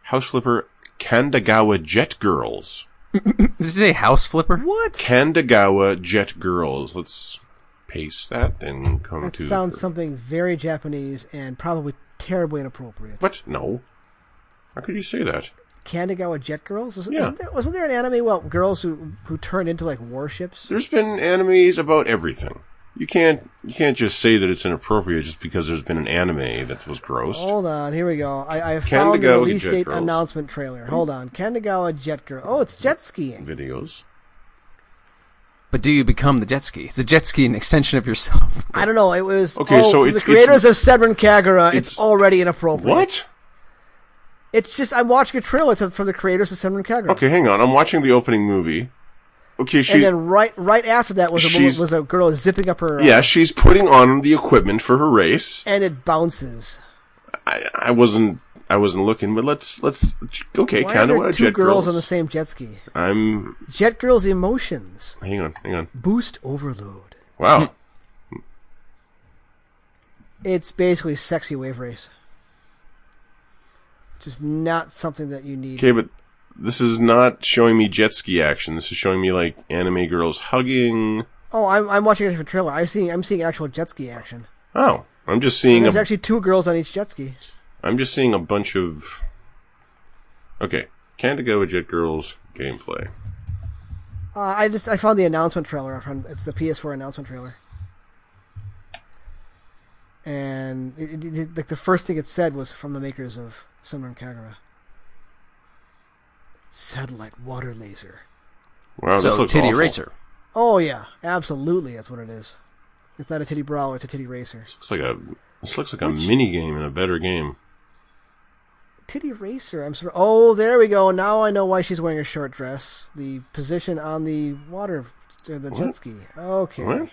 [SPEAKER 3] House Flipper Kandagawa Jet Girls.
[SPEAKER 1] Did you say house flipper?
[SPEAKER 2] What?
[SPEAKER 3] Kandagawa Jet Girls. Let's paste that and come
[SPEAKER 2] That
[SPEAKER 3] to.
[SPEAKER 2] sounds something very Japanese and probably terribly inappropriate.
[SPEAKER 3] What? No. How could you say that?
[SPEAKER 2] Kanagawa Jet Girls? Isn't,
[SPEAKER 3] Yeah.
[SPEAKER 2] isn't there, wasn't there an anime about girls who who turn into like warships?
[SPEAKER 3] there's been animes about everything. You can't you can't just say that it's inappropriate just because there's been an anime that was gross.
[SPEAKER 2] Hold on, here we go. I, I found the
[SPEAKER 3] Kanagawa
[SPEAKER 2] release
[SPEAKER 3] Jet
[SPEAKER 2] date
[SPEAKER 3] Girls.
[SPEAKER 2] announcement trailer. Hold on, Kanagawa Jet Girl. Oh, it's jet skiing.
[SPEAKER 3] Videos.
[SPEAKER 1] But do you become the jet ski? Is the jet ski an extension of yourself?
[SPEAKER 2] I don't know. It was
[SPEAKER 3] Okay,
[SPEAKER 2] oh,
[SPEAKER 3] so
[SPEAKER 2] from
[SPEAKER 3] it's-
[SPEAKER 2] the creators of Severin Kagura. It's,
[SPEAKER 3] it's-
[SPEAKER 2] already inappropriate.
[SPEAKER 3] What?
[SPEAKER 2] It's just I'm watching a trailer to, from the creators of Severin Kagura.
[SPEAKER 3] Okay, hang on. I'm watching the opening movie. Okay, she
[SPEAKER 2] and then right right after that was a woman,
[SPEAKER 3] she's-
[SPEAKER 2] was a girl zipping up her uh,
[SPEAKER 3] yeah, she's putting on the equipment for her race.
[SPEAKER 2] and it bounces.
[SPEAKER 3] I, I wasn't I wasn't looking, but let's let's okay,
[SPEAKER 2] Why
[SPEAKER 3] kind of
[SPEAKER 2] are there
[SPEAKER 3] what
[SPEAKER 2] two
[SPEAKER 3] jet
[SPEAKER 2] girls,
[SPEAKER 3] girls.
[SPEAKER 2] on the same jet ski?
[SPEAKER 3] I'm
[SPEAKER 2] Jet girls' emotions
[SPEAKER 3] hang on, hang on.
[SPEAKER 2] boost overload.
[SPEAKER 3] Wow.
[SPEAKER 2] It's basically sexy wave race. Just not something that you need.
[SPEAKER 3] Okay, but this is not showing me jet ski action. This is showing me like anime girls hugging.
[SPEAKER 2] Oh, I'm, I'm watching a different trailer. I'm seeing I'm seeing actual jet ski action.
[SPEAKER 3] Oh, I'm just seeing
[SPEAKER 2] There's
[SPEAKER 3] a
[SPEAKER 2] actually two girls on each jet ski.
[SPEAKER 3] I'm just seeing a bunch of. Okay, Candigo Jet Girls gameplay.
[SPEAKER 2] Uh, I just I found the announcement trailer. From, it's the PS4 announcement trailer. And it, it, it- like the first thing it said was from the makers of Summer and Kagura. Satellite water laser.
[SPEAKER 3] Wow, this
[SPEAKER 1] so
[SPEAKER 3] looks
[SPEAKER 1] titty
[SPEAKER 3] awful.
[SPEAKER 1] racer.
[SPEAKER 2] Oh yeah, absolutely. That's what it is. It's not a titty brawler. It's a titty racer.
[SPEAKER 3] This looks like a this looks like a mini game in a better game.
[SPEAKER 2] Titty racer. I'm sorry. Oh, there we go. Now I know why she's wearing a short dress. The position on the water, uh, the jet
[SPEAKER 3] What?
[SPEAKER 2] ski. Okay.
[SPEAKER 3] What?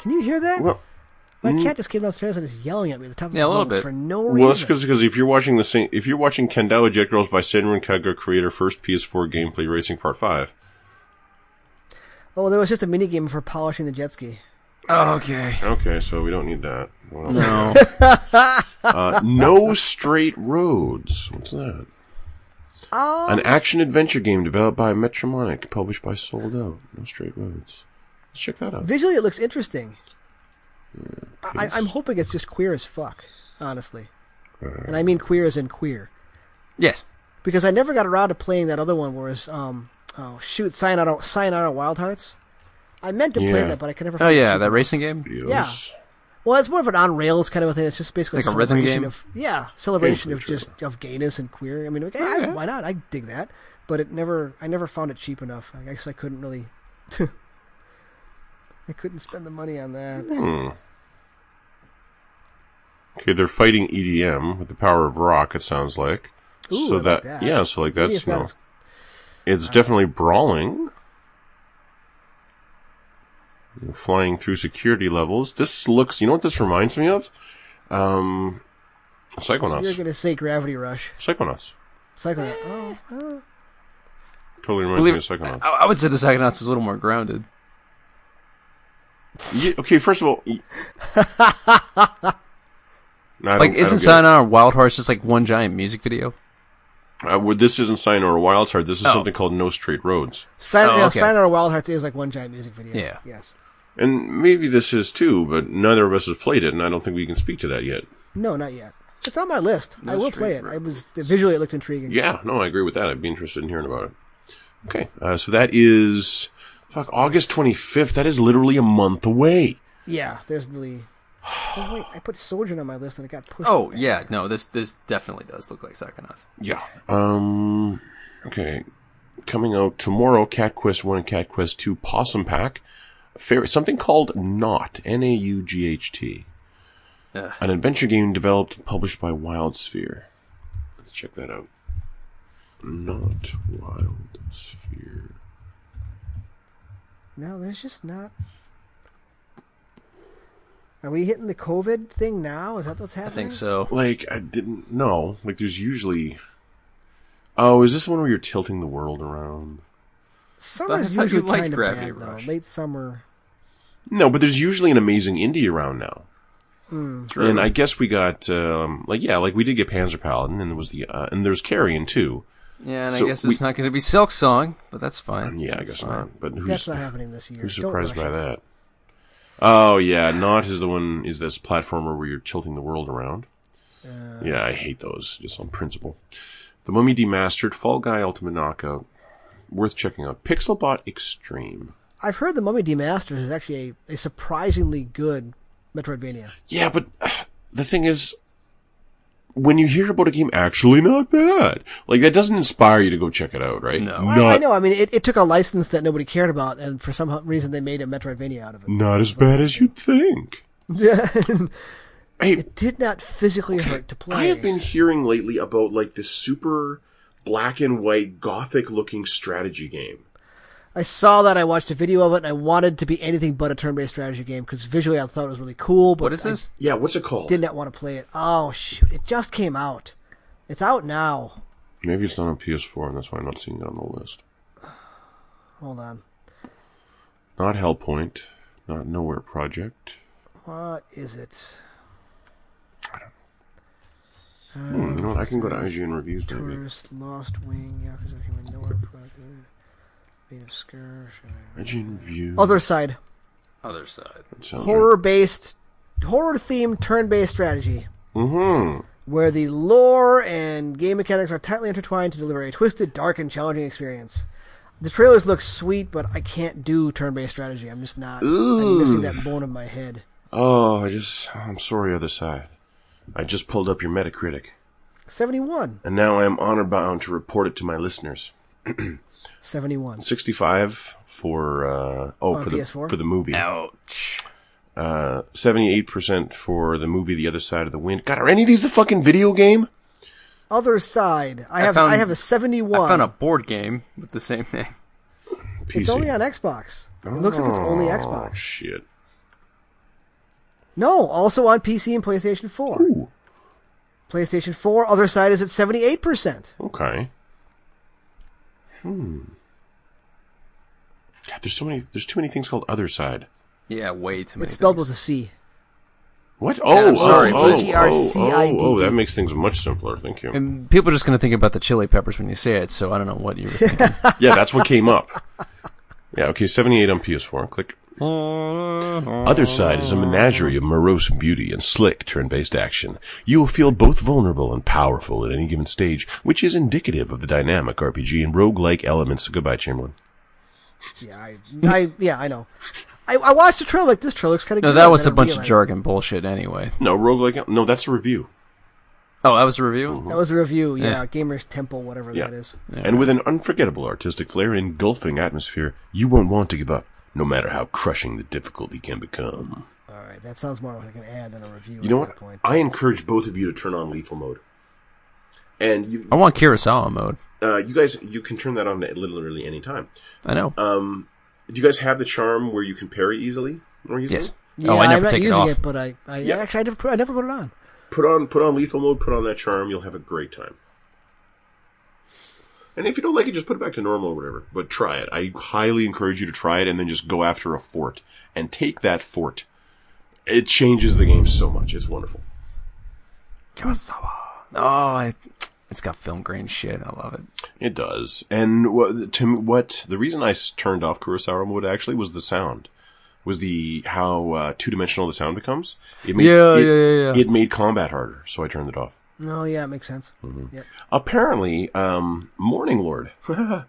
[SPEAKER 2] Can you hear that?
[SPEAKER 3] Well,
[SPEAKER 2] My cat just came downstairs and is yelling at me at the top of
[SPEAKER 1] Yeah,
[SPEAKER 2] his
[SPEAKER 1] a little
[SPEAKER 2] lungs
[SPEAKER 1] bit.
[SPEAKER 2] for no reason.
[SPEAKER 3] Mm. well, that's because if you're watching the same if you're watching Kandawa Jet Girls by Senran Kaga creator first PS4 gameplay racing part five.
[SPEAKER 2] Oh, there was just a mini game for polishing the jet ski.
[SPEAKER 1] Okay.
[SPEAKER 3] Okay, so we don't need that. What else?
[SPEAKER 1] No.
[SPEAKER 3] Uh, no straight roads. What's that?
[SPEAKER 2] Oh,
[SPEAKER 3] An action adventure game developed by Metromonic, published by Sold Out. No straight roads. Let's check that out.
[SPEAKER 2] visually it looks interesting.
[SPEAKER 3] Mm,
[SPEAKER 2] I, I'm hoping it's just queer as fuck, honestly,
[SPEAKER 3] Uh.
[SPEAKER 2] and I mean queer as in queer,
[SPEAKER 1] yes.
[SPEAKER 2] because I never got around to playing that other one. Whereas, um, oh shoot, Sayonara, Sayonara Wild Hearts. I meant to play
[SPEAKER 3] Yeah.
[SPEAKER 2] that, but I could never.
[SPEAKER 1] Oh yeah, that racing game.
[SPEAKER 2] Yeah. Well, it's more of an on rails kind of a thing. It's just basically
[SPEAKER 1] Like a rhythm
[SPEAKER 2] celebration
[SPEAKER 1] game?
[SPEAKER 2] Of, yeah, celebration of
[SPEAKER 3] Basically,
[SPEAKER 2] just of gayness and queer. I mean, like, eh,
[SPEAKER 1] Okay.
[SPEAKER 2] why not? I dig that, but it never. I never found it cheap enough. I guess I couldn't really. I couldn't spend the money on that.
[SPEAKER 3] Okay, they're fighting EDM with the power of rock. It sounds like.
[SPEAKER 2] Ooh, I
[SPEAKER 3] so
[SPEAKER 2] like
[SPEAKER 3] that,
[SPEAKER 2] that.
[SPEAKER 3] yeah, so like
[SPEAKER 2] Maybe
[SPEAKER 3] that's
[SPEAKER 2] if
[SPEAKER 3] you
[SPEAKER 2] that
[SPEAKER 3] know,
[SPEAKER 2] is-
[SPEAKER 3] it's definitely brawling. You're flying through security levels. This looks. You know what this reminds me of? Um,
[SPEAKER 2] You're
[SPEAKER 3] Psychonauts.
[SPEAKER 2] gonna say Gravity Rush,
[SPEAKER 3] Psychonauts.
[SPEAKER 1] Eh.
[SPEAKER 2] Psychonaut. Oh,
[SPEAKER 3] Totally reminds
[SPEAKER 1] Believe
[SPEAKER 3] me of Psychonauts.
[SPEAKER 1] I, I would say the Psychonauts is a little more grounded.
[SPEAKER 3] Yeah, okay, first of all, y- No, I
[SPEAKER 1] Like,
[SPEAKER 3] don't- I
[SPEAKER 1] isn't
[SPEAKER 3] don't get it.
[SPEAKER 1] Cyanide or Wild Horse just like one giant music video?
[SPEAKER 3] Uh, well, this isn't Sign or Wild Heart. This is
[SPEAKER 1] Oh.
[SPEAKER 3] something called No Straight Roads,
[SPEAKER 2] Sign,
[SPEAKER 1] Oh,
[SPEAKER 2] yeah,
[SPEAKER 1] okay.
[SPEAKER 2] Sign Out of Wild Hearts is like one giant music video.
[SPEAKER 1] Yeah.
[SPEAKER 2] Yes.
[SPEAKER 3] and maybe this is too, but neither of us has played it, and I don't think we can speak to that yet.
[SPEAKER 2] No, not yet. It's on my list. I will play it.
[SPEAKER 1] Street
[SPEAKER 2] I was visually it looked intriguing.
[SPEAKER 3] Yeah, no, I agree with that. I'd be interested in hearing about it. Okay, uh, so that is fuck August twenty fifth. That is literally a month away.
[SPEAKER 2] Yeah, there's really. Oh, wait, I put Sojourn on my list and it got pushed.
[SPEAKER 1] Oh yeah, no, this this definitely does look like Psychonauts.
[SPEAKER 3] Yeah. Um. Okay. Coming out tomorrow, Cat Quest One and Cat Quest Two Possum Pack. Fair, something called Naught. N A U G H T.
[SPEAKER 1] Ugh.
[SPEAKER 3] An adventure game developed and published by Wild Sphere. Let's check that out. Not Wild Sphere.
[SPEAKER 2] No, there's just not. Are we hitting the COVID thing now? Is that what's
[SPEAKER 1] I
[SPEAKER 2] happening?
[SPEAKER 1] think so.
[SPEAKER 3] Like I didn't know. Like there's usually. Oh, is this the one where you're tilting the world around?
[SPEAKER 2] Summer's
[SPEAKER 1] I thought you
[SPEAKER 2] usually
[SPEAKER 1] liked
[SPEAKER 2] kind of
[SPEAKER 1] Gravity
[SPEAKER 2] bad
[SPEAKER 1] Rush.
[SPEAKER 2] though. Late summer.
[SPEAKER 3] No, but there's usually an amazing indie around now.
[SPEAKER 2] Hmm.
[SPEAKER 3] And I guess we got um, like yeah, like we did get Panzer Paladin, and there was the uh, and there's Carrion too.
[SPEAKER 1] Yeah, and I
[SPEAKER 3] So
[SPEAKER 1] guess
[SPEAKER 3] we- Um,
[SPEAKER 1] it's not going to be Silk Song, but that's fine.
[SPEAKER 3] Yeah, I
[SPEAKER 1] That's
[SPEAKER 3] guess
[SPEAKER 1] fine.
[SPEAKER 3] not. But
[SPEAKER 2] That's
[SPEAKER 3] who's
[SPEAKER 2] not happening this year.
[SPEAKER 3] who's
[SPEAKER 2] Don't
[SPEAKER 3] surprised
[SPEAKER 2] rush
[SPEAKER 3] by
[SPEAKER 2] it.
[SPEAKER 3] that? Oh yeah, Not is the one is this platformer where you're tilting the world around. yeah, I hate those just on principle. The Mummy Demastered, Fall Guy Ultimate Knockout, worth checking out. Pixelbot Extreme.
[SPEAKER 2] I've heard the Mummy Demastered is actually a, a surprisingly good Metroidvania.
[SPEAKER 3] Yeah, but the thing is, when you hear about a game actually not bad, like that doesn't inspire you to go check it out, right?
[SPEAKER 1] No.
[SPEAKER 3] not,
[SPEAKER 2] Well, I know. I mean, it, it took a license that nobody cared about, and for some reason they made a Metroidvania out of it.
[SPEAKER 3] not as bad as you'd think. Hey,
[SPEAKER 2] it did not physically hurt to play.
[SPEAKER 3] I have been hearing lately about like this super black and white gothic looking strategy game.
[SPEAKER 2] I saw that. I watched a video of it, and I wanted to be anything but a turn-based strategy game because visually I thought it was really cool. But
[SPEAKER 1] What is
[SPEAKER 2] I
[SPEAKER 1] this?
[SPEAKER 3] Yeah, what's it called?
[SPEAKER 2] did not want to play it. Oh shoot! It just came out. It's out now.
[SPEAKER 3] Maybe it's not on PS4, and that's why I'm not seeing it on the list.
[SPEAKER 2] Hold on.
[SPEAKER 3] Not Hellpoint, not Nowhere Project.
[SPEAKER 2] What is it?
[SPEAKER 3] Hmm, you know what? I can go to IGN reviews maybe.
[SPEAKER 2] Tourist, Lost Wing, Yakuza Human Nowhere Project, Made of Scourge.
[SPEAKER 3] IGN reviews.
[SPEAKER 2] Other side,
[SPEAKER 1] Other side.
[SPEAKER 3] Sounds
[SPEAKER 2] horror-based, horror-themed turn-based strategy.
[SPEAKER 3] Mm-hmm.
[SPEAKER 2] where the lore and game mechanics are tightly intertwined to deliver a twisted, dark, and challenging experience. The trailers look sweet, but I can't do turn-based strategy. I'm just not. I'm missing that bone in my head.
[SPEAKER 3] Oh, I just, I'm sorry, other side. I just pulled up your Metacritic,
[SPEAKER 2] Seventy-one,
[SPEAKER 3] and now I am honor bound to report it to my listeners.
[SPEAKER 2] seventy-one.
[SPEAKER 3] 65 for, uh, oh,
[SPEAKER 2] On
[SPEAKER 3] for the,
[SPEAKER 2] PS4?
[SPEAKER 3] for the movie.
[SPEAKER 1] Ouch.
[SPEAKER 3] Uh, 78% for the movie The Other Side of the Wind. God, are any of these the fucking video game?
[SPEAKER 2] Other side. I have I,
[SPEAKER 1] found-
[SPEAKER 2] have a seventy-one.
[SPEAKER 1] I found a board game with the same name.
[SPEAKER 3] PC.
[SPEAKER 2] it's only on Xbox. It looks like it's only
[SPEAKER 3] Oh,
[SPEAKER 2] Xbox.
[SPEAKER 3] shit.
[SPEAKER 2] No, also on PC and PlayStation Four.
[SPEAKER 3] Ooh,
[SPEAKER 2] PlayStation Four. Other side is at seventy-eight percent.
[SPEAKER 3] okay. Hmm. God, there's so many, there's too many things called Other Side.
[SPEAKER 1] Yeah, way too many.
[SPEAKER 2] It's spelled
[SPEAKER 1] things.
[SPEAKER 2] with a C.
[SPEAKER 3] What? Oh,
[SPEAKER 1] I'm sorry,
[SPEAKER 3] oh, oh,
[SPEAKER 1] but-
[SPEAKER 3] oh, oh,
[SPEAKER 2] GRCID.
[SPEAKER 3] oh, that makes things much simpler. Thank you.
[SPEAKER 1] And people are just going to think about the chili peppers when you say it, so I don't know what you were thinking.
[SPEAKER 3] Yeah, that's what came up. Yeah, okay, 78 on PS4. Click. Other Side is a menagerie of morose beauty and slick turn-based action. You will feel both vulnerable and powerful at any given stage, which is indicative of the dynamic RPG and roguelike elements. Goodbye, Chamberlain.
[SPEAKER 2] Yeah, I, I yeah, I know. I, I watched the trailer like this trailer looks kind of
[SPEAKER 1] No, that was a bunch of jargon bullshit anyway.
[SPEAKER 3] No, roguelike. No, that's a review.
[SPEAKER 1] Oh, that was a review?
[SPEAKER 3] Mm-hmm.
[SPEAKER 2] That was a review, yeah, Gamers Temple, whatever
[SPEAKER 3] Yeah.
[SPEAKER 2] that is.
[SPEAKER 3] And with an unforgettable artistic flair and engulfing atmosphere, you won't want to give up, no matter how crushing the difficulty can become.
[SPEAKER 2] All right, that sounds more like an ad than a review.
[SPEAKER 3] You know
[SPEAKER 2] at
[SPEAKER 3] what? Oh,
[SPEAKER 2] That point.
[SPEAKER 3] I encourage both of you to turn on lethal mode. And you,
[SPEAKER 1] I want Kurosawa mode.
[SPEAKER 3] uh, you guys, you can turn that on at literally any time.
[SPEAKER 1] I know.
[SPEAKER 3] Um, do you guys have the charm where you can parry easily? More easily?
[SPEAKER 1] yes.
[SPEAKER 2] Yeah,
[SPEAKER 1] oh, I
[SPEAKER 2] am
[SPEAKER 1] never
[SPEAKER 2] not
[SPEAKER 1] take it
[SPEAKER 2] using
[SPEAKER 1] off.
[SPEAKER 2] it, but I, I
[SPEAKER 3] Yeah.
[SPEAKER 2] actually I never, put, I never put it on.
[SPEAKER 3] Put on, put on lethal mode. Put on that charm. You'll have a great time. And if you don't like it, just put it back to normal or whatever. But try it. I highly encourage you to try it, and then just go after a fort and take that fort. It changes the game so much. It's wonderful.
[SPEAKER 1] Kurosawa. Oh, I, it's got film grain shit. I love it.
[SPEAKER 3] It does. And what, to me, what the reason I s- turned off Kurosawa mode actually was the sound, was the how uh, two dimensional the sound becomes. It made,
[SPEAKER 1] Yeah,
[SPEAKER 3] it,
[SPEAKER 1] yeah, yeah, yeah.
[SPEAKER 3] It made combat harder, so I turned it off.
[SPEAKER 2] No, yeah, it makes sense. Yep.
[SPEAKER 3] Apparently, um, Morning Lord. uh,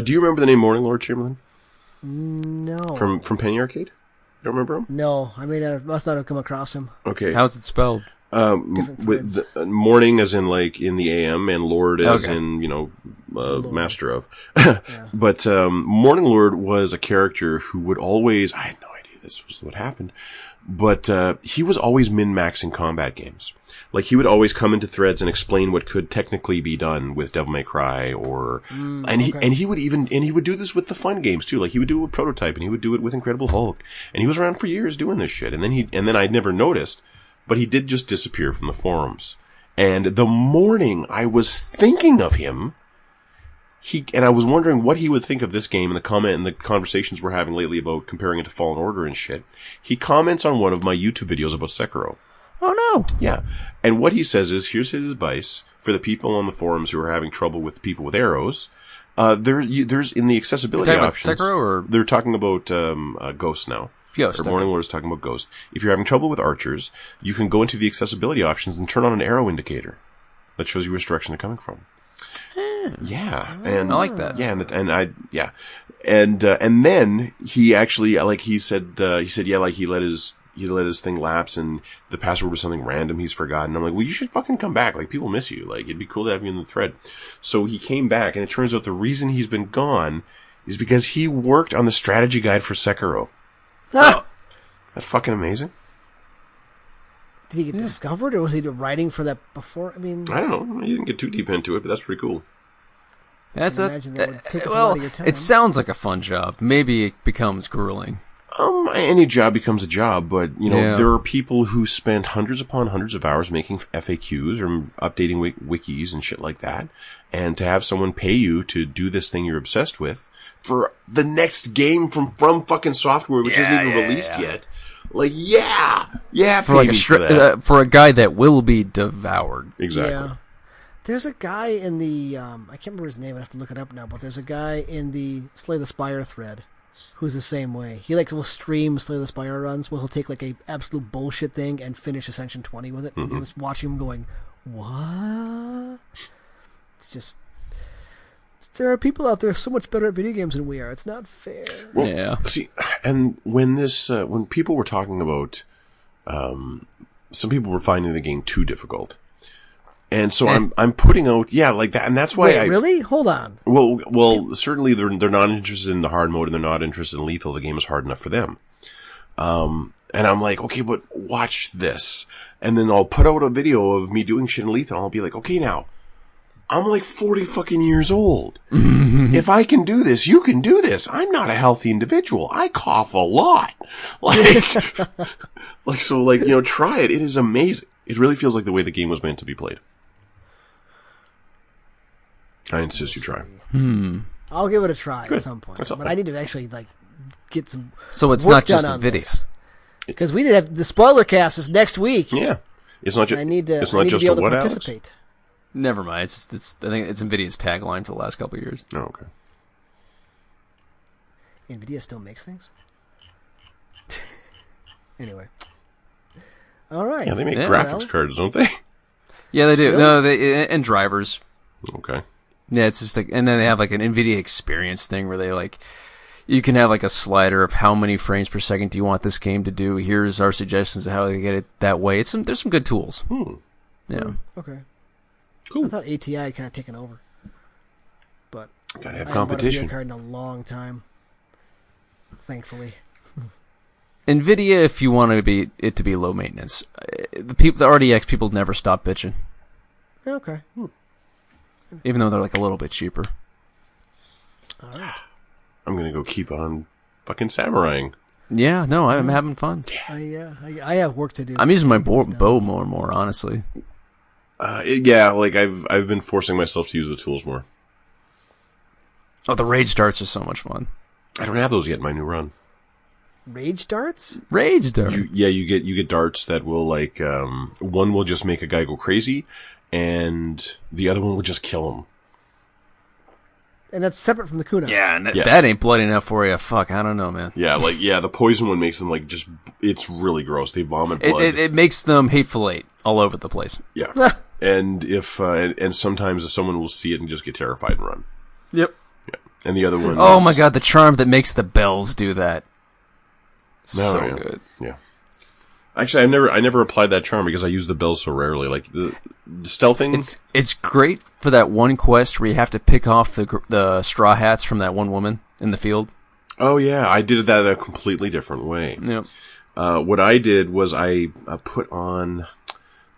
[SPEAKER 3] do you remember the name Morning Lord Chamberlain
[SPEAKER 2] No,
[SPEAKER 3] from from Penny Arcade? You don't remember him?
[SPEAKER 2] no, I may not have, must not have come across him.
[SPEAKER 3] Okay.
[SPEAKER 1] How's it spelled?
[SPEAKER 3] Um,
[SPEAKER 2] different
[SPEAKER 3] with the, uh, morning as in like in the AM and Lord as
[SPEAKER 1] Okay.
[SPEAKER 3] in, you know, uh, master of. But, um, Morning Lord was a character who would always, I had no idea this was what happened, but, uh, he was always min-maxing combat games. Like he would always come into threads and explain what could technically be done with Devil May Cry or, and he, and he would even, and he would do this with the fun games too. Like he would do it with Prototype and he would do it with Incredible Hulk and he was around for years doing this shit. And then he, and then I'd never noticed but he did just disappear from the forums. And the morning I was thinking of him, he and I was wondering what he would think of this game and the comment and the conversations we're having lately about comparing it to Fallen Order and shit. He comments on one of my YouTube videos about Sekiro.
[SPEAKER 1] Oh, no.
[SPEAKER 3] Yeah. And what he says is, here's his advice for the people on the forums who are having trouble with people with arrows. Uh, there, you, there's in the accessibility
[SPEAKER 1] You're talking about
[SPEAKER 3] options.
[SPEAKER 1] Sekiro or-
[SPEAKER 3] They're talking about um, uh, Ghost now.
[SPEAKER 1] Ghost,
[SPEAKER 3] Or
[SPEAKER 1] okay.
[SPEAKER 3] Morning Lord is talking about Ghost. If you're having trouble with archers, you can go into the accessibility options and turn on an arrow indicator that shows you which direction they're coming from. Yeah, and
[SPEAKER 1] I like that.
[SPEAKER 3] Yeah, and, and I yeah, and uh, and then he actually like he said uh, he said yeah like he let his he let his thing lapse and the password was something random he's forgotten. I'm like, well, you should fucking come back. Like people miss you. Like it'd be cool to have you in the thread. So he came back, and it turns out the reason he's been gone is because he worked on the strategy guide for Sekiro.
[SPEAKER 1] Oh.
[SPEAKER 2] Ah!
[SPEAKER 3] That's fucking amazing.
[SPEAKER 2] Did he get discovered, or was he writing for that before? I mean,
[SPEAKER 3] I don't know. You didn't get too deep into it, but that's pretty cool.
[SPEAKER 1] That's
[SPEAKER 2] I
[SPEAKER 1] a,
[SPEAKER 2] imagine that would take up a lot
[SPEAKER 1] well,
[SPEAKER 2] of your time.
[SPEAKER 1] it sounds like a fun job. Maybe it becomes grueling.
[SPEAKER 3] Um, any job becomes a job, but you know
[SPEAKER 1] Yeah.
[SPEAKER 3] there are people who spend hundreds upon hundreds of hours making FAQs or updating wik- wikis and shit like that, and to have someone pay you to do this thing you're obsessed with for the next game from from fucking software which isn't even released yet, like yeah, yeah,
[SPEAKER 1] For, like
[SPEAKER 3] pay
[SPEAKER 1] a
[SPEAKER 3] me
[SPEAKER 1] shri-
[SPEAKER 3] for that.
[SPEAKER 1] uh, for a guy that will be devoured.
[SPEAKER 3] exactly.
[SPEAKER 2] Yeah. There's a guy in the um, I can't remember his name. I have to look it up now. But there's a guy in the Slay the Spire thread who's the same way. He like will stream Slay the Spire runs. Where he'll take like a absolute bullshit thing and finish Ascension 20 with it.
[SPEAKER 3] Mm-hmm.
[SPEAKER 2] And you're just watching him going, what? It's just there are people out there so much better at video games than we are. It's not fair.
[SPEAKER 3] Well,
[SPEAKER 1] Yeah.
[SPEAKER 3] See, and when this, uh, when people were talking about, um, some people were finding the game too difficult, and so I'm I'm putting out, yeah, like that, and that's why
[SPEAKER 2] Eh. Wait,
[SPEAKER 3] I
[SPEAKER 2] really? Hold on.
[SPEAKER 3] well, well, certainly they're they're not interested in the hard mode, and they're not interested in lethal. The game is hard enough for them. Um, and I'm like, okay, but watch this, and then I'll put out a video of me doing shit in lethal. And I'll be like, okay, now I'm like 40 fucking years old. if I can do this, you can do this. I'm not a healthy individual. I cough a lot. Like, like so, like you know, try it. It is amazing. It really feels like the way the game was meant to be played. I insist you try.
[SPEAKER 2] I'll give it a try
[SPEAKER 3] Good.
[SPEAKER 2] at some point.
[SPEAKER 3] That's all.
[SPEAKER 2] But I need to actually like get some
[SPEAKER 1] So it's
[SPEAKER 2] work
[SPEAKER 1] not just
[SPEAKER 2] done
[SPEAKER 1] a
[SPEAKER 2] on
[SPEAKER 1] video.
[SPEAKER 2] this. Because we did have the spoiler cast is next week.
[SPEAKER 3] Yeah, it's not just.
[SPEAKER 2] I need to,
[SPEAKER 3] It's
[SPEAKER 2] I
[SPEAKER 3] not
[SPEAKER 2] need
[SPEAKER 3] just
[SPEAKER 2] to be
[SPEAKER 3] a
[SPEAKER 2] able
[SPEAKER 3] what,
[SPEAKER 2] to
[SPEAKER 3] Alex?
[SPEAKER 2] participate.
[SPEAKER 1] Never mind. It's, it's I think it's Nvidia's tagline for the last couple of years.
[SPEAKER 3] Oh, okay.
[SPEAKER 2] Nvidia still makes things. anyway. All right.
[SPEAKER 3] Yeah, they make
[SPEAKER 1] Yeah.
[SPEAKER 3] graphics
[SPEAKER 2] Well.
[SPEAKER 3] cards, don't they?
[SPEAKER 1] Yeah, they do.
[SPEAKER 2] Still?
[SPEAKER 1] No, they and drivers.
[SPEAKER 3] okay.
[SPEAKER 1] Yeah, it's just like, and then they have like an Nvidia experience thing where they like, you can have like a slider of how many frames per second do you want this game to do. Here's our suggestions of how to get it that way. It's some there's some good tools.
[SPEAKER 3] Hmm.
[SPEAKER 1] Yeah.
[SPEAKER 2] Okay. I
[SPEAKER 3] Cool.
[SPEAKER 2] thought ATI had kind of taken over, but
[SPEAKER 3] Gotta have
[SPEAKER 2] I haven't bought a video
[SPEAKER 3] competition.
[SPEAKER 2] card in a long time. Thankfully,
[SPEAKER 1] Nvidia, if you want to be it to be low maintenance, Uh, the people the RDX people never stop bitching,
[SPEAKER 2] okay.
[SPEAKER 1] even though they're like a little bit cheaper.
[SPEAKER 2] All right.
[SPEAKER 3] I'm gonna go keep on fucking samuraiing.
[SPEAKER 1] Yeah, no,
[SPEAKER 3] Hmm.
[SPEAKER 1] I'm having fun.
[SPEAKER 2] I, uh, I I have work to do.
[SPEAKER 1] I'm using my bo- bow more and more, honestly.
[SPEAKER 3] Uh, it- yeah, like I've I've been forcing myself to use the tools more.
[SPEAKER 1] Oh, the rage darts are so much fun.
[SPEAKER 3] I don't have those yet. in My new run.
[SPEAKER 2] rage darts.
[SPEAKER 1] Rage darts.
[SPEAKER 3] You, yeah, you get you get darts that will like um, one will just make a guy go crazy, and the other one will just kill him.
[SPEAKER 2] And that's separate from the Kuna.
[SPEAKER 1] yeah, and
[SPEAKER 3] Yes.
[SPEAKER 1] that ain't bloody enough for you. Fuck, I don't know, man.
[SPEAKER 3] Yeah, like yeah, the poison one makes them like just it's really gross. They vomit
[SPEAKER 1] It,
[SPEAKER 3] blood.
[SPEAKER 1] it, it makes them hateful eight all over the place.
[SPEAKER 3] yeah, and if uh, and, and sometimes if someone will see it and just get terrified and run,
[SPEAKER 1] Yep.
[SPEAKER 3] and the other one.
[SPEAKER 1] Oh
[SPEAKER 3] is-
[SPEAKER 1] my god, the charm that makes the bells do that.
[SPEAKER 3] No,
[SPEAKER 1] so
[SPEAKER 3] yeah.
[SPEAKER 1] good.
[SPEAKER 3] Yeah. Actually, I never I never applied that charm because I use the bells so rarely. Like the, the stealthing.
[SPEAKER 1] It's it's great for that one quest where you have to pick off the gr- the straw hats from that one woman in the field.
[SPEAKER 3] oh yeah, I did that a completely different way.
[SPEAKER 1] Yep.
[SPEAKER 3] Uh, what I did was I uh, put on.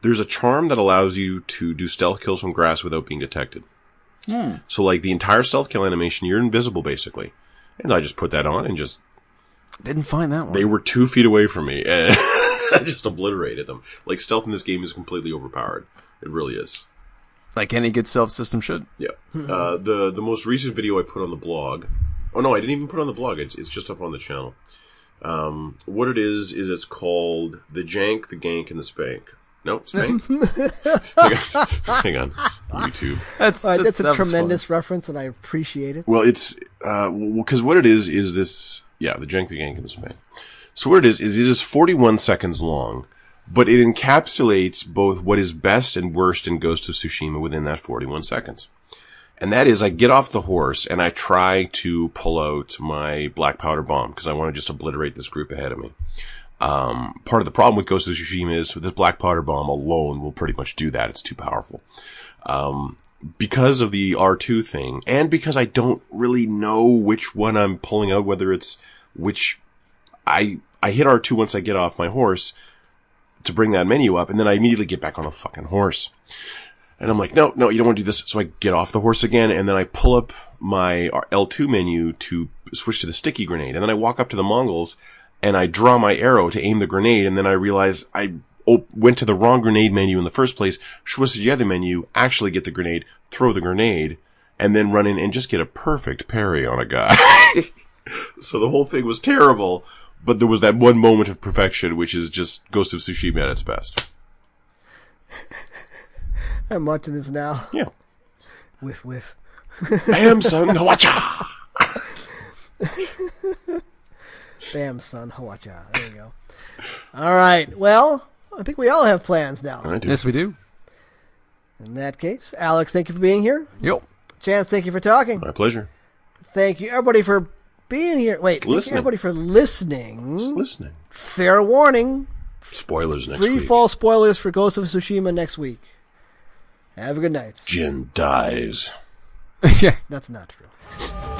[SPEAKER 3] There's a charm that allows you to do stealth kills from grass without being detected.
[SPEAKER 1] Hmm.
[SPEAKER 3] So like the entire stealth kill animation, you're invisible basically. And I just put that on and just
[SPEAKER 1] Didn't find that one.
[SPEAKER 3] they were two feet away from me and I just obliterated them. Like stealth in this game is completely overpowered. It really is.
[SPEAKER 1] like any good self system should.
[SPEAKER 3] Yeah. Uh, the the most recent video I put on the blog. Oh no, I didn't even put it on the blog. It's it's just up on the channel. Um, what it is is it's called the jank, the gank, and the spank. No, spank. Hang on, YouTube.
[SPEAKER 1] That's
[SPEAKER 2] All right, that's,
[SPEAKER 1] that
[SPEAKER 2] a
[SPEAKER 1] was fun.
[SPEAKER 2] tremendous reference, and I appreciate it.
[SPEAKER 3] Well, it's because what it is is this. Yeah, the jank, the gank, and the spank. So what it is is it is 41 seconds long, but it encapsulates both what is best and worst in Ghost of Tsushima within that 41 seconds. And that is, I get off the horse and I try to pull out my black powder bomb because I want to just obliterate this group ahead of me. Um, part of the problem with Ghost of Tsushima is this black powder bomb alone will pretty much do that. It's too powerful because of the R2 thing, and because I don't really know which one I'm pulling out, whether it's which I I hit R2 once I get off my horse to bring that menu up, and then I immediately get back on the fucking horse. And I'm like, no, no, you don't want to do this. So I get off the horse again, and then I pull up my R- L2 menu to switch to the sticky grenade, and then I walk up to the Mongols, and I draw my arrow to aim the grenade, and then I realize I op- went to the wrong grenade menu in the first place, switch to the other menu, actually get the grenade, throw the grenade, and then run in and just get a perfect parry on a guy. so the whole thing was terrible, but there was that one moment of perfection, which is just Ghost of Tsushima at its best.
[SPEAKER 2] I'm watching this now.
[SPEAKER 3] Yeah.
[SPEAKER 2] Whiff whiff.
[SPEAKER 3] Bam, son, watcha!
[SPEAKER 2] Bam, son. Hawacha. There you go. All right. Well, I think we all have plans now.
[SPEAKER 1] Yes, we do.
[SPEAKER 2] In that case, Alex, thank you for being here.
[SPEAKER 1] Yep.
[SPEAKER 2] Chance, thank you for talking.
[SPEAKER 3] My pleasure.
[SPEAKER 2] Thank you, everybody, for being here. Wait, thank you,
[SPEAKER 3] Listening.
[SPEAKER 2] everybody, for listening.
[SPEAKER 3] Just listening.
[SPEAKER 2] Fair warning.
[SPEAKER 3] Spoilers next
[SPEAKER 2] Free
[SPEAKER 3] week.
[SPEAKER 2] fall spoilers for Ghost of Tsushima next week. Have a good night.
[SPEAKER 3] Jin dies.
[SPEAKER 1] yeah.
[SPEAKER 2] That's not true.